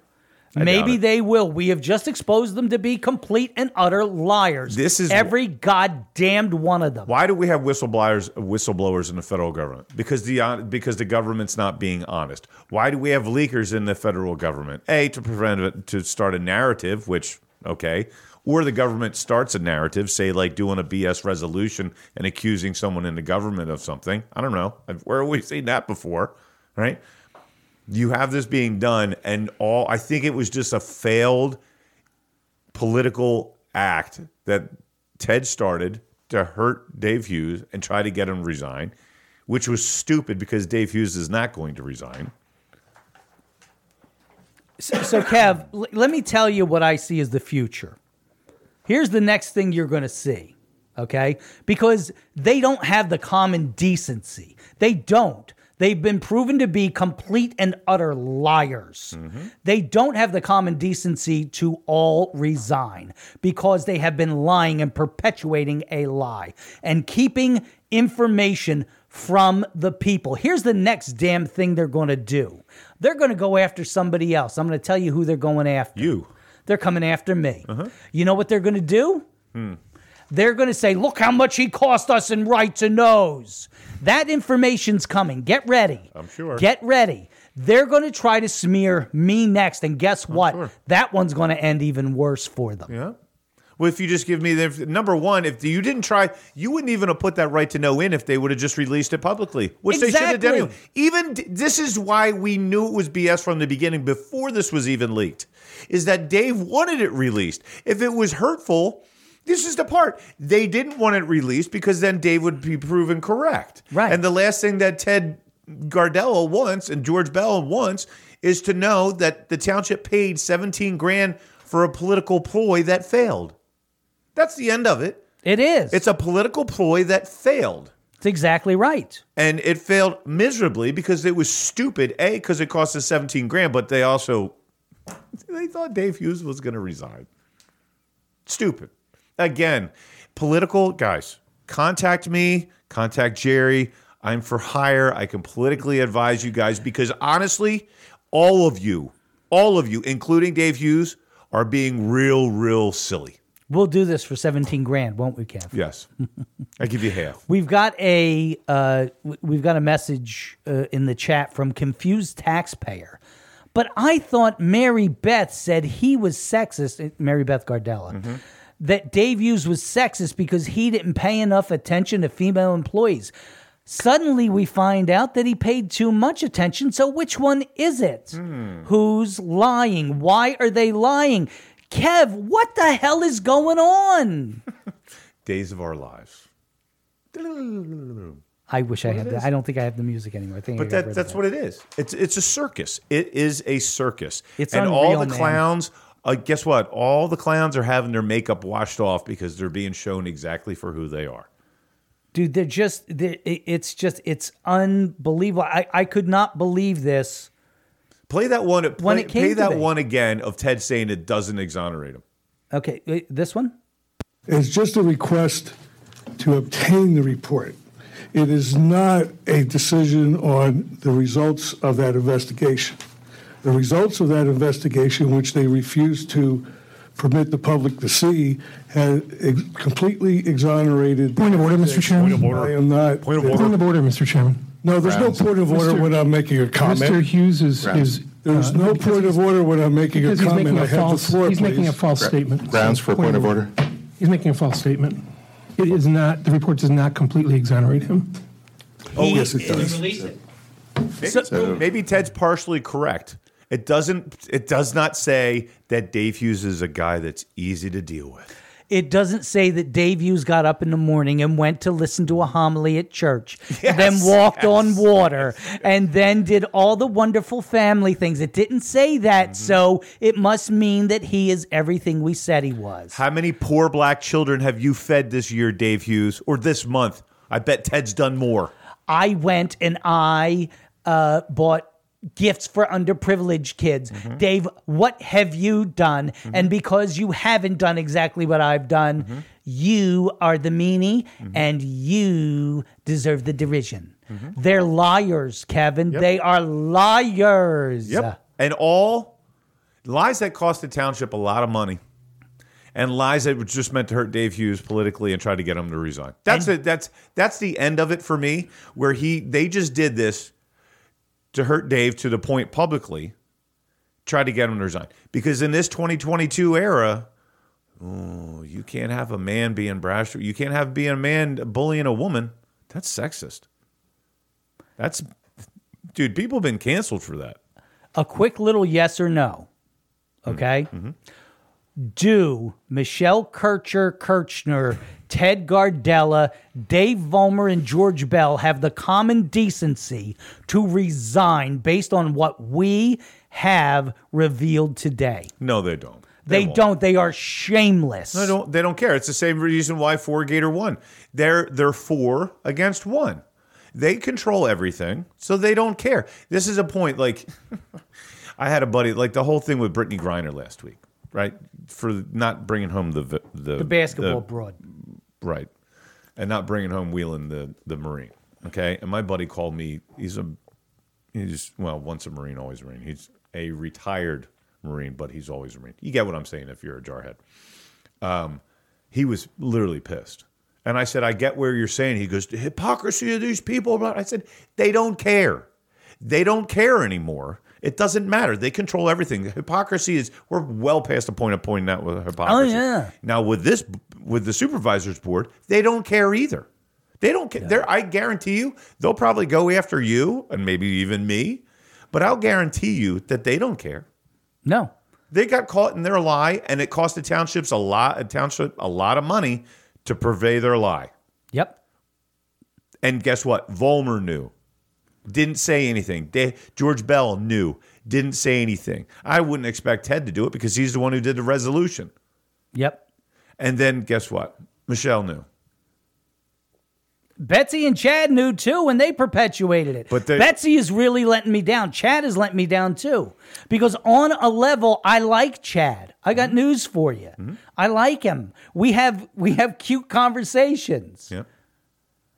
B: I doubt
A: Maybe
B: it.
A: they will. We have just exposed them to be complete and utter liars.
B: This is-
A: every goddamned one of them.
B: Why do we have whistleblowers whistleblowers in the federal government? Because the hon- because the government's not being honest. Why do we have leakers in the federal government? A to prevent it, to start a narrative, which okay, or the government starts a narrative, say like doing a BS resolution and accusing someone in the government of something. I don't know. I've- Where have we seen that before? Right? You have this being done, and all I think it was just a failed political act that Ted started to hurt Dave Hughes and try to get him to resign, which was stupid because Dave Hughes is not going to resign.
A: So, so Kev, l- let me tell you what I see as the future. Here's the next thing you're going to see, okay? Because they don't have the common decency. They don't. They've been proven to be complete and utter liars. They don't have the common decency to all resign because they have been lying and perpetuating a lie and keeping information from the people. Here's the next damn thing they're going to do they're going to go after somebody else. I'm going to tell you who they're going after. You. They're coming after me.
B: Uh-huh.
A: You know what they're going to do?
B: Hmm.
A: They're going to say, look how much he cost us in right to knows. That information's coming. Get ready. I'm
B: sure.
A: Get ready. They're going to try to smear me next. And guess what? That one's going to end even worse for them.
B: Oh, Yeah. Well, if you just give me the number one, if you didn't try, you wouldn't even have put that right to know in if they would have just released it publicly, which they should have done.
A: Exactly.
B: Anyway. Even d- this is why we knew it was BS from the beginning before this was even leaked, is that Dave wanted it released. If it was hurtful, this is the part they didn't want it released because then Dave would be proven correct. Right. And the last thing that Ted Gardella wants and George Bell wants is to know that the township paid 17 grand for a political ploy that failed. That's the end of it.
A: It is.
B: It's a political ploy that failed.
A: It's exactly right.
B: And it failed miserably because it was stupid. A, because it cost us 17 grand, but they also they thought Dave Hughes was going to resign. Stupid. Again, political guys, contact me, contact Jerry. I'm for hire. I can politically advise you guys because honestly, all of you, all of you, including Dave Hughes, are being real, real silly.
A: We'll do this for 17 grand, won't we, Kev?
B: Yes. I give you half.
A: We've got a uh, w- we've got a message uh, in the chat from confused taxpayer. But I thought Mary Beth said he was sexist. eh, Mary Beth Gardella. That Dave Hughes was sexist because he didn't pay enough attention to female employees. Suddenly, we find out that he paid too much attention. So, which one is it?
D: Hmm.
A: Who's lying? Why are they lying? Kev, what the hell is going on?
B: Days of our lives.
A: I wish I
B: What
A: had
B: it
A: that.
B: is.
A: I don't think I have the music anymore. I think I
B: But
A: got rid
B: that,
A: of
B: that's
A: it.
B: what it is. It's it's a circus. It is a circus.
A: It's
B: and all
A: unreal,
B: the
A: man.
B: clowns. Uh, guess what? All the clowns are having their makeup washed off because they're being shown exactly for who they are.
A: dude they're just they're, it- it's just it's unbelievable I, I could not believe this
B: play that one
A: when
B: play,
A: it came
B: play
A: to
B: that
A: me.
B: one again of Ted saying it doesn't exonerate him.
A: okay wait, this one
K: It's just a request to obtain the report. It is not a decision on the results of that investigation. The results of that investigation, which they refused to permit the public to see, has ex- completely exonerated.
I: Point of order, Mr. Chairman. Point of order.
K: I am not. Point
I: Point of order, Mr. Chairman.
K: No, there's no point of order
I: Mr.
K: when I'm making a comment.
I: Mr. Hughes is, is
K: There's
I: uh,
K: no point of order when I'm making a
I: because he's
K: comment.
I: making
K: I
I: a
K: have the
I: false,
K: floor,
I: he's making a
K: please.
I: false
K: Gra-
I: statement.
G: Grounds for a point of order.
I: He's making a false statement. It is not, the report does not completely exonerate him.
B: Oh,
I: He-
B: yes, it does. Maybe, maybe Ted's partially correct. It doesn't. It does not say that Dave Hughes is a guy that's easy to deal with.
A: it doesn't say that Dave Hughes got up in the morning and went to listen to a homily at church,
D: Yes,
A: then walked
D: yes,
A: on water, and then did all the wonderful family things. It didn't say
B: Mm-hmm.
A: that, so it must mean that he is everything we said he was.
B: How many poor black children have you fed this year, Dave Hughes, or this month? I bet Ted's done more.
A: I went and I uh, bought gifts for underprivileged kids. Dave, what have you done? And because you haven't done exactly what I've done, you are the meanie and you deserve the derision. They're liars, Kevin. They are liars.
B: Yep. And all Lies that cost the township a lot of money, and lies that were just meant to hurt Dave Hughes politically and try to get him to resign. That's it. That's that's the end of it for me. Where he they just did this to hurt Dave to the point publicly, try to get him to resign because in this 2022 era. ooh, you can't have a man being brash. You can't have being a man bullying a woman. That's sexist. That's dude. People have been canceled for that.
A: A quick little yes or no.
B: Mm-hmm.
A: Okay. Do Michelle Kircher, Kirchner, Ted Gardella, Dave Vollmer, and George Bell have the common decency to resign based on what we have revealed today?
B: No, they don't.
A: They,
B: won't.
A: don't. They are shameless.
B: No, they don't. They don't care. It's the same reason why four Gator won. They're they're four against one. They control everything, so they don't care. This is a point. Like, I had a buddy. Like the whole thing with Brittany Griner last week, right? For not bringing home the the,
A: The basketball broad.
B: right, and not bringing home Wheelan the the Marine. Okay, and my buddy called me. He's a he's well, once a Marine, always a Marine. He's a retired Marine, but he's always a Marine. You get what I'm saying if you're a jarhead. Um, he was literally pissed. And I said, I get where you're saying. He goes, the hypocrisy of these people. Blah. I said, they don't care. They don't care anymore. It doesn't matter. They control everything. Hypocrisy is, we're well past the point of pointing out with hypocrisy.
A: Oh, yeah.
B: Now with this, with the supervisors board, they don't care either. They don't care. They're, I guarantee you, they'll probably go after you and maybe even me, but I'll guarantee you that they don't care.
A: No,
B: they got caught in their lie, and it cost the townships a lot, a township a lot of money to purvey their lie.
A: Yep.
B: And guess what? Volmer knew, didn't say anything. Da- George Bell knew, didn't say anything. I wouldn't expect Ted to do it because he's the one who did the resolution.
A: Yep.
B: And then guess what? Michelle knew.
A: Betsy and Chad knew too, and they perpetuated it. But
B: they-
A: Betsy is really letting me down. Chad is letting me down too, because on a level, I like Chad. I got
B: Mm-hmm.
A: news for you. I like him. We have we have cute conversations.
B: Yeah.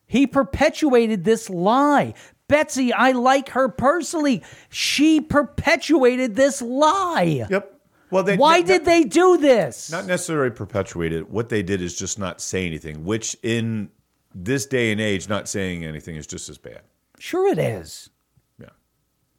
A: He perpetuated this lie. Betsy, I like her personally. She perpetuated this lie.
B: Yep. Well, they,
A: why did they do this?
B: Not necessarily perpetuated. What they did is just not say anything, which in this day and age, not saying anything is just as bad.
A: Sure, it is.
B: Yeah.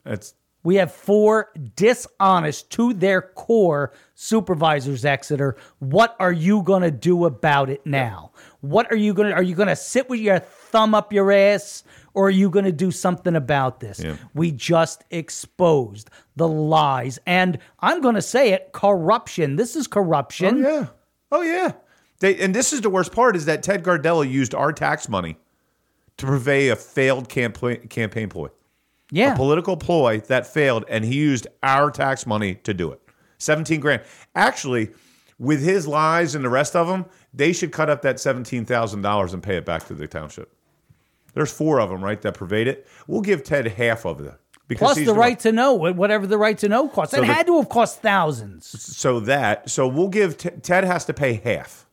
B: That's
A: We have four dishonest to their core supervisors, Exeter. What are you going to do about it now? What are you going to Are you going to sit with your thumb up your ass or are you going to do something about this?
D: Yeah.
A: We just exposed the lies and I'm going to say it corruption. This is corruption.
B: yeah. Oh yeah. They and this is the worst part is that Ted Gardella used our tax money to purvey a failed campaign campaign ploy.
A: Yeah.
B: A political ploy that failed and he used our tax money to do it. 17 grand. Actually, with his lies and the rest of them, they should cut up that $17,000 and pay it back to the township. There's four of them, right, that pervade it. We'll give Ted half of it.
A: Plus the
B: he's one-
A: right to know, whatever the right to know costs.
B: So
A: it
B: the-
A: had to have cost thousands.
B: So that, so we'll give, T- Ted has to pay half.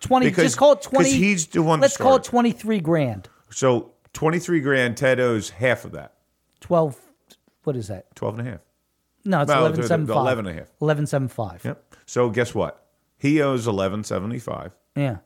A: 20
B: Because-
A: just call it 20
B: because he's the one that
A: let's call it
B: started.
A: 23 grand
B: So 23 grand, Ted owes half of that,
A: 12 what is that
B: 12 and a half.
A: no it's
B: Well,
A: 1175
B: 11 and a half.
A: 1175
B: Yep. So guess what? He owes 1175
A: yeah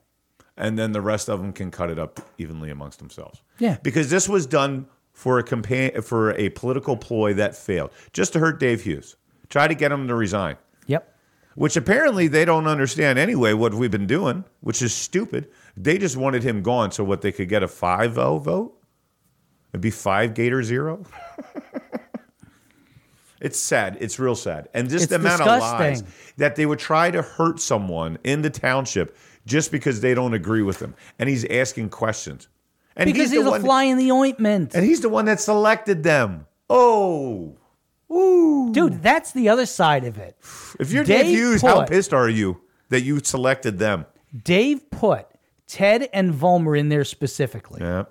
B: and then the rest of them can cut it up evenly amongst themselves.
A: Yeah.
B: Because this was done for a campaign for a political ploy that failed, just to hurt Dave Hughes. Try to get him to resign.
A: Yep.
B: Which apparently they don't understand anyway what we've been doing, which is stupid. They just wanted him gone so what they could get a 5-0 vote. It'd be 5 Gator 0. it's sad. It's real sad. And just
A: It's
B: the amount of lies
A: disgusting.
B: that they would try to hurt someone in the township just because they don't agree with him. And he's asking questions. And
A: because he's,
B: the
A: a
B: one,
A: fly in the ointment
B: and he's the one that selected them. Oh, ooh,
A: dude, that's the other side of it.
B: If you're Dave
A: Dave
B: Hughes, how
A: Port-
B: pissed are you that you selected them?
A: dave put ted and vollmer in there specifically
B: Yeah.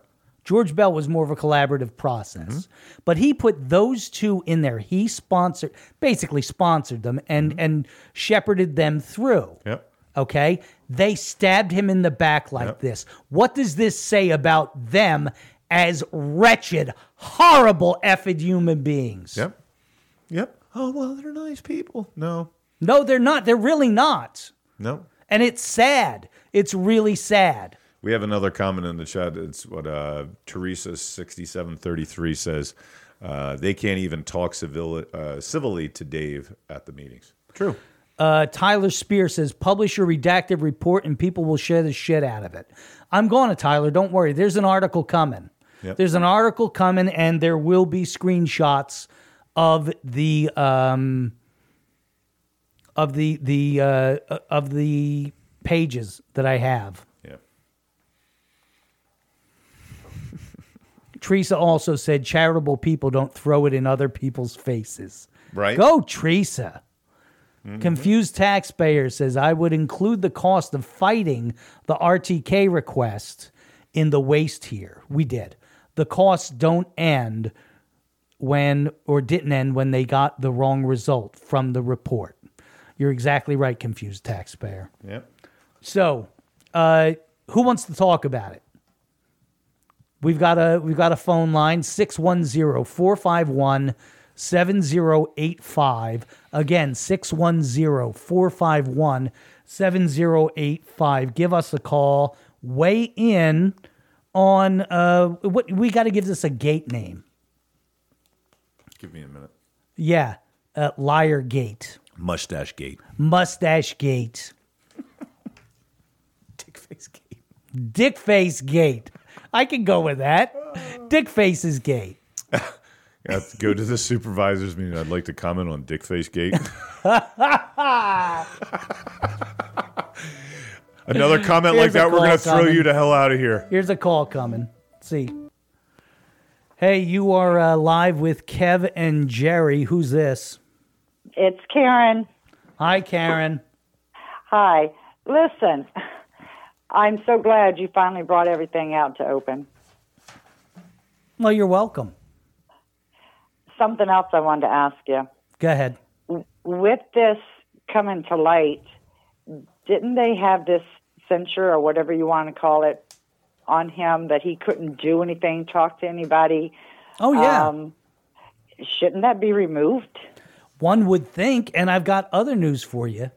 A: George Bell was more of a collaborative process,
B: Mm-hmm.
A: but he put those two in there. He sponsored, basically sponsored them, and and shepherded them through.
B: Mm-hmm. Yep.
A: Okay, they stabbed him in the back like this. What does this say about them as wretched, horrible, effed human beings?
B: Yep. Yep. oh well, they're nice people. No,
A: no, they're not. They're really not.
B: No.
A: And it's sad. It's really sad.
B: We have another comment in the chat. It's what uh, Teresa sixty seven thirty three says. Uh, they can't even talk civil, uh, civilly to Dave at the meetings. True.
A: Uh, Tyler Spear says, publish your redacted report and people will share the shit out of it. I'm going to Tyler. Don't worry. There's an article coming.
B: Yep.
A: There's an article coming, and there will be screenshots of the um, of the the uh, of the pages that I have.
B: Yeah.
A: Teresa also said, charitable people don't throw it in other people's faces.
B: Right.
A: Go, Teresa.
D: Mm-hmm.
B: Mhm.
A: Confused taxpayer says, I would include the cost of fighting the RTK request in the waste here. We did. The costs don't end when or didn't end when they got the wrong result from the report. You're exactly right, confused taxpayer.
B: Yep.
A: So, uh, who wants to talk about it? We've got a we've got a phone line 610-451-7085. Again, 610-451-7085. Give us a call. Weigh in on uh what we got to give this a gate name.
B: Give me a minute.
A: Yeah, uh, liar gate,
B: Mustache Gate.
A: mustache gate.
B: Dick face gate.
A: Dick face gate. I can go with that. Dick face's gate.
B: I have to Uh, go to the supervisors meeting. I'd like to comment on Dick Face Gate. Another comment like
A: Here's a
B: that, we're
A: call
B: going to throw
A: coming.
B: you to hell out of here.
A: Here's a call coming. Let's see. Hey, you are uh, live with Kev and Jerry. Who's this?
P: It's Karen.
A: Hi, Karen.
P: Hi. Listen, I'm so glad you finally brought everything out to open.
A: Well, you're welcome.
P: Something else I wanted to ask you.
A: Go ahead.
P: With this coming to light, didn't they have this censure or whatever you want to call it on him that he couldn't do anything, talk to anybody?
A: Oh, yeah.
P: Um, shouldn't that be removed?
A: One would think, and I've got other news for you.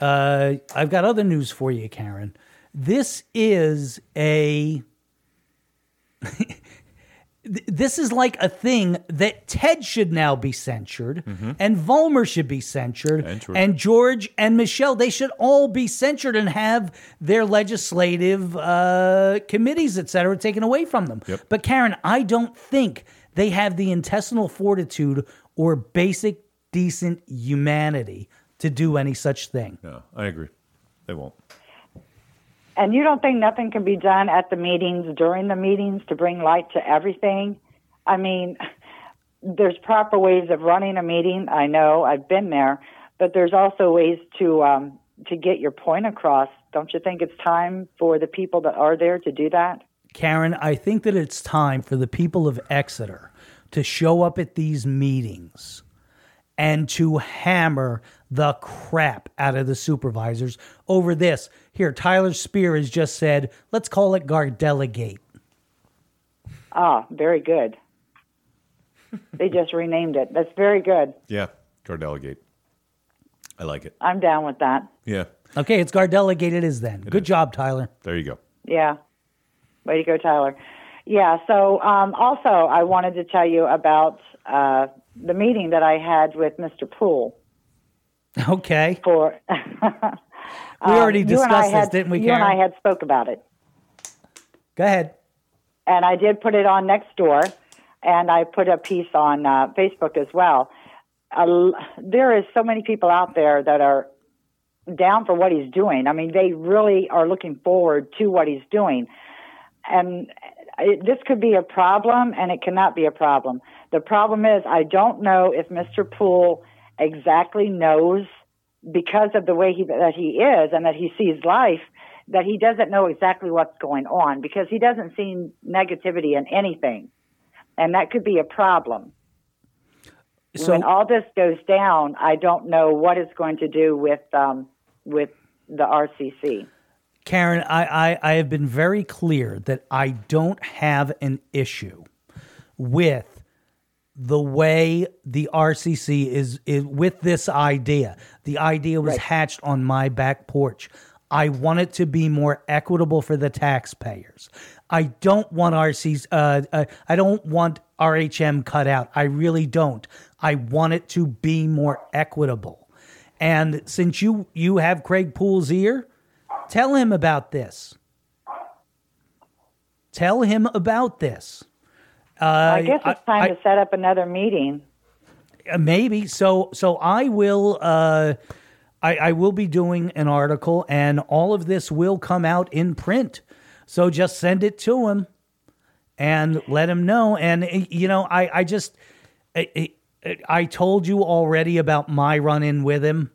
A: Uh, I've got other news for you, Karen. This is a. Th- this is like a thing that Ted should now be censured, and Vollmer should be censured,
B: Censored.
A: and George and Michelle. They should all be censured and have their legislative uh, committees, et cetera, taken away from them. But Karen, I don't think they have the intestinal fortitude or basic decent humanity to do any such thing.
B: No, I agree. They won't.
P: And you don't think nothing can be done at the meetings, during the meetings, to bring light to everything? I mean, there's proper ways of running a meeting. I know I've been there, but there's also ways to um, to get your point across. Don't you think it's time for the people that are there to do that?
A: Karen, I think that it's time for the people of Exeter to show up at these meetings and to hammer the crap out of the supervisors over this. Here, Tyler Spear has just said, let's call it Gardella Gate.
P: Ah, very good. they just renamed it. That's very good.
B: Yeah, Gardella Gate. I like it.
P: I'm down with that.
B: Yeah,
A: Okay, it's Gardella Gate, it is then. Good job, Tyler.
B: there you go.
P: Yeah. Way to go, Tyler. Yeah. So, um, also, I wanted to tell you about uh, the meeting that I had with Mr. Poole.
A: Okay.
P: For Um,
A: We already
P: you and I
A: discussed this,
P: had-
A: didn't we,
P: You and I
A: Karen?
P: had spoke about it.
A: Go ahead.
P: And I did put it on next door, and I put a piece on uh, Facebook as well. A l- there is so many people out there that are down for what he's doing. I mean, they really are looking forward to what he's doing. And it, this could be a problem, and it cannot be a problem. The problem is, I don't know if Mr. Poole exactly knows because of the way he, that he is and that he sees life that he doesn't know exactly what's going on because he doesn't see negativity in anything. And that could be a problem.
A: So-
P: when all this goes down, I don't know what it's going to do with um, with the RCC.
A: Karen, I, I, I have been very clear that I don't have an issue with the way the RCC is, is with this idea. The idea was
Q: Right.
A: hatched on my back porch. I want it to be more equitable for the taxpayers. I don't want RCs. Uh, uh, I don't want RHM cut out. I really don't. I want it to be more equitable. And since you you have Craig Poole's ear, tell him about this. Tell him about this. Uh,
P: I guess it's time
A: I-
P: to set up another meeting.
A: uh, maybe so so i will uh I, I will be doing an article and all of this will come out in print so just send it to him and let him know and uh, you know i i just I, I- I told you already about my run-in with him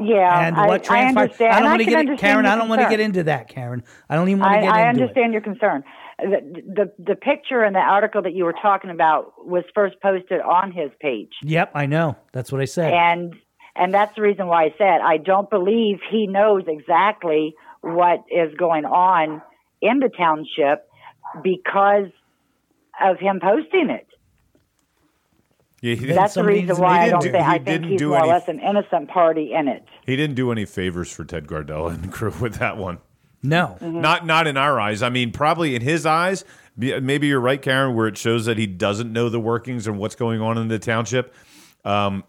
P: Yeah,
A: and
P: Uh, I,
A: what
P: I
A: transpired.
P: understand.
A: don't
P: and
A: want to
P: can
A: get
P: understand
A: Karen.
P: your
A: I don't want to
P: concern.
A: get into that, Karen. I don't even want to
P: I,
A: get
P: I
A: into it.
P: understand your concern. The, the the picture and the article that you were talking about was first posted on his page,
A: Yep, I know. That's what I said.
P: and and that's the reason why I said I don't believe he knows exactly what is going on in the township because of him posting it.
B: Yeah, he didn't,
P: That's the reason why I don't think I think he's more or less an innocent party in it.
B: He didn't do any favors for Ted Gardella and crew with that one.
A: No,
P: Mm-hmm.
B: not not in our eyes. I mean, probably in his eyes. be- Maybe you're right, Karen, where it shows that he doesn't know the workings and what's going on in the township. Um,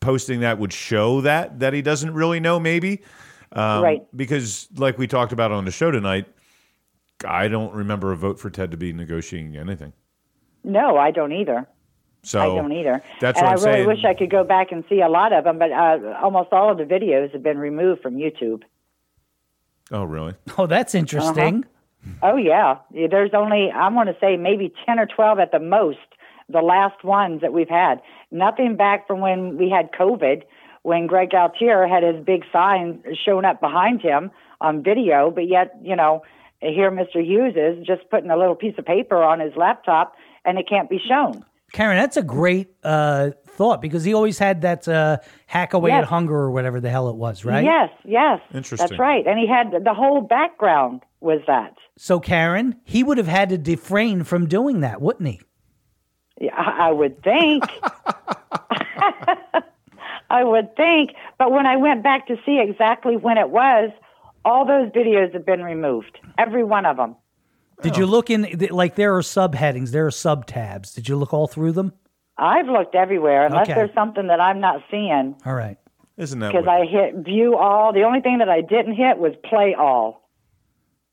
B: posting that would show that that he doesn't really know. Maybe um,
P: Right.
B: because, like we talked about on the show tonight, I don't remember a vote for Ted to be negotiating anything.
P: No, I don't either.
B: So
P: I don't either.
B: That's what
P: and I
B: I'm
P: really
B: saying.
P: wish I could go back and see a lot of them, but uh, almost all of the videos have been removed from YouTube.
B: oh, really?
A: Oh, that's
P: Uh-huh.
A: interesting.
B: Hmm.
P: Oh yeah, there's only I want to say maybe ten or twelve at the most. The last ones that we've had, nothing back from when we had COVID, when Greg Altier had his big sign shown up behind him on video, but yet you know here Mr. Hughes is just putting a little piece of paper on his laptop and it can't be shown.
A: Karen, that's a great uh, thought because he always had that uh, hack away
P: Yes.
A: at hunger or whatever the hell it was, right?
P: Yes, yes.
A: Interesting.
P: That's right. And he had the whole background was that.
A: So, Karen, he would have had to refrain from doing that, wouldn't he?
P: Yeah, I I would think. I would think. But when I went back to see exactly when it was, all those videos have been removed. Every one of them.
A: Did
B: Oh.
A: you look in, th- like, there are subheadings, there are subtabs. Did you look all through them?
P: I've looked everywhere, unless
A: Okay.
P: there's something that I'm not seeing.
A: All right.
B: Isn't
P: Because I hit view all. The only thing that I didn't hit was play all.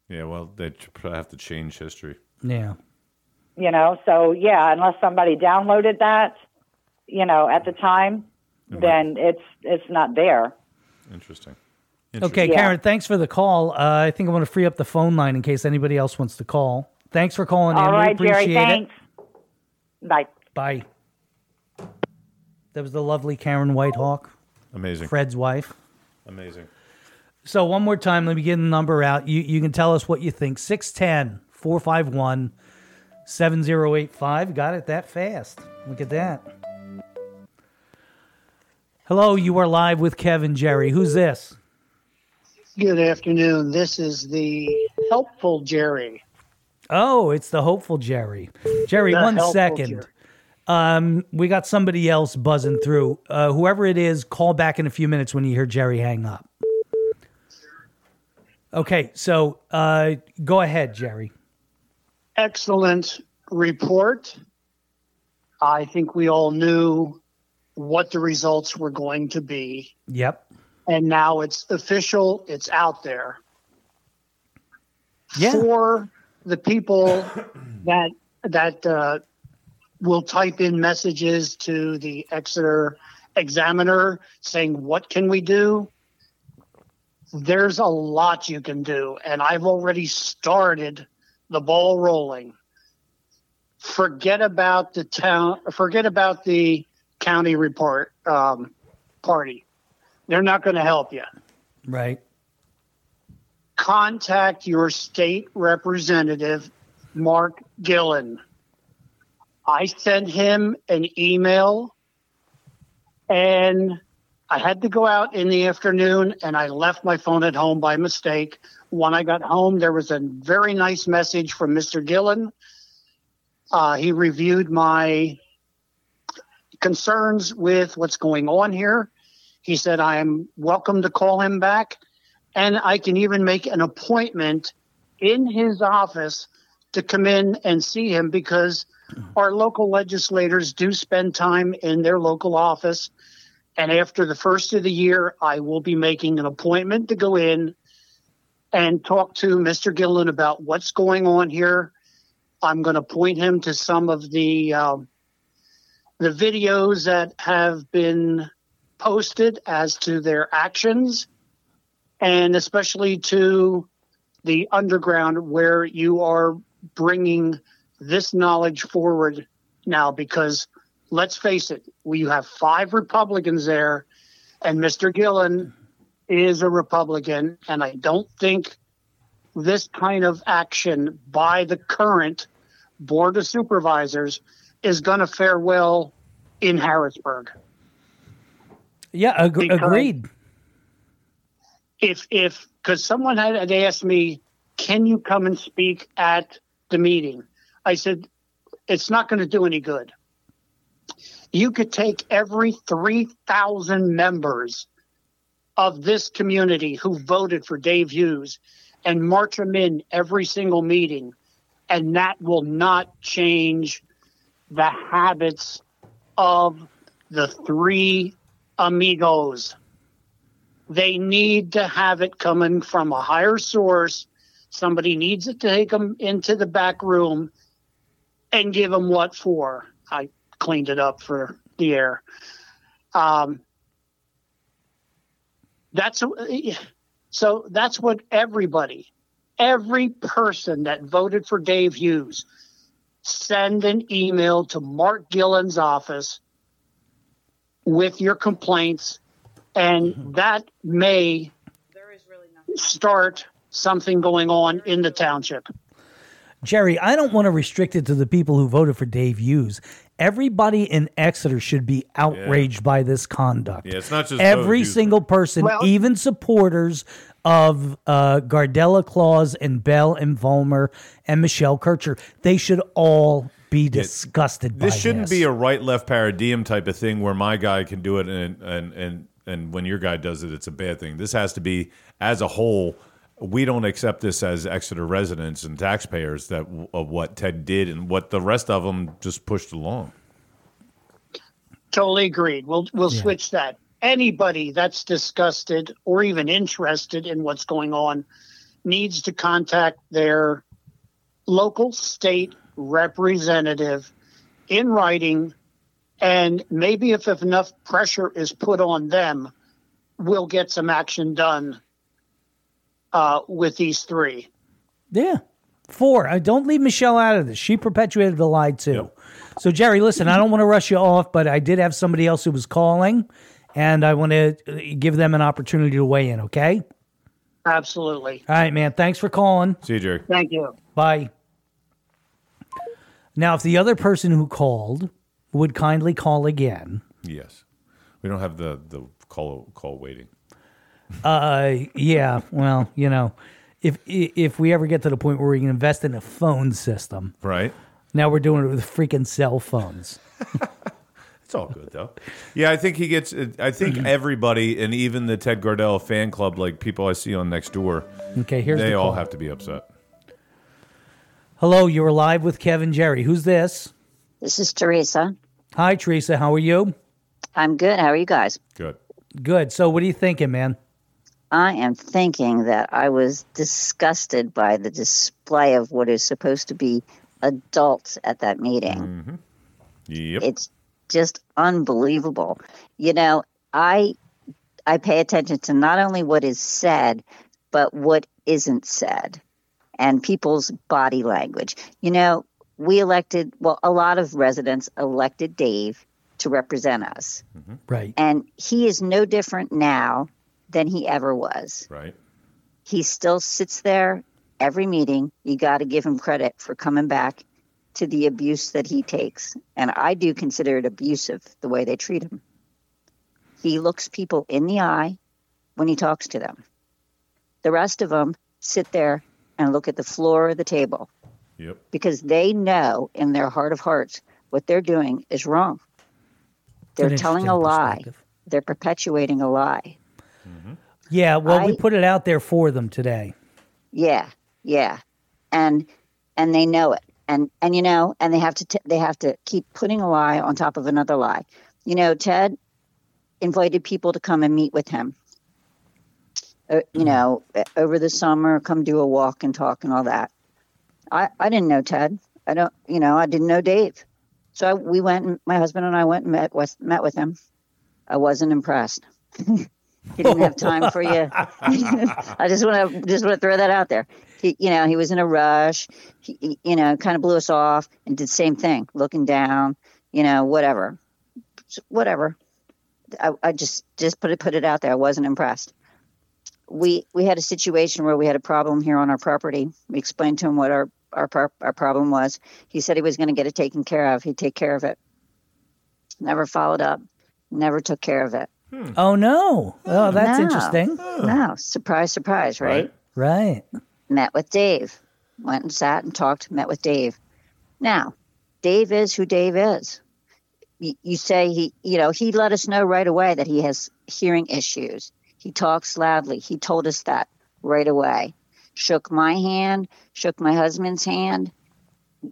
B: Yeah. Well, they ch- have to change history.
A: Yeah.
P: You know, so yeah, unless somebody downloaded that, you know, at the time, then it's it's not there.
B: Interesting.
A: Okay,
P: Yeah.
A: Karen, thanks for the call. Uh, I think I'm going to free up the phone line in case anybody else wants to call. Thanks for calling
P: All
A: in.
P: right,
A: we appreciate
P: Jerry.
A: it.
P: Thanks. Bye.
A: Bye. That was the lovely Karen Whitehawk.
B: Amazing.
A: Fred's wife.
B: Amazing.
A: So one more time, let me get the number out. You you can tell us what you think. 610-451-7085. Got it that fast. Look at that. Hello, you are live with Kevin Jerry. Who's this?
R: Good afternoon. This is the helpful Jerry.
A: Oh, it's the hopeful Jerry. Jerry,
R: The
A: one
R: helpful
A: second.
R: Jerry.
A: Um, we got somebody else buzzing through. Uh, whoever it is, call back in a few minutes when you hear Jerry hang up. Okay, so uh, go ahead, Jerry.
R: Excellent report. I think we all knew what the results were going to be,
A: Yep.
R: and now it's official, it's out there. For the people that that uh, will type in messages to the Exeter Examiner saying, "What can we do?" There's a lot you can do, and I've already started the ball rolling. Forget about the town. Forget about the county report um, party. They're not going to help you.
A: Right.
R: Contact your state representative, Mark Gillen. I sent him an email and I had to go out in the afternoon and I left my phone at home by mistake. When I got home, there was a very nice message from Mr. Gillen. Uh, he reviewed my concerns with what's going on here. He said, I am welcome to call him back. And I can even make an appointment in his office to come in and see him because our local legislators do spend time in their local office. And after the first of the year, I will be making an appointment to go in and talk to Mr. Gillen about what's going on here. I'm going to point him to some of the um, the videos that have been posted as to their actions, and especially to the underground where you are bringing this knowledge forward now. Because let's face it, we have five Republicans there, and Mr. Gillen is a Republican, and I don't think this kind of action by the current board of supervisors is going to fare well in Harrisburg.
A: Yeah, ag-
R: Because-
A: agreed.
R: If if because someone had, had asked me, can you come and speak at the meeting? I said, it's not going to do any good. You could take every three thousand members of this community who voted for Dave Hughes and march them in every single meeting, and that will not change the habits of the three amigos. They need to have it coming from a higher source. Somebody needs to take them into the back room and give them what for. I cleaned it up for the air. Um, that's so that's what everybody, every person that voted for Dave Hughes, send an email to Mark Gillen's office with your complaints, and that may start something going on in the township.
A: Jerry, I don't want to restrict it to the people who voted for Dave Hughes. Everybody in Exeter should be outraged by this conduct.
B: Yeah, it's not just
A: every
B: those dudes.
A: single person, even supporters of uh, Gardella Claus and Bell and Vollmer and Michelle Kircher. They should all be disgusted by
B: This shouldn't
A: this.
B: be a right left paradigm type of thing where my guy can do it and and and and when your guy does it, it's a bad thing. This has to be as a whole. We don't accept this as Exeter residents and taxpayers that of what Ted did and what the rest of them just pushed along.
R: Totally agreed. We'll we'll switch that. Anybody that's disgusted or even interested in what's going on needs to contact their local state representative in writing and maybe if, if enough pressure is put on them, we'll get some action done uh, with these three.
A: Yeah. Four. Uh, don't leave Michelle out of this. She perpetuated the lie too. So Jerry, listen, I don't want to rush you off, but I did have somebody else who was calling, and I want to uh, give them an opportunity to weigh in. Okay.
R: Absolutely.
A: All right, man. Thanks for calling.
B: See you, Jerry.
R: Thank you.
A: Bye. Now, if the other person who called would kindly call again,
B: Yes, we don't have the the call call waiting.
A: uh, yeah. Well, you know, if if we ever get to the point where we can invest in a phone system,
B: Right.
A: now we're doing it with freaking cell phones.
B: It's all good though. Yeah, I think he gets. I think everybody, and even the Ted Gardell fan club, like people I see on next door.
A: Okay, here's
B: they
A: the
B: all
A: call.
B: have to be upset.
A: Hello, you're live with Kevin Jerry. Who's this?
Q: This is Teresa.
A: Hi, Teresa. How are you?
Q: I'm good. How are you guys?
B: Good.
A: Good. So, what are you thinking, man?
Q: I am thinking that I was disgusted by the display of what is supposed to be adults at that meeting.
B: Yep.
Q: It's just unbelievable. You know, I I pay attention to not only what is said, but what isn't said and people's body language. You know, we elected, well, a lot of residents elected Dave to represent us.
A: Right.
Q: And he is no different now than he ever was.
B: Right.
Q: He still sits there every meeting. You got to give him credit for coming back to the abuse that he takes. And I do consider it abusive the way they treat him. He looks people in the eye when he talks to them. The rest of them sit there and look at the floor of the table
B: Yep.
Q: because they know in their heart of hearts what they're doing is wrong. They're
A: an
Q: telling a
A: interesting
Q: lie. They're perpetuating a lie.
A: Yeah, well, we
Q: I-
A: put it out there for them today.
Q: Yeah, yeah, and and they know it, and and you know, and they have to t- they have to keep putting a lie on top of another lie. You know, Ted invited people to come and meet with him. Uh, you know, uh, over the summer, come do a walk and talk and all that. I I didn't know Ted. I don't. You know, I didn't know Dave. So I, we went. And my husband and I went and met with met with him. I wasn't impressed. he didn't have time for you. I just want to just want to throw that out there. He, you know, he was in a rush. He, he, you know, kind of blew us off and did the same thing, looking down. You know, whatever, S- whatever. I, I just just put it put it out there. I wasn't impressed. We we had a situation where we had a problem here on our property. We explained to him what our our pro- our problem was. He said he was going to get it taken care of. He'd take care of it. Never followed up. Never took care of it.
B: Hmm.
A: Oh no! Oh, that's
Q: No.
A: interesting.
Q: No, surprise, surprise, right?
A: Right.
Q: Met with Dave. Went and sat and talked, met with Dave. Now, Dave is who Dave is. You, you say he, you know, he let us know right away that he has hearing issues. He talks loudly. He told us that right away. Shook my hand, shook my husband's hand.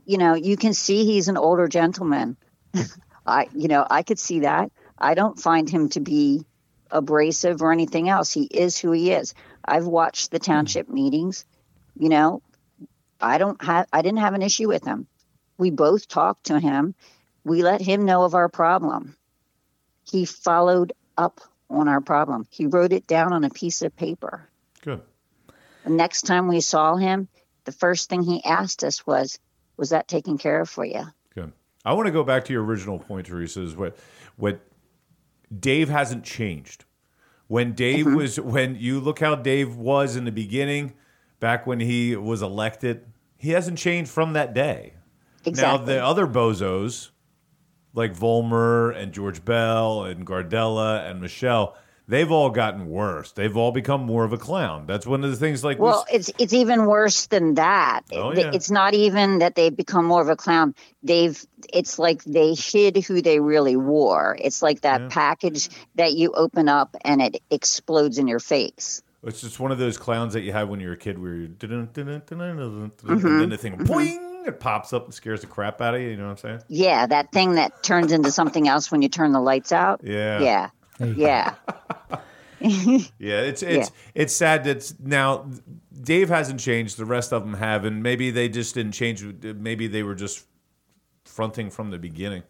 Q: You know, you can see he's an older gentleman. I, you know, I could see that. I don't find him to be abrasive or anything else. He is who he is. I've watched the township meetings. You know, I don't have I didn't have an issue with him. We both talked to him. We let him know of our problem. He followed up on our problem. He wrote it down on a piece of paper.
B: Good.
Q: The next time we saw him, the first thing he asked us was, "Was that taken care of for you?"
B: Good. I want to go back to your original point, Teresa. Is what what Dave hasn't changed. When Dave
Q: Mm-hmm.
B: was when you look how Dave was in the beginning, back when he was elected, he hasn't changed from that day. Now
Q: Exactly.
B: the other bozos, like Volmer and George Bell and Gardella and Michelle, they've all gotten worse. They've all become more of a clown. That's one of the things. Like we
Q: Well, it's it's even worse than that.
B: Oh,
Q: Th-
B: yeah.
Q: It's not even that they've become more of a clown. They've it's like they hid who they really were. It's like that package that you open up and it explodes in your face.
B: It's just one of those clowns that you had when you were a kid where you dun dun dun dun dun dun dun, and then the thing boing, it pops up and scares the crap out of you, you know what I'm saying?
Q: Yeah, that thing that turns into something else when you turn the lights out.
B: Yeah.
Q: Yeah. Yeah.
B: Yeah, it's it's it's sad that now Dave hasn't changed, the rest of them have and maybe they just didn't change maybe they were just fronting from the beginning,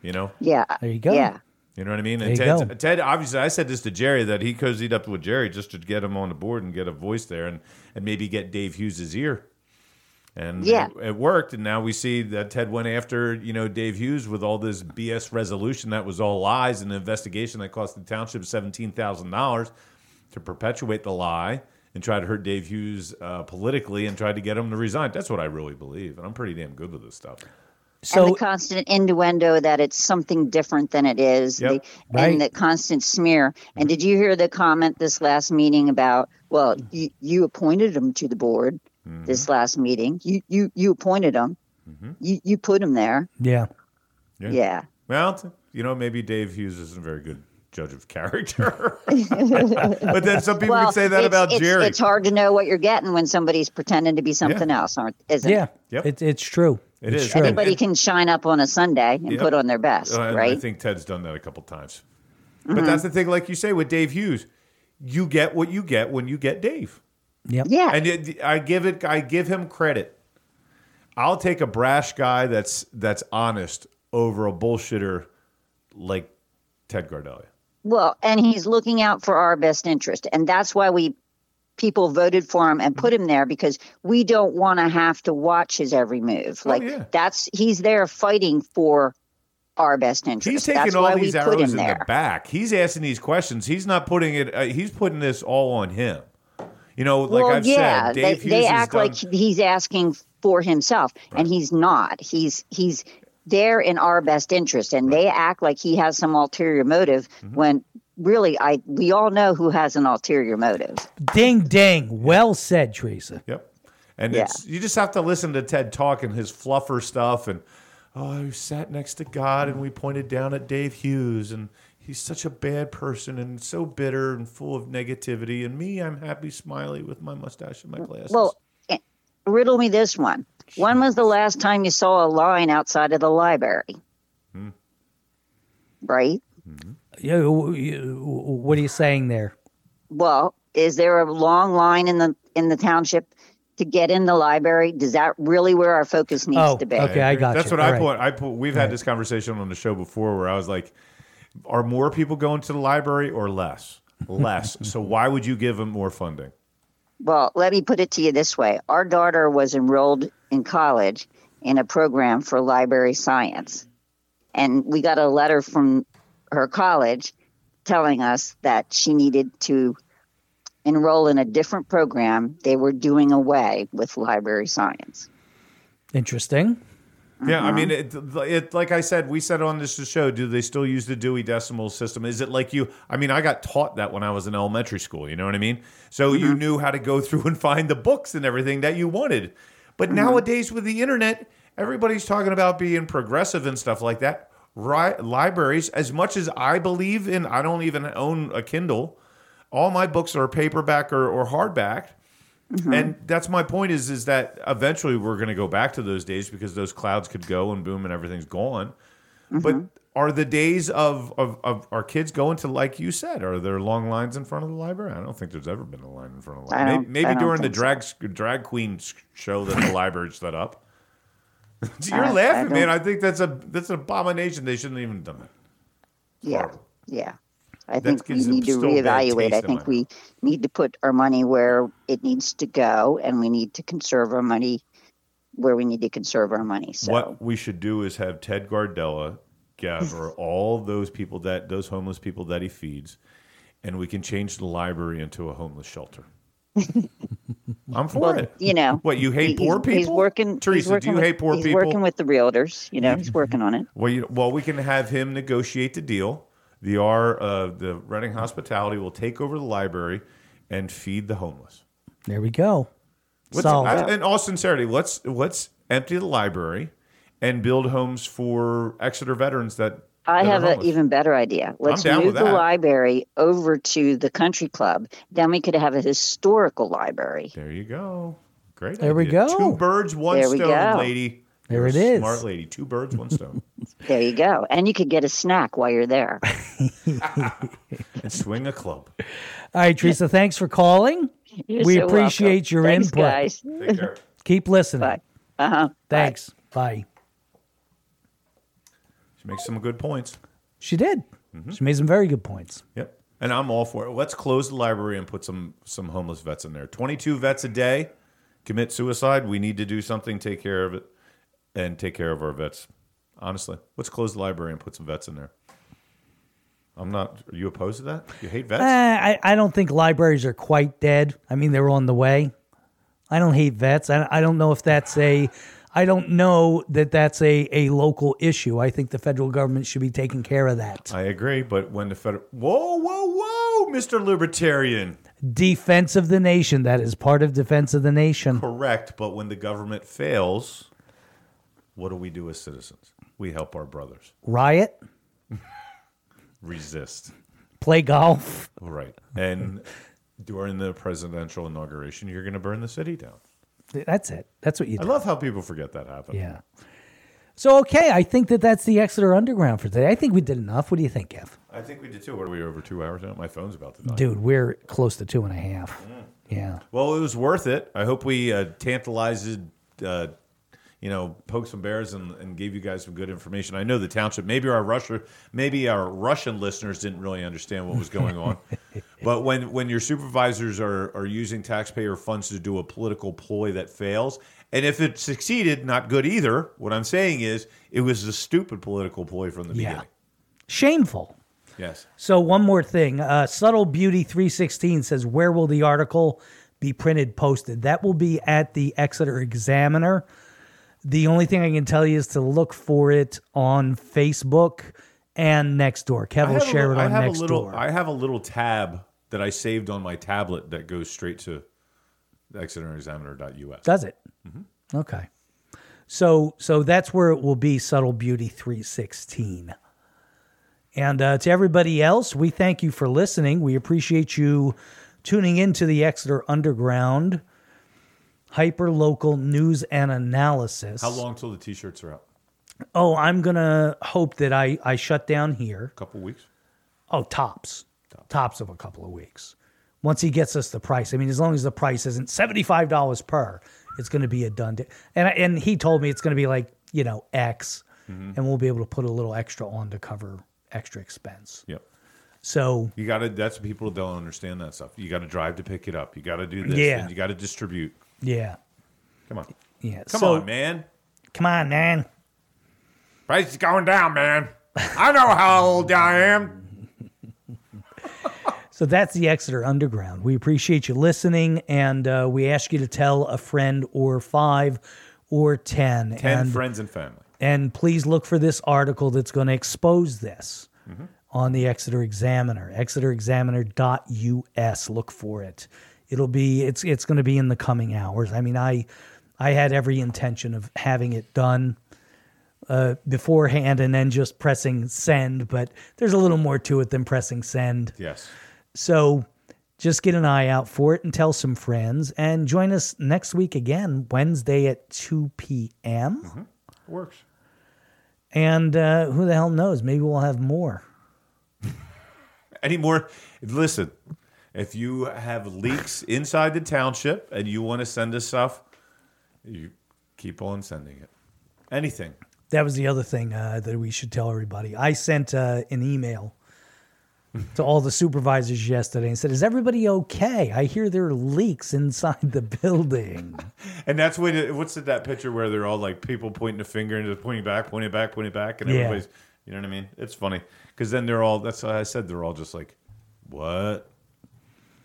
B: you know?
Q: Yeah.
A: There you go.
Q: Yeah.
B: You know what I mean?
A: There
B: And
A: you
B: Ted,
A: go.
B: Ted, obviously, I said this to Jerry that he cozied up with Jerry just to get him on the board and get a voice there and, and maybe get Dave Hughes' ear. And
Q: Yeah.
B: it, it worked. And now we see that Ted went after, you know, Dave Hughes with all this BS resolution that was all lies and an investigation that cost the township $17,000 to perpetuate the lie and try to hurt Dave Hughes uh, politically and tried to get him to resign. That's what I really believe. And I'm pretty damn good with this stuff.
Q: and the constant innuendo that it's something different than it is,
B: Yep.
Q: the, and the constant smear. And did you hear the comment this last meeting about? Well,
B: Hmm.
Q: you, you appointed him to the board
B: Mm-hmm.
Q: this last meeting. You you you appointed him. You you put him there.
A: Yeah.
B: Yeah.
Q: Yeah.
B: Well, t- you know, maybe Dave Hughes isn't a very good judge of character. but then some people
Q: Well,
B: could say that
Q: it's-
B: about
Q: it's,
B: Jerry.
Q: It's hard to know what you're getting when somebody's pretending to be something else, aren't, isn't
A: Yeah.
Q: it?
A: It, it's true.
B: It
A: it's
B: is.
A: true.
Q: Anybody can shine up on a Sunday and
B: Yep.
Q: put on their best,
B: Uh, and I
Q: right? Mm-hmm.
B: think Ted's done that a couple times. But that's the thing, like you say with Dave Hughes, you get what you get when you get Dave.
A: Yep.
Q: Yeah.
B: And it, I give it. I give him credit. I'll take a brash guy that's that's honest over a bullshitter like Ted Gardelia.
Q: Well, and he's looking out for our best interest. And that's why we people voted for him and put him there because we don't want to have to watch his every move. Like
B: Oh, yeah.
Q: that's he's there fighting for our best interest.
B: He's taking
Q: that's
B: all
Q: why we
B: these
Q: put him
B: arrows in
Q: there.
B: the back. He's asking these questions. He's not putting it. Uh, he's putting this all on him. You know, like
Q: well,
B: I've
Q: yeah,
B: said, Dave
Q: they,
B: Hughes
Q: they
B: has
Q: act
B: done-
Q: like he's asking for himself, and he's not. He's he's there in our best interest, and they act like he has some ulterior motive
B: Mm-hmm.
Q: when really I we all know who has an ulterior motive.
A: Ding ding. Well said, Teresa.
B: Yep. And
Q: Yeah.
B: it's, you just have to listen to Ted talk and his fluffer stuff. And oh, I sat next to God and we pointed down at Dave Hughes and he's such a bad person and so bitter and full of negativity. And me, I'm happy, smiley with my mustache and my glasses.
Q: Well, eh, riddle me this one. When was the last time you saw a line outside of the library?
B: Hmm.
Q: Right?
A: Mm-hmm. Yeah, wh- you- wh- what are you saying there?
Q: Well, is there a long line in the in the township to get in the library? Does that really where our focus needs to be?
B: That's what Oh, I put. I put. We've had this conversation on the show before, where I was like, "Are more people going to the library or less? Less. so why would you give them more funding?"
Q: Well, let me put it to you this way. Our daughter was enrolled in college in a program for library science. And we got a letter from her college telling us that she needed to enroll in a different program. They were doing away with library science.
A: Interesting.
B: Yeah, I mean, it, it. Like I said, we said on this show, do they still use the Dewey Decimal System? Is it like you? I mean, I got taught that when I was in elementary school. You know what I mean? So you knew how to go through and find the books and everything that you wanted. But nowadays, with the internet, everybody's talking about being progressive and stuff like that. Ri libraries, as much as I believe in, I don't even own a Kindle. All my books are paperback or, or hardback.
Q: Mm-hmm.
B: And that's my point is is that eventually we're going to go back to those days because those clouds could go and boom and everything's gone. But
Q: Mm-hmm.
B: are the days of, of of our kids going to like you said? Are there long lines in front of the library? I don't think there's ever been a line in front of the
Q: I
B: library.
Q: don't-
B: Maybe,
Q: I
B: maybe
Q: don't
B: during the
Q: think so.
B: drag drag queen s- show that the library set up. You're
Q: I- I
B: laughing, man.
Q: don't-
B: I think that's a that's an abomination. They shouldn't have even done it.
Q: Yeah. Yeah. I
B: That
Q: think we
B: gives them
Q: need to
B: still a bad
Q: reevaluate.
B: taste
Q: I
B: in my
Q: think we need to put our money where it needs to go, and we need to conserve our money where we need to conserve our money. So,
B: What we should do is have Ted Gardella gather all those people that those homeless people that he feeds, and we can change the library into a homeless shelter. I'm for
Q: Well,
B: it.
Q: you know,
B: what you hate
Q: he-
B: poor
Q: he's-
B: people?
Q: he's working- he's
B: Teresa, do
Q: working
B: you
Q: with-
B: hate poor
Q: he's
B: people?
Q: working with the realtors. You know, he's working on it.
B: Well, you, well, we can have him negotiate the deal. The R, uh, the Reading Hospitality will take over the library and feed the homeless.
A: There we go.
B: Let's,
A: Solved.
B: I- in all sincerity, let's let's empty the library and build homes for Exeter veterans that
Q: I
B: that are
Q: have e- an
B: homeless.
Q: even better idea. Let's
B: down
Q: move
B: with
Q: the
B: that.
Q: library over to the country club. Then we could have a historical library.
B: There you go. Great.
Q: There we
B: idea.
Q: go.
B: Two birds, one
Q: There we
B: stone,
Q: go.
B: lady.
A: There
B: You're
A: it
B: a
A: is.
B: Smart lady. Two birds, one stone.
Q: There you go. And you could get a snack while you're there.
B: and swing a club.
A: All right, Teresa, thanks for calling.
Q: You're
A: we
Q: so welcome.
A: appreciate your
Q: Thanks,
A: input.
Q: guys. Take care.
A: Keep listening.
Q: Uh-huh.
A: Thanks. Bye.
B: She makes some good points. Mm-hmm.
A: She did. She made some very good points.
B: Yep. And I'm all for it. Let's close the library and put some some homeless vets in there. 22 vets a day commit suicide. We need to do something. Take care of it, and take care of our vets. Honestly, let's close the library and put some vets in there. I'm not. Are you opposed to that? You hate vets?
A: Eh, I, I don't think libraries are quite dead. I mean, they're on the way. I don't hate vets. I, I don't know if that's a, I don't know that that's a, a local issue. I think the federal government should be taking care of that.
B: I agree. But when the federal, whoa, whoa, whoa, Mister Libertarian.
A: Defense of the nation. That is part of defense of the nation.
B: Correct, but when the government fails, what do we do as citizens? We help our brothers.
A: Riot,
B: Resist.
A: play golf.
B: Right. And during the presidential inauguration, you're going to burn the city down.
A: That's it. That's what you
B: I
A: do.
B: love how people forget that happened.
A: Yeah. So, okay, I think that that's the Exeter Underground for today. I think we did enough. What do you think, Kev?
B: I think we did too. What are we over two hours now? My phone's about to die.
A: Dude, we're close to two and a half. Yeah.
B: Well, it was worth it. I hope we uh, tantalized, uh, you know, poked some bears and, and gave you guys some good information. I know the township, maybe our Russia, maybe our Russian listeners didn't really understand what was going on. but when when your supervisors are are using taxpayer funds to do a political ploy that fails, and if it succeeded, not good either. What I'm saying is, it was a stupid political ploy from the beginning.
A: Shameful.
B: Yes.
A: So one more thing, uh, Subtle Beauty 316 says, "Where will the article be printed, posted?" That will be at the Exeter Examiner. The only thing I can tell you is to look for it on Facebook and Nextdoor. Kev
B: I
A: will
B: have a
A: share
B: little-
A: it
B: I
A: on
B: have
A: Nextdoor.
B: A little, I have a little tab that I saved on my tablet that goes straight to exeterexaminer.us.
A: Does it? Okay. So so that's where it will be Subtle Beauty 316. And uh, to everybody else, we thank you for listening. We appreciate you tuning into the Exeter Underground hyper local news and analysis.
B: How long till the t-shirts are out?
A: Oh, I'm gonna hope that I I shut down here.
B: couple weeks.
A: Oh, tops, tops of a couple of weeks. Once he gets us the price, I mean, as long as the price isn't seventy five dollars per, it's gonna be a done. Di- and I- and he told me it's gonna be like you know X,
B: Mhm.
A: and we'll be able to put a little extra on to cover extra expense.
B: Yep.
A: So
B: You got to. That's what people don't understand that stuff. You got to drive to pick it up. You got to do this.
A: Yeah.
B: And you got to distribute.
A: yeah,
B: Come on.
A: yeah.
B: Come
A: So-
B: on, man.
A: Come on, man.
B: Price is going down, man. I know how old I am.
A: So that's the Exeter Underground. We appreciate you listening, and uh, we ask you to tell a friend or five or ten.
B: Ten
A: and,
B: friends and family.
A: And please look for this article that's going to expose this
B: Mhm.
A: on the Exeter Examiner, exeterexaminer.us. Look for it. It'll be it's it's going to be in the coming hours. I mean, I I had every intention of having it done uh, beforehand and then just pressing send, but there's a little more to it than pressing send.
B: Yes.
A: So just get an eye out for it and tell some friends and join us next week again, Wednesday at 2 p.m.
B: Works.
A: And uh, who the hell knows? Maybe we'll have more.
B: Any more? Listen, if you have leaks inside the township and you want to send us stuff, you keep on sending it. Anything.
A: That was the other thing uh, that we should tell everybody. I sent uh, an email
B: Hmm.
A: to all the supervisors yesterday and said, Is everybody okay? I hear there are leaks inside the building.
B: And that's what. It, what's it, that picture where they're all like people pointing a finger and just pointing back, pointing back, pointing back, and
A: Yeah.
B: everybody's. You know what I mean? It's funny because then they're all. That's why I said they're all just like, what?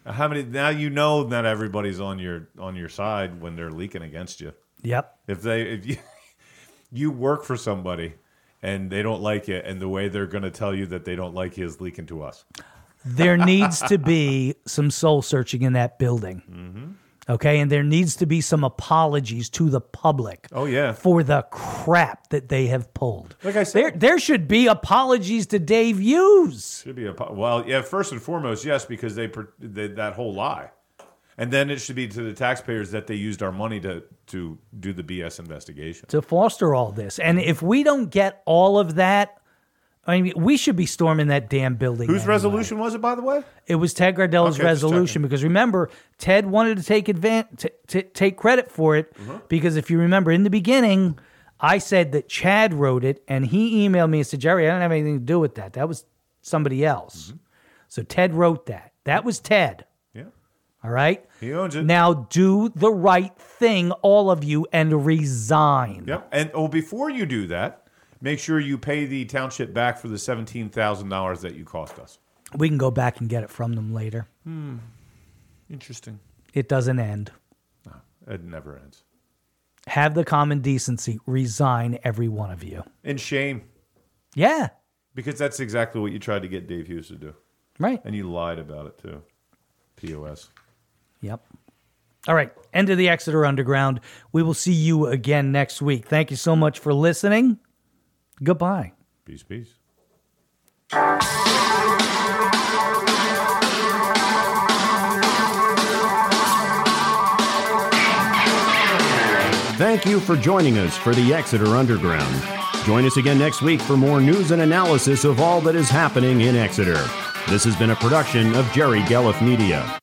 B: How many? Now you know not everybody's on your on your side when they're leaking against you.
A: Yep.
B: If they if you you work for somebody and they don't like it, and the way they're going to tell you that they don't like you is leaking to us.
A: there needs to be some soul searching in that building.
B: Mm-hmm.
A: Okay. And there needs to be some apologies to the public.
B: Oh, yeah.
A: For the crap that they have pulled.
B: Like I said,
A: there, there should be apologies to Dave Hughes.
B: Should be a po- well, yeah. First and foremost, yes, because they, per- they that whole lie, and then it should be to the taxpayers that they used our money to to do the BS investigation.
A: to foster all this. And if we don't get all of that, I mean, we should be storming that damn building.
B: Whose
A: anyway.
B: resolution was it, by the way?
A: It was Ted Gardell's
B: Okay, just
A: resolution because remember, Ted wanted to take advan- t- t- take credit for it
B: Uh-huh.
A: because if you remember in the beginning, I said that Chad wrote it and he emailed me and said, Jerry, I don't have anything to do with that. That was somebody else. So Ted wrote that. That was Ted.
B: Mm-hmm. Yeah.
A: All right.
B: He owns it.
A: Now do the right thing, all of you, and resign.
B: Yep. And oh, before you do that, make sure you pay the township back for the seventeen thousand dollars that you cost us.
A: We can go back and get it from them later.
B: Hmm. Interesting.
A: It doesn't end.
B: It never ends.
A: Have the common decency. Resign, every one of you.
B: And shame.
A: Yeah.
B: Because that's exactly what you tried to get Dave Hughes to do.
A: Right.
B: And you lied about it too. POS.
A: Yep. All right. End of the Exeter Underground. We will see you again next week. Thank you so much for listening. Goodbye.
B: Peace, peace.
C: Thank you for joining us for the Exeter Underground. Join us again next week for more news and analysis of all that is happening in Exeter. This has been a production of Jerry Gelliff Media.